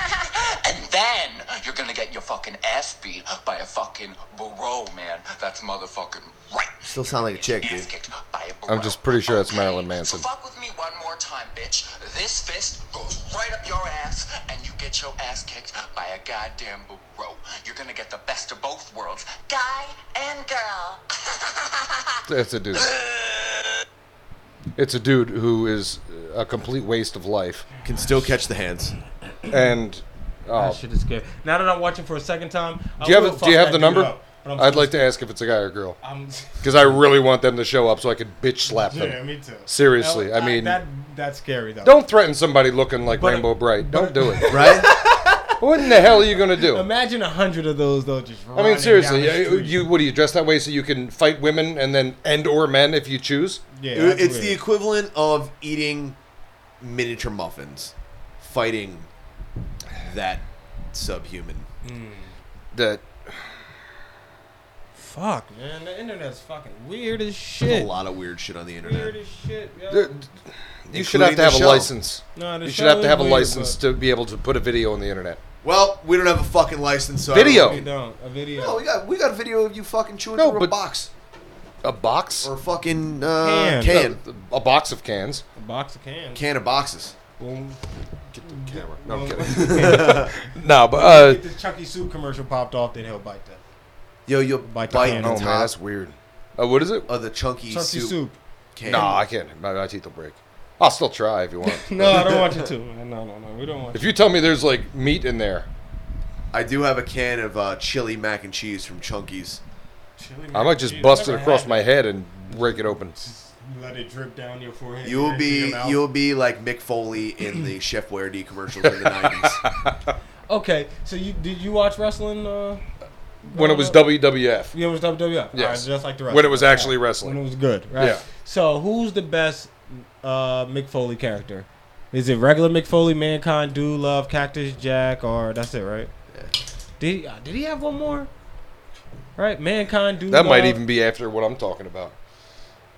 J: And then you're gonna get your fucking ass beat by a fucking bro, man. That's motherfucking right.
B: Still sound like a chick,
J: Ass
B: dude.
J: kicked by a
D: I'm just pretty sure that's
J: Okay,
D: Marilyn Manson.
J: So fuck with me one more time, bitch. This fist goes right up your ass, and you get your ass kicked by a goddamn bro. You're gonna get the best of both worlds.
G: Guy and girl.
D: It's a dude. It's a dude who is a complete waste of life.
B: Can still catch the hands.
D: And
C: That
D: oh,
C: shit is scary. Now that I'm watching for a second time, I
D: do you
C: will
D: have do you
C: fuck
D: have
C: that
D: the
C: dude
D: number?
C: up, but I'm
D: I'd
C: so
D: like to ask if it's a guy or girl
C: I'm,
D: because I really want them to show up so I can bitch slap
C: yeah,
D: them.
C: me too.
D: Seriously, I
C: That-
D: mean-
C: that that's scary though.
D: Don't threaten somebody looking like
C: But-
D: Rainbow Bright. Don't do it.
B: Right?
D: What in the hell are you gonna do?
C: Imagine a hundred of those though, just.
D: I mean, seriously, you, you what do you dress that way so you can fight women and then and or men if you choose?
C: Yeah,
B: It- it's the
C: weird.
B: equivalent of eating miniature muffins, fighting that subhuman.
D: That
C: fuck, man. The internet's fucking weird as
B: There's
C: shit.
B: a lot of weird shit on the
C: Weird
B: internet.
C: as shit. Yo.
D: uh, you should
B: Including
D: have to
B: the
D: have a
B: show.
D: license.
C: No, the
D: You should have
C: show
D: to have a
C: is weird,
D: license
C: but-
D: to be able to put a video on the internet.
B: Well, we don't have a fucking license. So I
D: Video.
C: We don't a video.
B: No, Oh, we got we got a video of you fucking chewing
D: No,
B: through a
D: but-
B: box
D: A box?
B: or a fucking uh,
C: Can.
B: can
D: A box of cans.
C: a box of cans.
B: can of boxes.
C: Boom.
D: Get the camera. No, I'm
C: boom.
D: kidding. no, but uh,
C: Get the Chucky Soup commercial popped off, then he'll bite that.
B: Yo, you'll
C: Bite
B: bite,
C: the can.
B: the
C: Oh,
D: oh
B: top
D: man, that's weird. Uh, what is it?
B: of the
D: E.
B: chunky,
C: Chucky
B: soup,
C: E. soup.
B: can.
D: no, I can't. My, my teeth will break. I'll still try if you want.
C: No, I don't want you to. man. No, no, no. We don't want.
D: if you tell me there's like meat in there,
B: I do have a can of uh, chili mac and cheese from Chunky's.
C: Chili
D: I might just
C: mac
D: bust it
C: and cheese.
D: across
C: Never
D: my
C: had
D: head and break it open.
C: it. Just Let it drip down your forehead.
B: You'll
C: and into your
B: be
C: mouth.
B: you'll be like Mick Foley in the Chef Boyardee commercials in the nineties.
C: Okay, so you did you watch wrestling? Uh,
D: When it was WWF,
C: you know, it was WWF. All right,
D: yes,
C: just like the rest.
D: when it was actually
C: when it
D: wrestling,
C: was good, right?
D: Yeah.
C: So who's the best uh, Mick Foley character? Is it regular Mick Foley, Mankind, Do Love, Cactus Jack, or that's it, right? Did he, uh, did he have one more? Right, Mankind, Do
D: that
C: Love.
D: might even be after what I'm talking about.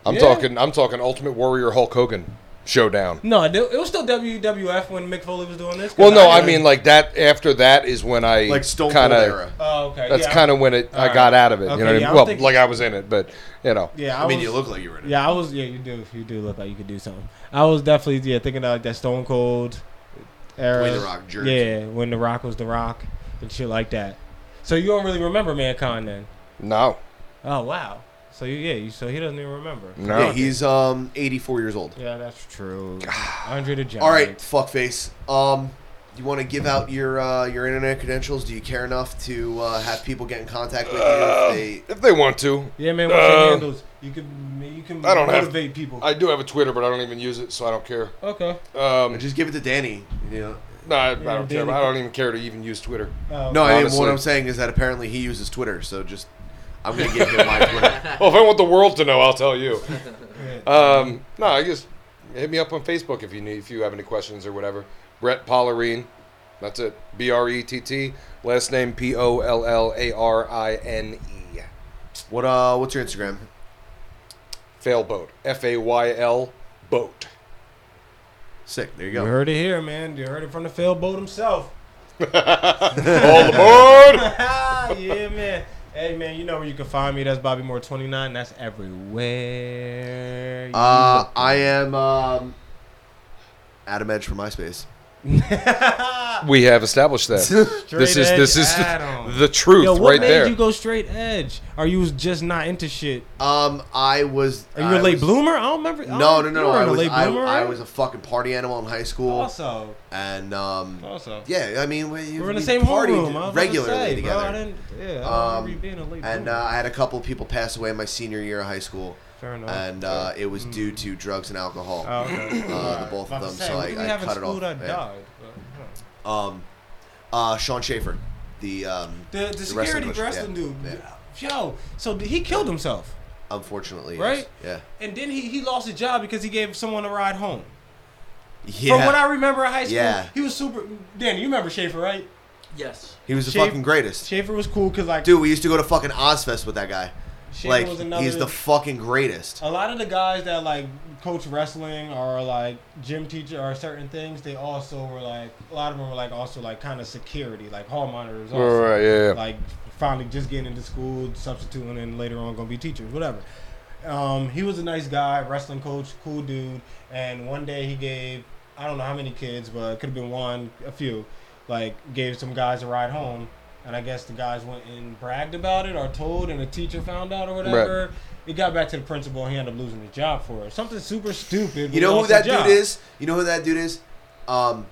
D: I'm
C: Uh, Yeah.
D: talking. I'm talking Ultimate Warrior Hulk Hogan showdown.
C: No, it it was still WWF when Mick Foley was doing this. 'cause
D: Well, no, I mean like that. After that is when I
B: like Stone Cold
D: kinda-
B: era.
C: Oh, okay.
D: That's
C: yeah,
D: kind of when it I
C: Alright.
D: got out of it.
C: Okay,
D: you know what I
C: yeah,
D: mean?
C: I'm
D: Well,
C: thinking-
D: like I was in it, but you know.
C: Yeah, I,
B: I, mean,
C: was,
B: you look like you were in it.
C: Yeah, I was. Yeah, you do. You do look like you could do something. I was definitely yeah thinking of like that Stone Cold era.
B: Dwayne The Rock Johnson.
C: Yeah, when the Rock was the Rock and shit like that. So you don't really remember Mankind then?
D: No.
C: Oh wow. So you, yeah, you, so he doesn't even remember.
D: No.
B: Yeah, he's um 84 years old.
C: Yeah, that's true. Andre the Giant.
B: All right, fuckface. Um, you want to give out your uh, your internet credentials? Do you care enough to uh, have people get in contact with you?
D: Uh.
B: If they,
D: if they want to.
C: Yeah, man. What's
D: Uh,
C: your handles? You can you can
D: I don't have-
C: motivate people.
D: I do have a Twitter, but I don't even use it, so I don't care.
C: okay.
D: Um,
B: just give it to Danny. You know.
D: no, I, I
C: Yeah,
D: don't care.
C: Danny-
D: I don't even care to even use Twitter.
C: Uh,
B: No, I mean,
D: Honestly.
B: what I'm saying is that apparently he uses Twitter, so just I'm gonna give him my Twitter.
D: Well, if I want the world to know, I'll tell you.
C: Oh,
B: Uh,
D: Um, no, I just hit me up on Facebook if you need, if you have any questions or whatever. Brett Pollarine, that's it. B R E T T, last name P O L L A R I N E.
B: What uh, what's your Instagram?
D: Failboat, F A Y L boat.
B: Sick. There you
C: You
B: go.
C: heard it here, man. You heard it from the failboat himself.
D: All aboard!
C: yeah, man. Hey, man. You know where you can find me. That's Bobby Moore 29. That's everywhere.
B: Uh, I am um, Adam Edge from MySpace.
D: We have established that. this is
C: edge
D: this is
C: add-on.
D: the truth
C: Yo, what
D: right
C: made
D: there.
C: you go straight edge? Or you was just not into shit?
B: Um, I was.
C: Are you
B: I
C: a late
B: was-
C: bloomer? I don't remember. I don't-
B: No, no, no,
C: you
B: no.
C: weren't
B: I
C: a
B: was,
C: late
B: I,
C: bloomer.
B: I
C: right?
B: was a fucking party animal in high school,
C: also.
B: and um,
C: Also.
B: yeah, I mean, we,
C: We were in the
B: we
C: same
B: partied
C: homeroom. I was about to
B: regularly
C: say,
B: together.
C: Bro, I didn't, yeah, I don't remember
B: Um,
C: you being a late
B: and
C: bloomer.
B: uh, I had a couple people pass away my senior year of high school,
C: Fair enough. Hmm.
B: and uh, it was due to drugs and alcohol.
C: Oh, okay.
B: uh, the both of
C: About to
B: them,
C: say,
B: so
C: what
B: I-
C: do we
B: I
C: have in
B: cut it
C: school
B: off,
C: that
B: yeah.
C: died? But, huh.
B: Um, uh, Sean Schaefer, the um,
C: The, the, security
B: coach, yeah,
C: wrestling, dude.
B: yeah.
C: Yo, so th- he killed himself.
B: unfortunately, yes,
C: Right?
B: Yeah,
C: And then he, he lost his job because he gave someone a ride home.
B: yeah.
C: From what I remember in high school,
B: Yeah.
C: he was super. Danny, you remember Schaefer, right?
F: Yes.
B: he was the
C: Schaefer-
B: fucking greatest,
C: Schaefer was cool because, like,
B: dude. We used to go to fucking Ozfest with that guy.
C: Schaefer
B: like,
C: was another-
B: he's the fucking greatest.
C: a lot of the guys that, like, coach wrestling or, like, gym teacher or certain things, they also were, like, a lot of them were, like, also, like, kind of security, like, hall monitors.
D: All
C: Also.
D: right, yeah, yeah.
C: like finally just getting into school, substituting, and later on gonna be teachers, whatever. Um, he was a nice guy, wrestling coach, cool dude. And one day he gave I don't know how many kids, but it could have been one, a few, like gave some guys a ride home. And I guess the guys went and bragged about it or told, and the teacher found out or whatever. It got back to the principal, and he ended up losing his job for it. Something super stupid. but
B: You
C: he
B: know who
C: lost his
B: that dude
C: job.
B: is? You know who that dude is? Um,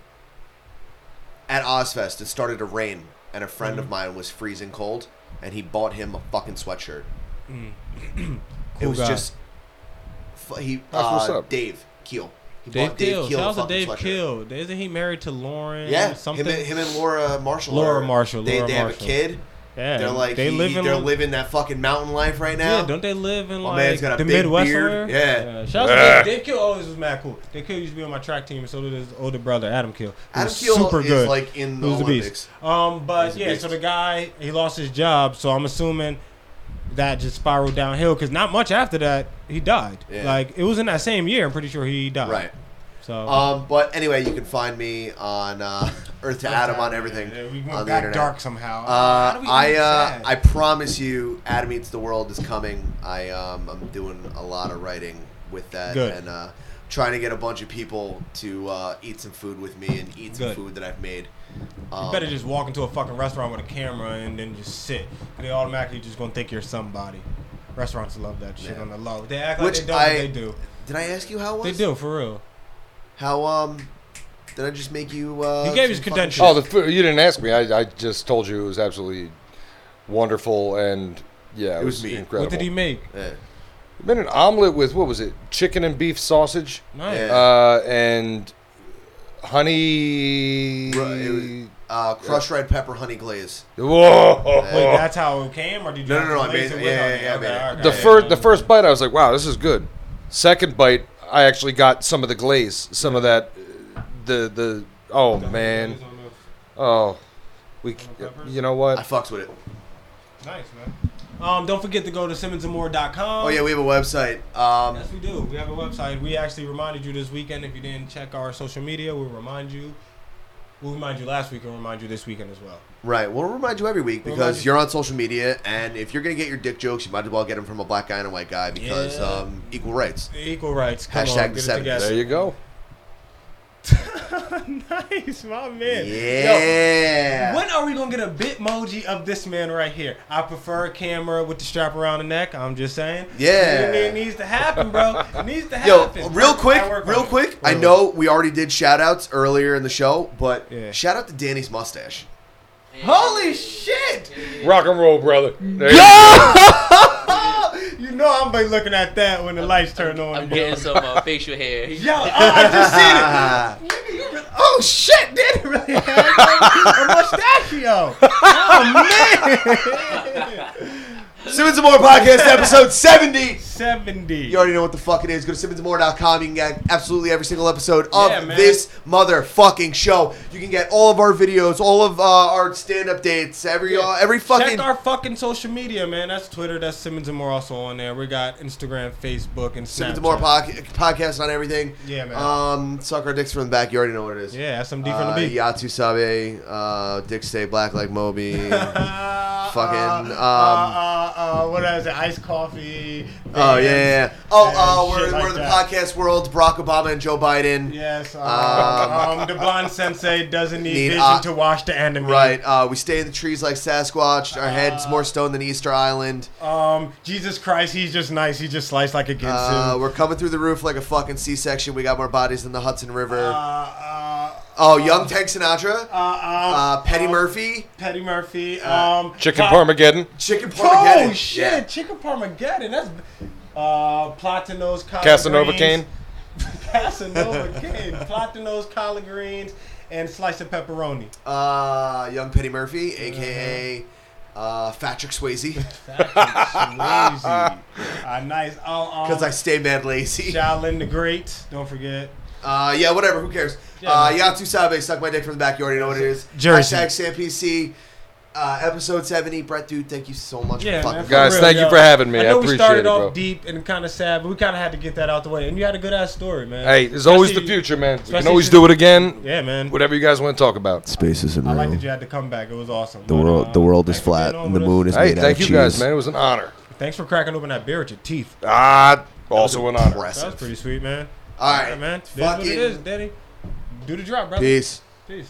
B: at Ozfest, it started to rain, and a friend
C: Mm-hmm.
B: of mine was freezing cold, and he bought him a fucking sweatshirt. it
C: Mm. Cool
B: was
C: guy.
B: just fu- he
D: That's
B: uh,
D: what's up.
B: Dave Keel. He
C: Dave
B: bought Dave
C: Kill.
B: Keel.
C: Shout
B: a
C: out to
B: fucking
C: Dave
B: sweatshirt.
C: Kill. Isn't he married to Lauren?
B: Yeah,
C: something.
B: him and, him and Laura Marshall.
C: Laura
B: are-
C: Marshall,
B: They,
C: Laura
B: they have a
C: Marshall.
B: kid.
C: yeah,
B: They're like he-
C: live in
B: they're
C: Lon-
B: living that fucking mountain life right now.
C: Yeah, don't they live in
B: My
C: like
B: man's got a
C: the
B: big
C: Midwest?
B: beard.
C: somewhere?
B: Yeah.
C: Shout out
D: Yeah.
C: to Dave. Dave Kill always was mad cool. Dave Kill used to be on my track team, so did his older brother Adam Kill. who
B: Adam
C: was
B: Keel
C: super
B: is
C: good.
B: like in the
C: Who's the
B: Olympics.
C: beast. Um,
B: He's
C: but
B: a
C: yeah,
B: beast.
C: so the guy he lost his job, so I'm assuming that just spiraled downhill because not much after that he died.
B: Yeah.
C: Like it was in that same year. I'm pretty sure he died.
B: Right.
C: So
B: Um, but anyway, you can find me on uh, Earth to Adam on everything
C: Yeah, we went
B: on the
C: back
B: internet.
C: dark somehow. How do
B: Uh,
C: we
B: I
C: end
B: uh,
C: that?
B: I promise you, Adam Eats the World is coming. I um, I'm doing a lot of writing with that
C: Good.
B: and uh, trying to get a bunch of people to uh, eat some food with me and eat some
C: Good.
B: food that I've made.
C: You
B: Um,
C: better just walk into a fucking restaurant with a camera and then just sit. They automatically just gonna think you're somebody. Restaurants love that shit
B: Yeah.
C: on the low. They act
B: Which
C: like they don't,
B: I-
C: but they do.
B: Did I ask you how it
C: They
B: was?
C: do for real.
B: How um did I just make you? Uh,
C: You gave
B: some
C: his
B: fucking
C: credentials.
D: Oh, the food, you didn't ask me. I, I just told you it was absolutely wonderful and yeah, it,
B: It was
D: was,
B: me. What
D: incredible.
C: What did he make?
B: shit? Yeah.
D: Made an omelet with what was it? Chicken and beef sausage
C: Nice.
B: Yeah.
D: uh, and honey.
B: Ru- it was- Uh, crushed red pepper honey glaze.
D: Whoa!
C: Wait,
D: Oh.
C: that's how it came, or did you?
B: No,
C: have
B: no, no,
C: to
B: I
C: glaze
B: made-
C: it with
B: yeah,
C: honey?
B: yeah, yeah, I made it.
D: the
C: okay.
D: first the first bite, I was like, "Wow, this is good." Second bite, I actually got some of the glaze, some of that. uh, The the oh man, oh we, c- you know
B: I
D: what?
B: fucks with it.
C: Nice man. Um, don't forget to go to simmonsandmore.com.
B: Oh yeah, we have a website. Um,
C: Yes, we do. We have a website. We actually reminded you this weekend. If you didn't check our social media, we'll remind you. We'll remind you last week and remind you this weekend as well.
B: Right. We'll remind you every week
C: We'll
B: because
C: remind you-
B: you. are on social media, and if you're gonna get your dick jokes, you might as well get them from a black guy and a white guy because
C: Yeah.
B: um, equal rights.
C: Equal rights. Come
B: Hashtag
C: on,
B: the
C: get it
B: 70s.
C: together.
D: There you go.
C: nice, my man. Yo,
B: Yeah.
C: when are we gonna gonna get a bitmoji of this man right here. I prefer a camera with the strap around the neck. I'm just saying.
B: Yeah.
C: it, it needs to happen, bro. It needs to
B: Yo,
C: happen.
B: real quick,
C: I work on
B: real
C: it. Oh.
B: quick. I know we already did shout outs earlier in the show, but
C: Yeah.
B: shout out to Danny's mustache.
C: Holy shit!
D: Rock and roll, brother. There you
C: You know I'm be looking at that when the lights turn on.
F: I'm
C: yo.
F: getting some uh, facial hair.
C: Yo, oh, I just
B: Uh,
C: seen it. Nigga, you really- oh shit, did it really have a mustachio? Oh man,
B: Simmons and More Podcast, episode 70.
C: seventy.
B: You already know what the fuck it is. Go to simmonsandmore.com. You can get absolutely every single episode of
C: Yeah, man.
B: this motherfucking show. You can get all of our videos, all of uh, our stand up dates, every uh, every fucking.
C: Check our fucking social media, man. That's Twitter. That's Simmons and More also on there. We got Instagram, Facebook, and Snapchat.
B: Simmons and More pod- podcast on everything.
C: Yeah, man.
B: Um, suck our dicks from the back. You already know what it is.
C: Yeah, SMD from
B: Uh,
C: the beat.
B: Yatsu Sabe, uh, Dick Stay Black Like Moby.
C: Uh,
B: fucking, um,
C: uh, uh, uh, uh, what is it? Iced coffee.
B: Oh yeah,
C: bands.
B: yeah, yeah. Oh,
C: and
B: uh, we're,
C: shit like
B: we're the
C: that.
B: podcast world. Barack Obama and Joe Biden.
C: Yes. Um,
B: Um,
C: um, the blonde sensei doesn't need,
B: Need,
C: vision
B: uh,
C: to watch the anime.
B: Right. Uh, we stay in the trees like Sasquatch. Our
C: Uh,
B: heads more stone than Easter Island.
C: Um, Jesus Christ, he's just nice. He just sliced like a Ginsu.
B: Uh, we're coming through the roof like a fucking C-section. We got more bodies than the Hudson
C: uh,
B: River.
C: uh,
B: Oh, young Tank Sinatra.
C: uh, uh,
B: Uh, Petty
C: uh,
B: Murphy.
C: Petty Murphy.
B: Uh,
C: Um,
D: go. Chicken
C: Pla-
D: Parmageddon.
B: Chicken Parmageddon.
C: Oh shit, chicken parmageddon. That's uh, Platinos collard
D: Casanova
C: greens.
D: cane.
C: Casanova cane. Platinos collard greens and slice of pepperoni.
B: Yeah. Uh, young Petty Murphy,
C: Uh-huh.
B: aka uh, Patrick Swayze,
C: That's lazy. Uh, nice. Oh, um,
B: because I stay mad lazy.
C: Shaolin the Great. Don't forget.
B: Uh, yeah, whatever. Who cares?
C: Yeah,
B: uh,
C: man.
B: Yatsu Sabe, suck my dick from the back. You already know what it is.
C: Jersey.
B: Hashtag SamPC. Uh, episode 70. Brett, dude, thank you so much
C: Yeah,
B: for
C: man,
B: fucking
C: for
D: Guys,
C: real,
D: thank you
C: yo.
D: for having me. I
C: know we
D: appreciate
C: started
D: it,
C: off
D: bro.
C: deep and kind of sad, but we kind of had to get that out the way. And you had a good ass story, man.
D: Hey, there's always the
C: Especially-
D: future, man. We can
C: especially
D: always
C: since-
D: do it again.
C: Yeah, man.
D: Whatever you guys want to talk about.
B: Space isn't
C: I
B: real.
C: like that you had to come back. It was awesome.
B: the
C: But,
B: world,
C: uh,
B: the world is
C: thanks for being
B: flat,
C: on
B: and the
C: with us.
B: moon is
D: Hey,
B: made out
D: thank
B: of
D: you guys,
B: cheese.
D: man. It was an honor.
C: Thanks for cracking open that beer with your teeth.
D: Ah, also an honor.
C: That was
B: Impressive.
C: pretty sweet, man.
B: All right,
C: man. This is what
B: fucking-
C: it is, Danny. Do the drop, brother.
B: Peace.
C: Peace.